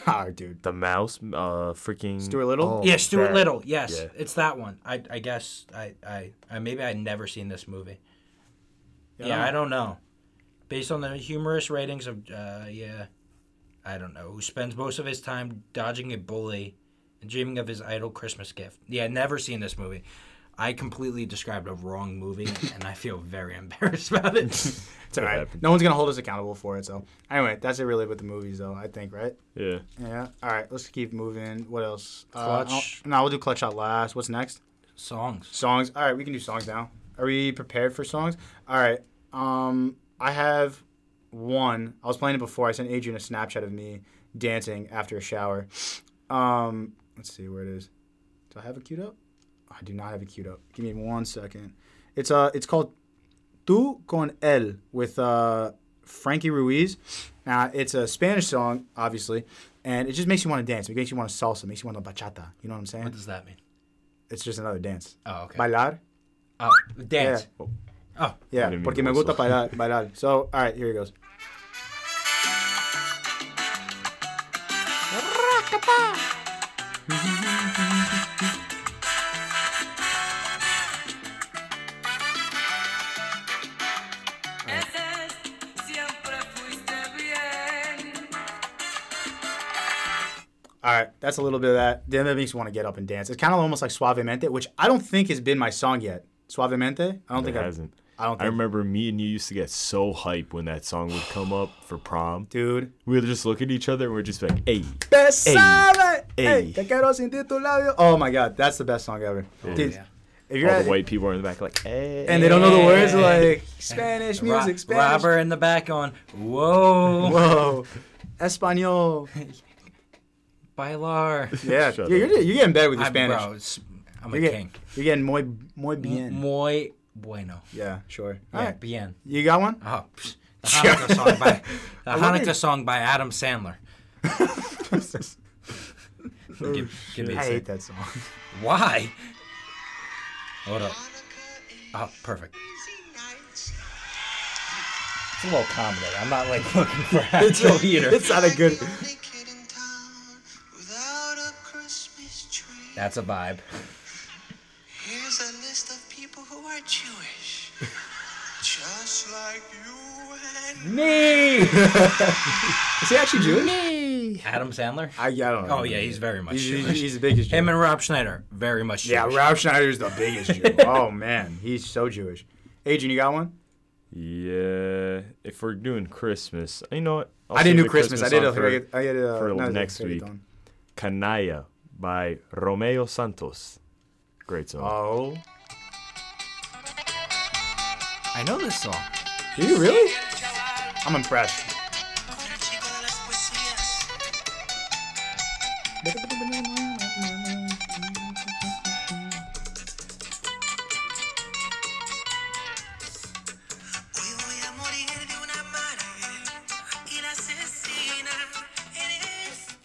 Speaker 2: Ah, dude.
Speaker 1: The mouse. Uh, freaking.
Speaker 2: Stuart Little?
Speaker 1: Oh,
Speaker 3: yeah, Stuart
Speaker 1: that-
Speaker 3: Little. Yes,
Speaker 1: yeah.
Speaker 3: it's that one. I, I guess I, I, I maybe I never seen this movie. Yeah, I don't know. Based on the humorous ratings of uh, yeah, I don't know who spends most of his time dodging a bully and dreaming of his idol Christmas gift. Yeah, never seen this movie. I completely described a wrong movie, and I feel very embarrassed about it.
Speaker 2: It's all right.
Speaker 1: happened.
Speaker 2: No one's gonna hold us accountable for it. So anyway, that's it really with the movies, though. I think, right?
Speaker 1: Yeah.
Speaker 2: Yeah. All right. Let's keep moving. What else?
Speaker 3: Clutch.
Speaker 2: Uh, no, we'll do clutch out last. What's next?
Speaker 3: Songs.
Speaker 2: Songs. All right, we can do songs now. Are we prepared for songs? All right. Um, I have one. I was playing it before. I sent Adrian a Snapchat of me dancing after a shower. Um, let's see where it is. Do I have it queued up? I do not have it queued up. Give me one second. It's uh, it's called "Tu con él" with uh, Frankie Ruiz. Now it's a Spanish song, obviously, and it just makes you want to dance. It makes you want to salsa. It makes you want to bachata. You know what I'm
Speaker 3: What
Speaker 2: saying?
Speaker 3: does that mean?
Speaker 2: It's just another dance.
Speaker 3: Oh, okay.
Speaker 2: Bailar.
Speaker 3: Oh, dance. Oh,
Speaker 1: didn't
Speaker 2: Yeah,
Speaker 1: mean
Speaker 2: porque
Speaker 1: to
Speaker 2: me gusta
Speaker 1: whistle.
Speaker 2: bailar, bailar. So, all right, here he goes.
Speaker 5: Ese siempre fuiste bien.
Speaker 2: All right, that's a little bit of that. Then that makes you want to get up and dance. It's kind of almost like Suavemente, which I don't think has been my song yet. Suavemente? I don't
Speaker 1: It
Speaker 2: think
Speaker 1: hasn't.
Speaker 2: I, I don't
Speaker 1: I
Speaker 2: think.
Speaker 1: remember me and you used to get so hype when that song would come up for prom.
Speaker 2: Dude.
Speaker 1: We would just look at each other and we're just like, "Hey,
Speaker 2: Besame,
Speaker 1: Ey.
Speaker 2: ey, te quiero sentir tu labio. Oh my God, that's the best song ever. Dude,
Speaker 3: yeah.
Speaker 2: if you're
Speaker 1: all
Speaker 2: at,
Speaker 1: the white people are in the back, like, hey."
Speaker 2: and they don't know the words,
Speaker 3: Yeah.
Speaker 2: like Spanish music,
Speaker 3: Ro-
Speaker 2: Spanish.
Speaker 3: Robber in the back on. Whoa,
Speaker 2: Whoa, Espanol.
Speaker 3: bailar.
Speaker 2: Yeah,
Speaker 1: Shut
Speaker 2: you're,
Speaker 1: up.
Speaker 2: you're, you're getting better with your
Speaker 3: I'm,
Speaker 2: Spanish.
Speaker 3: bro, it's- I'm a
Speaker 2: you're,
Speaker 3: king.
Speaker 2: getting, you're getting muy, muy bien.
Speaker 3: Muy bueno.
Speaker 2: yeah, sure.
Speaker 3: Yeah,
Speaker 2: All right,
Speaker 3: bien.
Speaker 2: you got one?
Speaker 3: Oh, psh, the Hanukkah song by the
Speaker 2: wonder-
Speaker 3: Hanukkah song by Adam Sandler. give, give me a
Speaker 2: I hate
Speaker 3: sec.
Speaker 2: that song.
Speaker 3: Why? Hold up. Oh, perfect. It's a little comedy. I'm not like looking for actual heater.
Speaker 2: It's not a good.
Speaker 3: That's a vibe.
Speaker 6: Here's a list of people who are Jewish. Just like you and
Speaker 3: Me.
Speaker 2: Is he actually Jewish?
Speaker 3: Adam Sandler.
Speaker 2: I, I don't know.
Speaker 3: Oh yeah, he's very much.
Speaker 2: he's, he's,
Speaker 3: Jewish.
Speaker 2: he's the biggest Jew.
Speaker 3: Him and Rob Schneider, very much.
Speaker 2: yeah,
Speaker 3: Jewish.
Speaker 2: Rob Schneider's the biggest Jew. oh man, he's so Jewish. Adrian, you got one?
Speaker 1: Yeah, if we're doing Christmas, you know what? I'll
Speaker 2: I didn't
Speaker 1: save
Speaker 2: do
Speaker 1: the
Speaker 2: Christmas. I did a
Speaker 1: song for
Speaker 2: regga- I did a
Speaker 1: for
Speaker 2: not a
Speaker 1: next week.
Speaker 2: reggaeton.
Speaker 1: Canalla by Romeo Santos. Great song.
Speaker 2: Oh,
Speaker 3: I know this song.
Speaker 2: do you really? I'm impressed.
Speaker 6: Hoy voy a morir de una manera y la asesina eres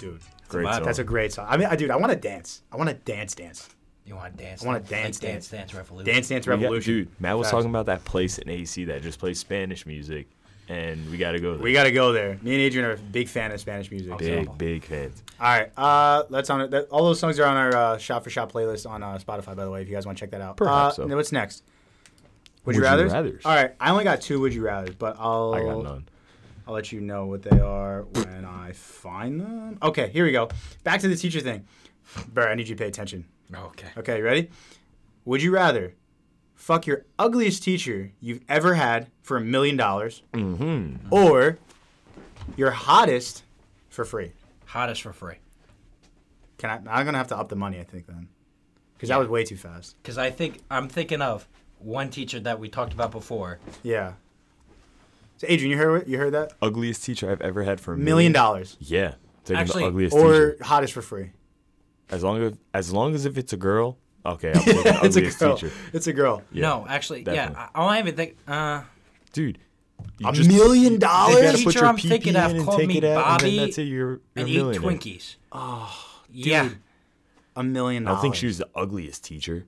Speaker 2: Dude,
Speaker 1: Great
Speaker 3: vibe.
Speaker 1: song.
Speaker 2: that's a great song. I mean, I, dude, I want to dance. I want to dance, dance,
Speaker 3: You want to dance?
Speaker 2: I wanna
Speaker 3: like
Speaker 2: dance,
Speaker 3: dance, dance, revolution.
Speaker 2: dance, dance,
Speaker 1: We got-
Speaker 2: revolution.
Speaker 1: dude, Matt was
Speaker 2: Facts.
Speaker 1: talking about that place in AC that just plays Spanish music, and we got to go there.
Speaker 2: we gotta go there. Me and Adrian are a big fan of Spanish music.
Speaker 1: big, big fans.
Speaker 2: All right, uh, that's on it. That, all those songs are on our uh, shot for shot playlist on uh, Spotify, by the way. If you guys want to check that out.
Speaker 1: Perhaps
Speaker 2: uh,
Speaker 1: so.
Speaker 2: now What's next? Would, you
Speaker 1: Would
Speaker 2: rather?
Speaker 1: you rathers.
Speaker 2: All right, I only got two would you rather, but I'll
Speaker 1: I got none.
Speaker 2: I'll let you know what they are when I find them. Okay, here we go. Back to the teacher thing. Bro, I need you to pay attention.
Speaker 3: Okay.
Speaker 2: Okay, you ready? Would you rather fuck your ugliest teacher you've ever had for a million dollars
Speaker 1: Mm-hmm.
Speaker 2: or your hottest for free?
Speaker 3: Hottest for free.
Speaker 2: Can I, I'm going to have to up the money, I think, then. Because that was way too fast.
Speaker 3: Because I think I'm thinking of one teacher that we talked about before.
Speaker 2: Yeah. So, Adrian, you heard, you heard that?
Speaker 1: Ugliest teacher I've ever had for a
Speaker 2: Million dollars
Speaker 1: Yeah, taking
Speaker 3: Actually,
Speaker 1: the ugliest
Speaker 2: or
Speaker 1: teacher.
Speaker 2: hottest for free.
Speaker 1: As long as as long as if it's a girl, okay, I'll take the
Speaker 2: it's a
Speaker 1: ugliest
Speaker 2: girl.
Speaker 1: teacher.
Speaker 2: It's a girl.
Speaker 1: Yeah,
Speaker 3: no, actually, yeah.
Speaker 1: definitely.
Speaker 3: I, I don't even think. Uh,
Speaker 1: dude. You
Speaker 2: A
Speaker 1: just-
Speaker 2: million
Speaker 1: You
Speaker 2: dollars?
Speaker 1: gotta put
Speaker 3: Teacher
Speaker 1: your
Speaker 3: I'm thinking
Speaker 1: PP
Speaker 3: of
Speaker 1: in and
Speaker 3: called
Speaker 1: take
Speaker 3: me
Speaker 1: it out, and then
Speaker 3: Bobby
Speaker 1: that's it. You're, you're
Speaker 3: and
Speaker 1: a
Speaker 3: eat
Speaker 1: millionaire.
Speaker 3: Twinkies. Oh, yeah.
Speaker 2: A million
Speaker 1: I
Speaker 2: dollars.
Speaker 1: don't think she was the ugliest teacher.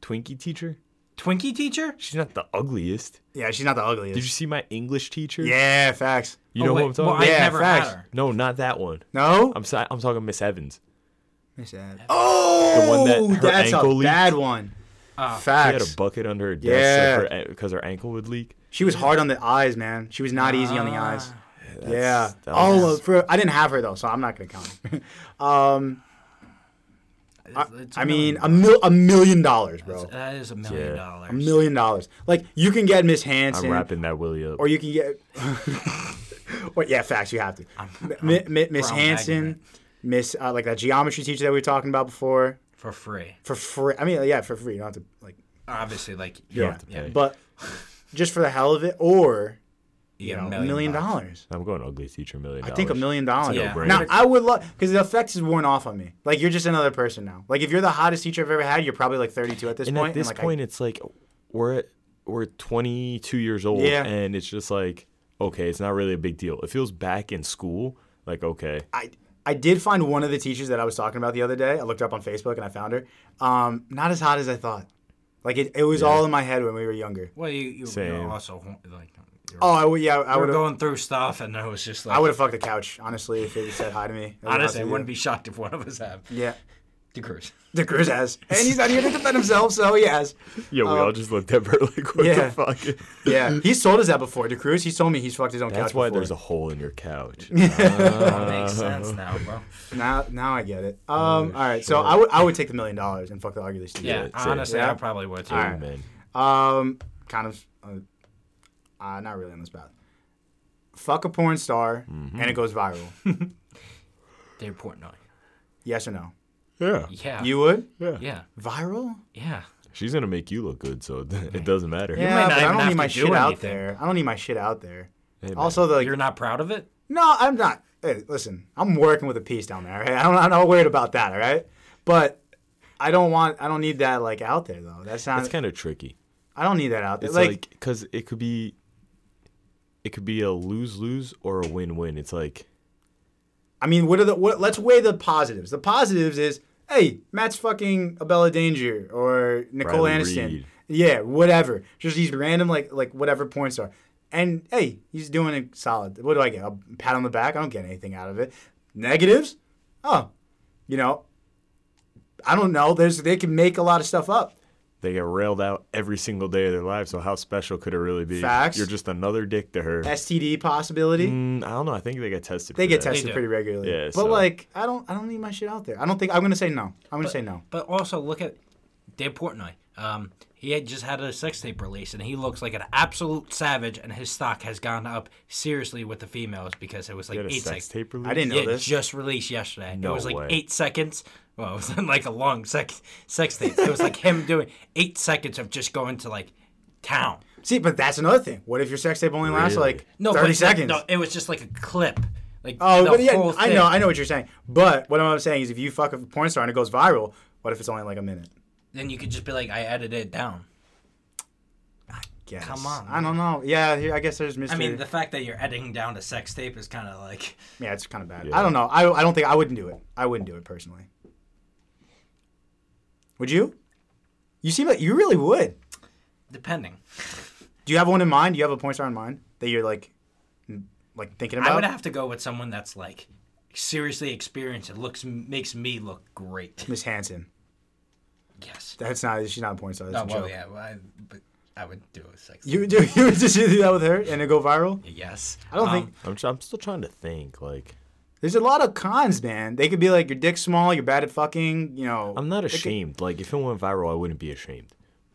Speaker 1: Twinkie teacher?
Speaker 3: Twinkie teacher?
Speaker 1: She's not the ugliest.
Speaker 2: Yeah, she's not the ugliest.
Speaker 1: Did you see my English teacher?
Speaker 2: Yeah, facts.
Speaker 1: You
Speaker 3: Oh,
Speaker 1: know
Speaker 3: wait,
Speaker 1: who I'm talking
Speaker 3: well,
Speaker 1: about?
Speaker 3: I
Speaker 2: Yeah,
Speaker 3: never had
Speaker 2: facts.
Speaker 3: her.
Speaker 1: No, not that one.
Speaker 2: No?
Speaker 1: I'm si- I'm talking Miss Evans.
Speaker 2: Miss Ab- Oh,
Speaker 1: one that her
Speaker 2: that's
Speaker 1: ankle
Speaker 2: a
Speaker 1: leaked?
Speaker 2: bad one.
Speaker 1: Ah. She had
Speaker 2: Facts.
Speaker 1: a bucket under her
Speaker 2: Yeah.
Speaker 1: desk because her ankle would leak.
Speaker 2: she was hard on the eyes, man. She was not easy on the eyes.
Speaker 1: Ah.
Speaker 2: Yeah.
Speaker 1: that
Speaker 2: All
Speaker 1: was-
Speaker 2: of for I didn't have her though, so I'm not gonna count. um,
Speaker 3: It's a
Speaker 2: I
Speaker 3: million
Speaker 2: mean, a mil a million dollars, bro.
Speaker 3: dollars. that is a million
Speaker 1: Yeah.
Speaker 2: A
Speaker 3: dollars.
Speaker 2: million dollars. Like you can get Miss
Speaker 1: I'm
Speaker 2: Hanson,
Speaker 1: wrapping that Willie up.
Speaker 2: or you can get. or yeah, facts. You have to. Mi- mi- Miss
Speaker 3: brown
Speaker 2: Hanson,
Speaker 3: magnet.
Speaker 2: Miss uh, like that geometry teacher that we were talking about before
Speaker 3: for free.
Speaker 2: for free. I mean, yeah, for free. You don't have to like.
Speaker 3: Obviously, like
Speaker 1: You don't
Speaker 2: yeah.
Speaker 1: have to pay.
Speaker 2: but just for the hell of it, or
Speaker 3: you
Speaker 2: you
Speaker 3: get
Speaker 2: know, a million dollars.
Speaker 1: I'm going ugly teacher million
Speaker 2: I
Speaker 1: dollars.
Speaker 2: think a million dollars.
Speaker 3: Yeah. no-brainer.
Speaker 2: Now I would love because the effect is worn off on me. Like you're just another person now. Like if you're the hottest teacher I've ever had, you're probably like 32 at this
Speaker 1: And
Speaker 2: point,
Speaker 1: at this
Speaker 2: like, I-
Speaker 1: point, it's like we're at, we're 22 years old,
Speaker 2: Yeah.
Speaker 1: and it's just like okay, it's not really a big deal. It feels back in school, like okay,
Speaker 2: I I did find one of the teachers that I was talking about the other day. I looked her up on Facebook and I found her. Um, not as hot as I thought. Like it, it was all in my head when we were younger.
Speaker 3: Well, you, you you're
Speaker 1: Same.
Speaker 3: also hor- like you're,
Speaker 2: Oh, I would, yeah, I
Speaker 3: we're
Speaker 2: would. have
Speaker 3: going through stuff, and I was just like,
Speaker 2: I would have fucked the couch honestly if it said hi to me.
Speaker 3: honestly, I wouldn't be shocked if one of us have
Speaker 2: Yeah,
Speaker 3: the cruise.
Speaker 2: the Cruz has, and he's not here to defend himself, so he has.
Speaker 1: yeah, we all just looked at her like what
Speaker 2: yeah.
Speaker 1: the fuck.
Speaker 2: Yeah, he's told us that before. De Cruz, he's told me he's fucked his own couch.
Speaker 1: That's why
Speaker 2: before.
Speaker 1: there's a hole in your couch.
Speaker 3: That makes sense now, bro.
Speaker 2: Now, now I get it.
Speaker 3: Oh,
Speaker 2: Um, all right, so I would I would take the million dollars and fuck the arguably stupid.
Speaker 3: Yeah,
Speaker 1: same.
Speaker 3: honestly,
Speaker 2: Yeah.
Speaker 3: I probably would too.
Speaker 2: Alright.
Speaker 1: Amen.
Speaker 2: Um, kind of, uh, uh, not really on this path. Fuck a porn star
Speaker 3: Mm-hmm.
Speaker 2: and it goes viral.
Speaker 3: They're Portnoy.
Speaker 2: yes or no?
Speaker 1: Yeah,
Speaker 3: Yeah,
Speaker 2: You would
Speaker 3: yeah,
Speaker 2: viral?
Speaker 3: yeah.
Speaker 1: she's gonna make you look good, so it doesn't matter.
Speaker 2: Yeah,
Speaker 3: might not
Speaker 2: but I
Speaker 3: even
Speaker 2: don't
Speaker 3: have
Speaker 2: need my
Speaker 3: to
Speaker 2: shit
Speaker 3: do
Speaker 2: out
Speaker 3: anything.
Speaker 2: there. I don't need my shit out there.
Speaker 1: man.
Speaker 2: also, the
Speaker 3: You're not proud of it?
Speaker 2: No, I'm not. Hey, listen, I'm working with a piece down there. All right? I don't, I'm not worried about that. All right, but I don't want. I don't need that like out there though. That's not.
Speaker 1: That's kind of tricky.
Speaker 2: I don't need that out there.
Speaker 1: It's
Speaker 2: like,
Speaker 1: like because it could be, it could be a lose lose or a win win. It's like
Speaker 2: I mean, what are the? What, let's weigh the positives. The positives is, hey, Matt's fucking Abella Danger or Nicole
Speaker 1: Riley
Speaker 2: Aniston.
Speaker 1: Reid.
Speaker 2: Yeah, whatever. Just these random like like whatever porn star. And hey, he's doing it solid. What do I get? A pat on the back? I don't get anything out of it. Negatives? Oh, you know, I don't know. There's they can make a lot of stuff up.
Speaker 1: they get railed out every single day of their life. So how special could it really be?
Speaker 2: Facts.
Speaker 1: You're just another dick to her.
Speaker 2: STD possibility.
Speaker 1: Mm, I don't know. I think they get tested.
Speaker 2: They
Speaker 1: for
Speaker 2: get
Speaker 1: that.
Speaker 2: tested
Speaker 3: do.
Speaker 2: pretty regularly.
Speaker 1: Yeah,
Speaker 2: but
Speaker 1: so-
Speaker 2: like, I don't I don't need my shit out there. I don't think I'm gonna say no. I'm gonna say no.
Speaker 3: But also look at Dave Portnoy. Um, he had just had a sex tape release, and he looks like an absolute savage. And his stock has gone up seriously with the females because it was like
Speaker 1: They had a
Speaker 3: eight
Speaker 1: sex
Speaker 3: seconds.
Speaker 1: tape release.
Speaker 2: I didn't know
Speaker 3: Yeah,
Speaker 2: this.
Speaker 3: just released yesterday.
Speaker 1: No
Speaker 3: it was like
Speaker 1: way.
Speaker 3: eight seconds. Well, it was like a long sex sex tape. It was like him doing eight seconds of just going to like town.
Speaker 2: See, but that's another thing. What if your sex tape only lasts
Speaker 1: Really?
Speaker 2: like
Speaker 3: No,
Speaker 2: thirty
Speaker 3: but
Speaker 2: seconds?
Speaker 3: No, it was just like a clip. Like
Speaker 2: oh,
Speaker 3: the
Speaker 2: but yeah,
Speaker 3: whole
Speaker 2: I
Speaker 3: thing.
Speaker 2: know, I know what you're saying. But what I'm saying is, if you fuck a porn star and it goes viral, what if it's only like a minute?
Speaker 3: Then you could just be like, I edited it down.
Speaker 2: Guess.
Speaker 3: Come on,
Speaker 2: I don't know. Yeah, here- I guess there's
Speaker 3: I
Speaker 2: mystery.
Speaker 3: mean, the fact that you're editing down to sex tape is kind of like.
Speaker 2: yeah, it's kind of bad.
Speaker 1: Yeah.
Speaker 2: I don't know. I, I don't think I wouldn't do it. I wouldn't do it personally. Would you? You seem like you really would.
Speaker 3: Depending.
Speaker 2: Do you have one in mind? Do you have a porn star in mind that you're like, n- like thinking about?
Speaker 3: I would have to go with someone that's like seriously experienced and looks makes me look great.
Speaker 2: Miss Hanson.
Speaker 3: Yes.
Speaker 2: That's not. She's not a porn star. That's
Speaker 3: Oh
Speaker 2: a
Speaker 3: well,
Speaker 2: joke.
Speaker 3: yeah. Well, I, but I would do a sex.
Speaker 2: You would do you would just do that with her and it go viral?
Speaker 3: yes.
Speaker 2: I don't
Speaker 3: Um,
Speaker 2: think
Speaker 1: I'm, tr- I'm still trying to think. Like,
Speaker 2: there's a lot of cons, man. They could be like your dick's small, you're bad at fucking, you know.
Speaker 1: I'm not
Speaker 2: They could-
Speaker 1: ashamed. like, if it went viral, I wouldn't be ashamed.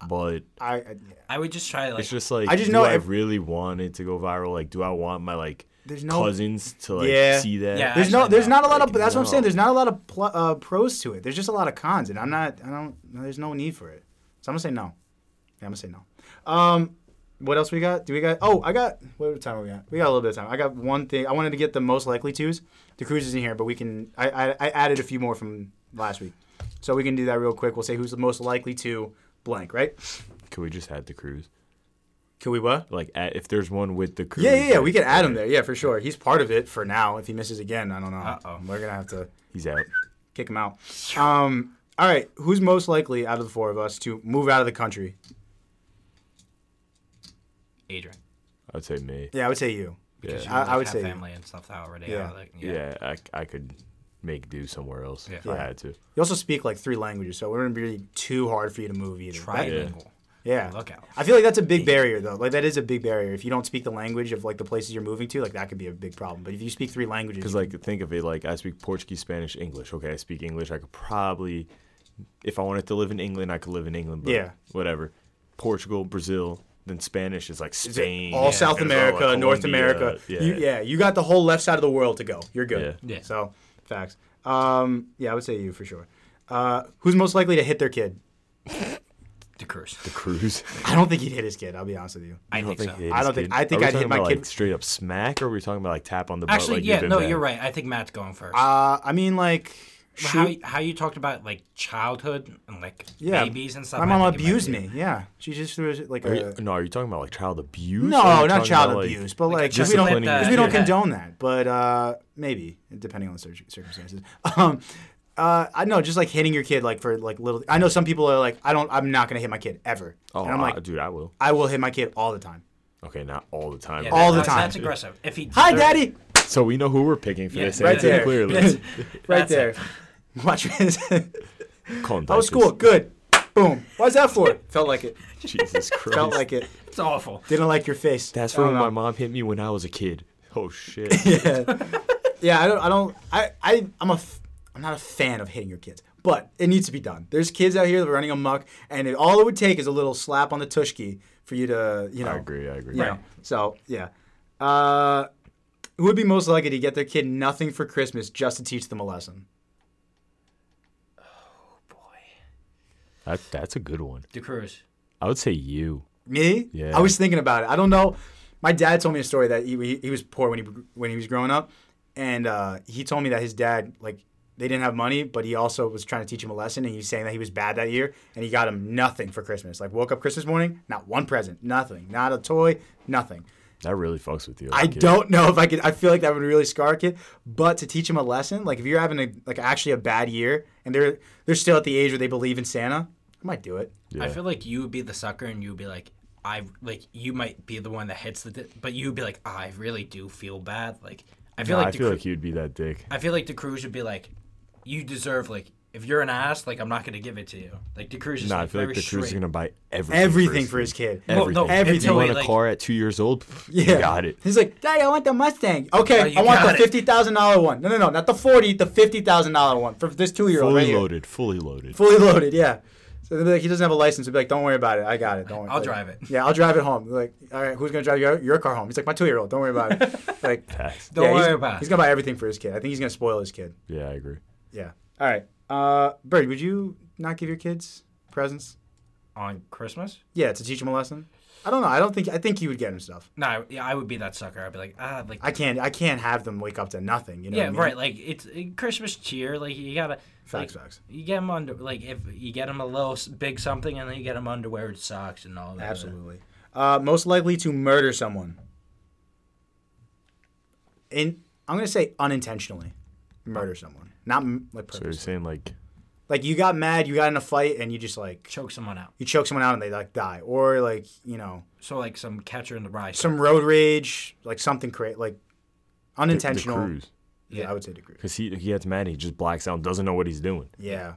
Speaker 1: But
Speaker 2: I, I
Speaker 3: I would just try to like
Speaker 1: it's just like,
Speaker 2: I just
Speaker 1: do
Speaker 2: know
Speaker 1: I
Speaker 2: ev-
Speaker 1: really want it to go viral? Like, do I want my like
Speaker 2: There's no-
Speaker 1: cousins to like
Speaker 2: Yeah.
Speaker 1: see that?
Speaker 3: Yeah.
Speaker 2: there's no
Speaker 3: Actually,
Speaker 2: there's
Speaker 3: no.
Speaker 2: not a lot of
Speaker 1: Like,
Speaker 2: that's what I'm
Speaker 1: no.
Speaker 2: saying. There's not a lot of pl- uh, pros to it. There's just a lot of cons, and I'm not I don't there's no need for it. So I'm gonna say no. Yeah, I'm gonna say no. Um, what else we got? Do we got? Oh, I got. What time are we at? We got a little bit of time. I got one thing. I wanted to get the most likely twos. The cruise is in here, but we can. I, I I added a few more from last week, so we can do that real quick. We'll say who's the most likely to blank, right?
Speaker 1: Could we just add the cruise?
Speaker 2: Can we what?
Speaker 1: Like, at, if there's one with the cruise,
Speaker 2: Yeah, yeah, yeah. We
Speaker 1: like,
Speaker 2: can add him there. Yeah, for sure. He's part of it for now. If he misses again, I don't know.
Speaker 3: Uh-oh.
Speaker 2: We're gonna have to.
Speaker 1: He's out.
Speaker 2: kick him out. Um, all right, who's most likely out of the four of us to move out of the country?
Speaker 3: Adrian.
Speaker 1: I'd say me.
Speaker 2: Yeah, I would say you.
Speaker 1: Yeah,
Speaker 3: She
Speaker 2: I-
Speaker 3: would,
Speaker 2: I
Speaker 3: like,
Speaker 2: would
Speaker 3: have
Speaker 2: say-
Speaker 3: family and stuff that already.
Speaker 2: Yeah.
Speaker 3: Yeah. Like, yeah.
Speaker 1: yeah. I, c- I could make do somewhere else if
Speaker 3: Yeah.
Speaker 1: I
Speaker 2: Yeah.
Speaker 1: had to.
Speaker 2: You also speak like three languages, so it wouldn't be really too hard for you to move either. That-
Speaker 3: Trilingual.
Speaker 2: yeah.
Speaker 3: Look out.
Speaker 2: I feel like that's a big barrier though. Like that is a big barrier. If you don't speak the language of like the places you're moving to, like that could be a big problem. But if you speak three languages,
Speaker 1: Because like think of it, like I speak Portuguese, Spanish, English. Okay, I speak English. I could probably, if I wanted to live in England, I could live in England. But
Speaker 2: Yeah.
Speaker 1: whatever. Portugal, Brazil, then Spanish is like
Speaker 2: it's
Speaker 1: Spain,
Speaker 2: all South
Speaker 1: and it's all, like,
Speaker 2: America, North
Speaker 1: Colombia,
Speaker 2: America.
Speaker 1: Yeah,
Speaker 2: You, yeah, you got the whole left side of the world to go. You're good.
Speaker 3: Yeah. Yeah.
Speaker 2: So facts. Um, yeah, I would say you for sure. Uh, who's most likely to hit their kid?
Speaker 3: The curse.
Speaker 1: Cruise.
Speaker 2: I don't think he'd hit his kid. I'll be honest with you.
Speaker 3: I think so.
Speaker 1: hit
Speaker 2: I
Speaker 1: his
Speaker 2: don't think-
Speaker 1: kid.
Speaker 2: I
Speaker 1: Are
Speaker 2: think
Speaker 1: we
Speaker 2: I'd hit
Speaker 1: talking
Speaker 2: my
Speaker 1: about,
Speaker 2: kid-
Speaker 1: like, straight up smack, or are we talking about like tap on the butt?
Speaker 3: Actually,
Speaker 1: like,
Speaker 3: yeah,
Speaker 1: you've
Speaker 3: no,
Speaker 1: been
Speaker 3: you're
Speaker 1: bad?
Speaker 3: right. I think Matt's going first.
Speaker 2: Uh, I mean, like,
Speaker 3: But how,
Speaker 2: shoot.
Speaker 3: how you talked about like childhood and like
Speaker 2: yeah.
Speaker 3: babies and stuff.
Speaker 2: My
Speaker 3: I
Speaker 2: mom
Speaker 3: think it might
Speaker 2: abused
Speaker 3: be-
Speaker 2: me. Yeah, she just threw us, like
Speaker 1: Are
Speaker 2: a.
Speaker 1: you, no, are you talking about like child abuse? Or are
Speaker 2: No,
Speaker 1: you
Speaker 2: not
Speaker 1: talking
Speaker 2: child
Speaker 1: about, like-
Speaker 2: abuse, but like,
Speaker 3: like,
Speaker 2: we don't,
Speaker 1: disciplining
Speaker 3: let
Speaker 2: because
Speaker 3: that-
Speaker 2: we don't
Speaker 3: yeah.
Speaker 2: condone that, but uh, maybe depending on the cir- circumstances. Um, uh, I know, just like hitting your kid, like for like little. I know some people are like, I don't, I'm not gonna hit my kid ever,
Speaker 1: Oh,
Speaker 2: and I'm
Speaker 1: I-
Speaker 2: like,
Speaker 1: dude, I will.
Speaker 2: I will hit my kid all the time.
Speaker 1: Okay, not all the time.
Speaker 3: Yeah,
Speaker 1: but-
Speaker 2: All the
Speaker 3: that's-
Speaker 2: time.
Speaker 3: That's aggressive. If he
Speaker 2: Hi,
Speaker 3: deserved-
Speaker 2: daddy.
Speaker 1: So we know who we're picking for
Speaker 3: Yeah,
Speaker 1: this.
Speaker 3: right
Speaker 1: answer,
Speaker 2: there.
Speaker 1: Clearly.
Speaker 3: Yes.
Speaker 2: Right
Speaker 3: That's
Speaker 2: there.
Speaker 3: it.
Speaker 2: Watch this.
Speaker 1: Call him
Speaker 2: That
Speaker 1: diapers.
Speaker 2: was cool. Good. Boom. What's that for? Felt like it.
Speaker 1: Jesus Christ.
Speaker 2: Felt like it.
Speaker 3: It's awful.
Speaker 2: Didn't like your face.
Speaker 1: That's
Speaker 2: I don't
Speaker 1: from when
Speaker 2: know.
Speaker 1: my mom hit me when I was a kid. Oh shit.
Speaker 2: Yeah, I don't. I don't. I. I. I'm a. F- I'm not a fan of hitting your kids, but it needs to be done. There's kids out here that are running amok, and it, all it would take is a little slap on the tushki for you to, you know.
Speaker 1: I agree. I agree.
Speaker 2: You know. So yeah, uh, who would be most likely to get their kid nothing for Christmas just to teach them a lesson?
Speaker 1: That, that's a good one.
Speaker 3: The cruise.
Speaker 1: I would say you.
Speaker 2: Me?
Speaker 1: Yeah.
Speaker 2: I was thinking about it. I don't know. My dad told me a story that he, he, he was poor when he when he was growing up, and uh, he told me that his dad like they didn't have money, but he also was trying to teach him a lesson, and he was saying that he was bad that year, and he got him nothing for Christmas. Like woke up Christmas morning, not one present, nothing, not a toy, nothing.
Speaker 1: That really fucks with you.
Speaker 2: I don't know if I could. I feel like that would really scar a kid. But to teach him a lesson, like if you're having a, like actually a bad year, and they're they're still at the age where they believe in Santa, I might do it.
Speaker 1: Yeah.
Speaker 3: I feel like you would be the sucker, and you would be like, I like you might be the one that hits the, di- but you would be like, I really do feel bad. Like I feel
Speaker 1: Nah,
Speaker 3: like
Speaker 1: I
Speaker 3: the
Speaker 1: feel
Speaker 3: cru-
Speaker 1: like you'd be that dick.
Speaker 3: I feel like the crew should be like, you deserve like if you're an ass, like I'm not gonna give it to you. Like the crew's just
Speaker 1: Nah, I
Speaker 3: like,
Speaker 1: feel
Speaker 3: very
Speaker 1: like the
Speaker 3: straight.
Speaker 1: cruise is gonna buy everything.
Speaker 2: Everything for his kid.
Speaker 1: Everything.
Speaker 3: no,
Speaker 1: You
Speaker 2: everything.
Speaker 1: want
Speaker 3: like-
Speaker 1: a car at two years old? Pff, You got it. Oh,
Speaker 2: He's like, Daddy, I want the Mustang. Okay,
Speaker 3: you
Speaker 2: I want
Speaker 3: got
Speaker 2: the
Speaker 3: it.
Speaker 2: fifty thousand dollar one. No, no, no, not the forty, the fifty thousand dollar one for this two year old.
Speaker 1: Fully
Speaker 2: right here.
Speaker 1: loaded. Fully loaded.
Speaker 2: Fully loaded, yeah. So they'd be like, he doesn't have a license. He'd be like, don't worry about it. I got it. Don't worry.
Speaker 3: I'll
Speaker 2: Like,
Speaker 3: drive it.
Speaker 2: Yeah, I'll drive it home. They're like, all right, who's gonna drive your your car home? He's like, my two year old. Don't worry about it. Like,
Speaker 1: Facts.
Speaker 3: Don't
Speaker 2: he's-
Speaker 3: worry about it.
Speaker 2: He's gonna buy everything for his kid. I think he's gonna spoil his kid.
Speaker 1: Yeah, I agree.
Speaker 2: Yeah. All right. Uh, Bird, would you not give your kids presents?
Speaker 3: on Christmas.
Speaker 2: Yeah, to teach them a lesson. I don't know. I don't think. I think you would get him stuff.
Speaker 3: No, I, yeah, I would be that sucker. I'd be like, ah, like
Speaker 2: I can't. I can't have them wake up to nothing. You know.
Speaker 3: yeah,
Speaker 2: what I mean?
Speaker 3: right. Like it's uh, Christmas cheer. Like you gotta like,
Speaker 2: Facts, facts.
Speaker 3: You get them under like if you get them a little s- big something, and then you get them underwear and socks and all that.
Speaker 2: Absolutely. Uh, most likely to murder someone. In I'm gonna say unintentionally, murder someone, not m- like
Speaker 1: So you're
Speaker 2: purpose.
Speaker 1: saying like
Speaker 2: Like you got mad, you got in a fight, and you just like
Speaker 3: Choke someone out.
Speaker 2: you choke someone out and they like die, or like you know
Speaker 3: So like some catcher in the rye.
Speaker 2: some road rage, like something crazy, like
Speaker 1: the, the
Speaker 2: unintentional.
Speaker 1: cruise?
Speaker 2: Yeah, I would say the cruise.
Speaker 1: Because he he gets mad, and he just blacks out, and doesn't know what he's doing.
Speaker 2: Yeah,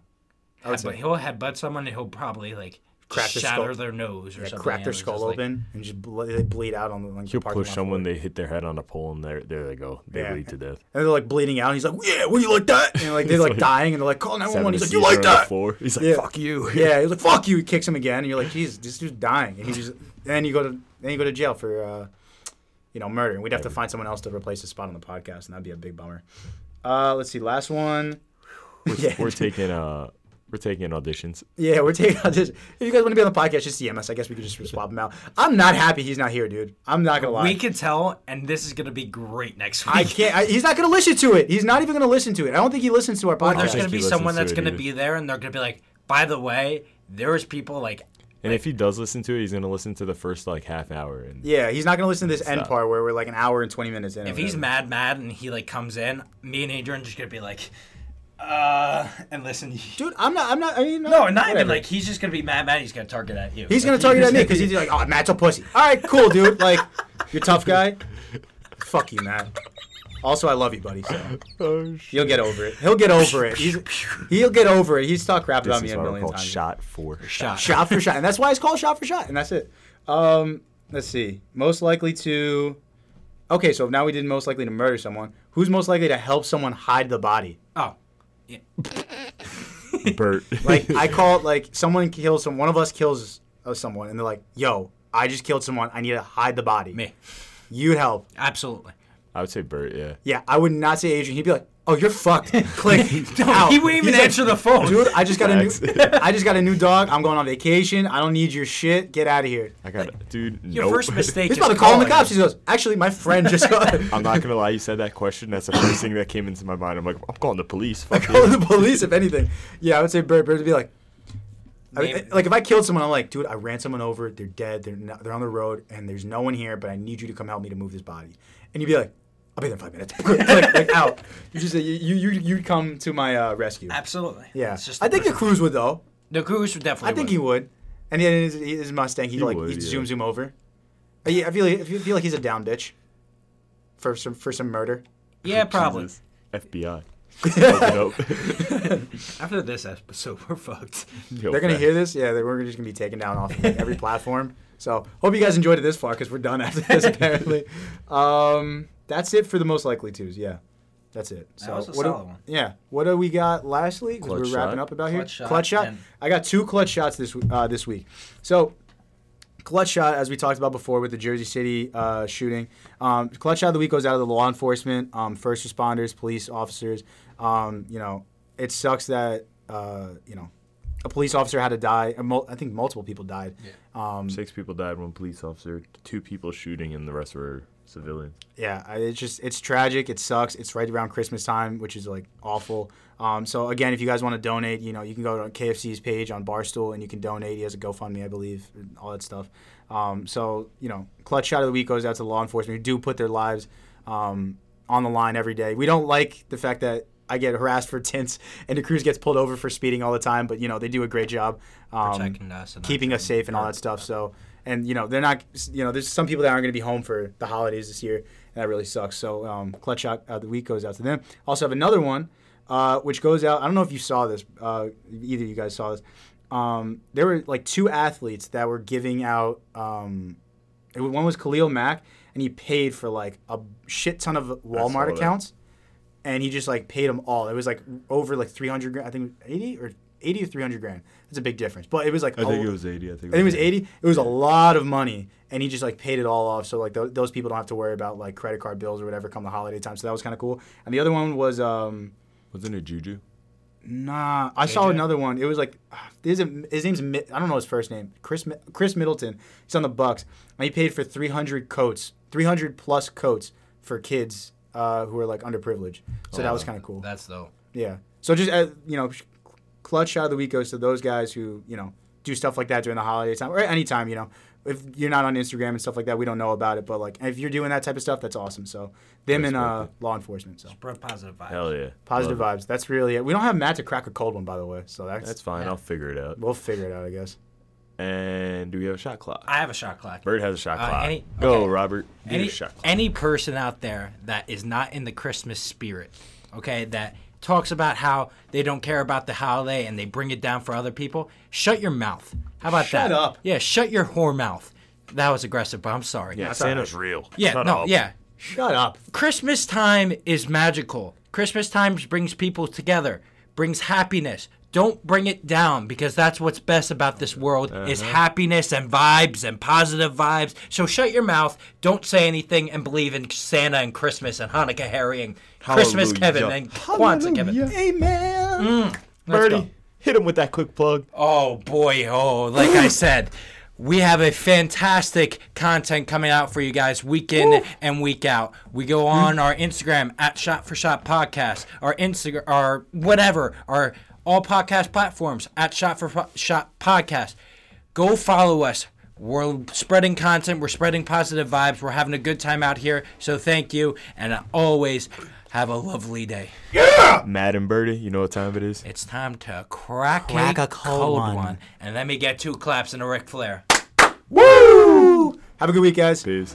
Speaker 2: I would
Speaker 3: but
Speaker 2: say
Speaker 3: he'll headbutt someone, and he'll probably like
Speaker 2: crack their
Speaker 3: shatter
Speaker 2: skull,
Speaker 3: their nose or
Speaker 2: yeah,
Speaker 3: something.
Speaker 2: crack
Speaker 3: yeah,
Speaker 2: their
Speaker 3: it's
Speaker 2: skull
Speaker 3: just like-
Speaker 2: open and just ble- they bleed out on the like,
Speaker 1: He'll
Speaker 2: the parking
Speaker 1: push
Speaker 2: lot
Speaker 1: someone,
Speaker 2: floor.
Speaker 1: they hit their head on a pole, and there, there they go. They
Speaker 2: Yeah.
Speaker 1: bleed to death.
Speaker 2: and they're like bleeding out. And he's like, "Yeah, what do you like that?" And like they're like dying, and they're like, "Oh, "Call
Speaker 1: Having
Speaker 2: 911." He's
Speaker 1: a
Speaker 2: like,
Speaker 1: seizure
Speaker 2: "You like
Speaker 1: on
Speaker 2: that?"
Speaker 1: The floor. He's like,
Speaker 2: Yeah.
Speaker 1: fuck you.
Speaker 2: Yeah, he's like, "Fuck you!" He kicks him again, and you're like, "Jeez, this dude's dying." And he just then you go to then you go to jail for uh, you know murder, and we'd have to find someone else to replace his spot on the podcast, and that'd be a big bummer. Uh, let's see, last one. yeah,
Speaker 1: We're taking uh, we're taking auditions.
Speaker 2: yeah, we're taking out this. If you guys want to be on the podcast, just DM us. I guess we could just swap him out. I'm not happy he's not here, dude. I'm not gonna lie.
Speaker 3: We can tell, and this is gonna be great next week.
Speaker 2: I can't. I, he's not gonna listen to it. He's not even gonna listen to it. I don't think he listens to our podcast.
Speaker 3: There's
Speaker 1: think
Speaker 3: gonna
Speaker 1: he
Speaker 3: be
Speaker 1: listens
Speaker 3: someone
Speaker 1: to
Speaker 3: that's
Speaker 1: it
Speaker 3: gonna
Speaker 1: either.
Speaker 3: be there, and they're gonna be like, by the way, there's people like
Speaker 1: And if he does listen to it, he's gonna listen to the first like half hour. And
Speaker 2: yeah, he's not gonna listen to this end
Speaker 1: Stop.
Speaker 2: part where we're like an hour and twenty minutes in. or
Speaker 3: if he's
Speaker 2: whatever.
Speaker 3: mad, mad, and he like comes in, me and Adrian just gonna be like, uh, and listen.
Speaker 2: dude, I'm not. I'm not. I mean,
Speaker 3: No, not even
Speaker 2: whatever.
Speaker 3: like he's just gonna be mad, mad. He's gonna target at you.
Speaker 2: He's gonna
Speaker 3: Like,
Speaker 2: target at me because he's like, "Oh, Matt's a pussy." All right, cool, dude. Like, you're a tough guy. Fuck you, Matt. Also, I love you, buddy. So
Speaker 1: oh, shit.
Speaker 2: you'll get over it. He'll get over it. He's, he'll get over it. He's talked crap
Speaker 1: This
Speaker 2: about me
Speaker 1: is
Speaker 2: a
Speaker 1: what we're
Speaker 2: million
Speaker 1: called
Speaker 2: times.
Speaker 1: shot for
Speaker 3: shot.
Speaker 2: Shot for shot, and that's why it's called shot for shot, and that's it. Um, let's see. Most likely to. Okay, so now we did most likely to murder someone. Who's most likely to help someone hide the body?
Speaker 3: Oh,
Speaker 1: Bert.
Speaker 2: Like I call it like someone kills some. One of us kills uh, someone, and they're like, "Yo, I just killed someone. I need to hide the body."
Speaker 3: me,
Speaker 2: You'd help.
Speaker 3: absolutely.
Speaker 1: I would say Bert. Yeah.
Speaker 2: Yeah, I would not say Adrian. He'd be like, "Oh, you're fucked." Click. out.
Speaker 3: He wouldn't even
Speaker 2: He's like,
Speaker 3: answer the phone.
Speaker 2: Dude, I just got a new.
Speaker 1: Facts.
Speaker 2: I just got a new dog. I'm going on vacation. I don't need your shit. Get out of here.
Speaker 1: I got it, dude.
Speaker 3: Your
Speaker 1: nope.
Speaker 3: first mistake.
Speaker 2: He's
Speaker 3: is
Speaker 2: about to call the
Speaker 3: calling.
Speaker 2: cops. He goes, "Actually, my friend just got
Speaker 1: I'm not gonna lie. You said that question. That's the first thing that came into my mind. I'm like, I'm calling the police. Fuck you.
Speaker 2: called the police." If anything, yeah, I would say Bert. Bert would be like, I mean,
Speaker 3: Maybe-
Speaker 2: like if I killed someone, I'm like, dude, I ran someone over. They're dead. They're not, they're on the road, and there's no one here. But I need you to come help me to move this body. And you'd be like, "I'll be there in five minutes." like, like out. You just you you you- you'd come to my uh, rescue.
Speaker 3: Absolutely.
Speaker 2: Yeah,
Speaker 3: It's just
Speaker 2: I think the
Speaker 3: the person-
Speaker 2: Cruz would though.
Speaker 3: the Cruz would definitely.
Speaker 2: I think
Speaker 3: win.
Speaker 2: he would. And then his, his Mustang, he, like
Speaker 1: would,
Speaker 2: he
Speaker 1: yeah.
Speaker 2: zooms him over. Uh, yeah, I feel like I feel like he's a down ditch for some for some murder.
Speaker 3: Yeah, probably.
Speaker 1: Jesus. FBI. Open up.
Speaker 3: After this episode, we're fucked.
Speaker 1: Yo,
Speaker 2: They're gonna
Speaker 1: facts.
Speaker 2: hear this, yeah. They're, we're just gonna be taken down off of like, every platform. So hope you guys enjoyed it this far because we're done after this apparently. Um, that's it for the most likely twos. Yeah, that's it. So
Speaker 3: was a
Speaker 2: what do-
Speaker 3: solid one.
Speaker 2: Yeah. What do we got lastly? Because we're
Speaker 1: Clutch
Speaker 2: wrapping
Speaker 1: shot.
Speaker 2: up about
Speaker 3: Clutch
Speaker 2: here.
Speaker 3: shot
Speaker 2: clutch shot.
Speaker 3: and-
Speaker 2: I got two clutch shots this w- uh, this week. So clutch shot, as we talked about before with the Jersey City uh, shooting, um, clutch shot of the week goes out of the law enforcement, um, first responders, police officers. Um, you know, it sucks that uh, you know a police officer had to die. a mul- I think multiple people died. Um,
Speaker 1: Six people died, one police officer, two people shooting, and the rest were civilians.
Speaker 2: yeah, I- it's just it's tragic. It sucks. It's right around Christmas time, which is like awful. Um, so again, if you guys want to donate, you know, you can go to KFC's page on Barstool and you can donate. He has a GoFundMe, I believe, and all that stuff. Um, so you know, clutch shot of the week goes out to law enforcement who do put their lives um, on the line every day. We don't like the fact that I get harassed for tints and the cruise gets pulled over for speeding all the time, but you know they do a great job um,
Speaker 3: Protecting us and our
Speaker 2: keeping us safe and all that stuff. So, and you know, they're not, you know, there's some people that aren't going to be home for the holidays this year, and that really sucks. So, um, clutch shot of the week goes out to them. Also, have another one, uh, which goes out. I don't know if you saw this, uh, either of you guys saw this. Um, there were like two athletes that were giving out. Um, it was- one was Khalil Mack, and he paid for like a shit ton of
Speaker 1: saw
Speaker 2: Walmart
Speaker 1: that.
Speaker 2: accounts, and he just like paid them all. It was like over like 300 grand. I think it was 80 or 80 or 300 grand. That's a big difference, but it was like a-
Speaker 1: 80. I think,
Speaker 2: I think it was 80. It was a lot of money, and he just like paid it all off. So like th- those people don't have to worry about like credit card bills or whatever come the holiday time. So that was kind of cool. And the other one was um
Speaker 1: Wasn't it Juju?
Speaker 2: nah, I saw another one. It was like ah, his, his name's Mi- I don't know his first name. Chris Mi- Chris Middleton. He's on the Bucks. And he paid for 300 coats, 300 plus coats for kids uh, who are like underprivileged. So that was kind of cool.
Speaker 3: Oh, That's dope.
Speaker 2: Yeah. So just uh, you know, sh- clutch shot of the week goes to those guys who you know do stuff like that during the holiday time or any time. You know, if you're not on Instagram and stuff like that, we don't know about it. But like, if you're doing that type of stuff, that's awesome. So them and uh, law enforcement. So
Speaker 3: Spread positive vibes.
Speaker 1: Hell yeah.
Speaker 2: positive
Speaker 1: Love
Speaker 2: vibes. That's really it. We don't have Matt to crack a cold one, by the way. So that's,
Speaker 1: it. That's fine. I'll figure it out.
Speaker 2: we'll figure it out, I guess.
Speaker 1: And do we have a shot clock?
Speaker 3: I have a shot clock.
Speaker 1: Bird has a shot
Speaker 3: Uh,
Speaker 1: clock.
Speaker 3: any-
Speaker 1: Go,
Speaker 3: okay.
Speaker 1: Robert. Give me
Speaker 3: any,
Speaker 1: a shot clock.
Speaker 3: any person out there that is not in the Christmas spirit, okay, that talks about how they don't care about the holiday and they bring it down for other people, shut your mouth. How about
Speaker 2: Shut
Speaker 3: that?
Speaker 2: up.
Speaker 3: Yeah, shut your whore mouth. That was aggressive, but I'm sorry.
Speaker 1: Yeah,
Speaker 2: all right.
Speaker 1: Santa's real.
Speaker 3: yeah,
Speaker 1: Shut
Speaker 3: no,
Speaker 1: up.
Speaker 3: yeah.
Speaker 2: Shut up.
Speaker 3: Christmas time is magical. Christmas time brings people together, brings happiness. Don't bring it down because that's what's best about this world is
Speaker 1: Uh-huh.
Speaker 3: happiness and vibes and positive vibes. So shut your mouth, don't say anything, and believe in Santa and Christmas and Hanukkah Harrying, Christmas Kevin
Speaker 1: Hallelujah.
Speaker 3: and Kwanzaa Kevin.
Speaker 2: Amen.
Speaker 3: Let's go.
Speaker 1: Birdie, hit him with that quick plug.
Speaker 3: Oh boy, oh, like I said, we have a fantastic content coming out for you guys week in and week out. We go on our Instagram at Shot for Shot Podcast, our Instagram, our whatever, our all podcast platforms at Shot for Po- Shot Podcast. Go follow us. We're spreading content, we're spreading positive vibes, we're having a good time out here. So thank you, and always have a lovely day.
Speaker 1: Matt and Birdie, you know what time it is?
Speaker 3: It's time to crack,
Speaker 2: Crack
Speaker 3: a,
Speaker 2: a cold
Speaker 3: cold
Speaker 2: one.
Speaker 3: one. And let me get two claps and a Ric Flair.
Speaker 2: Woo! Have a good week, guys.
Speaker 1: Peace.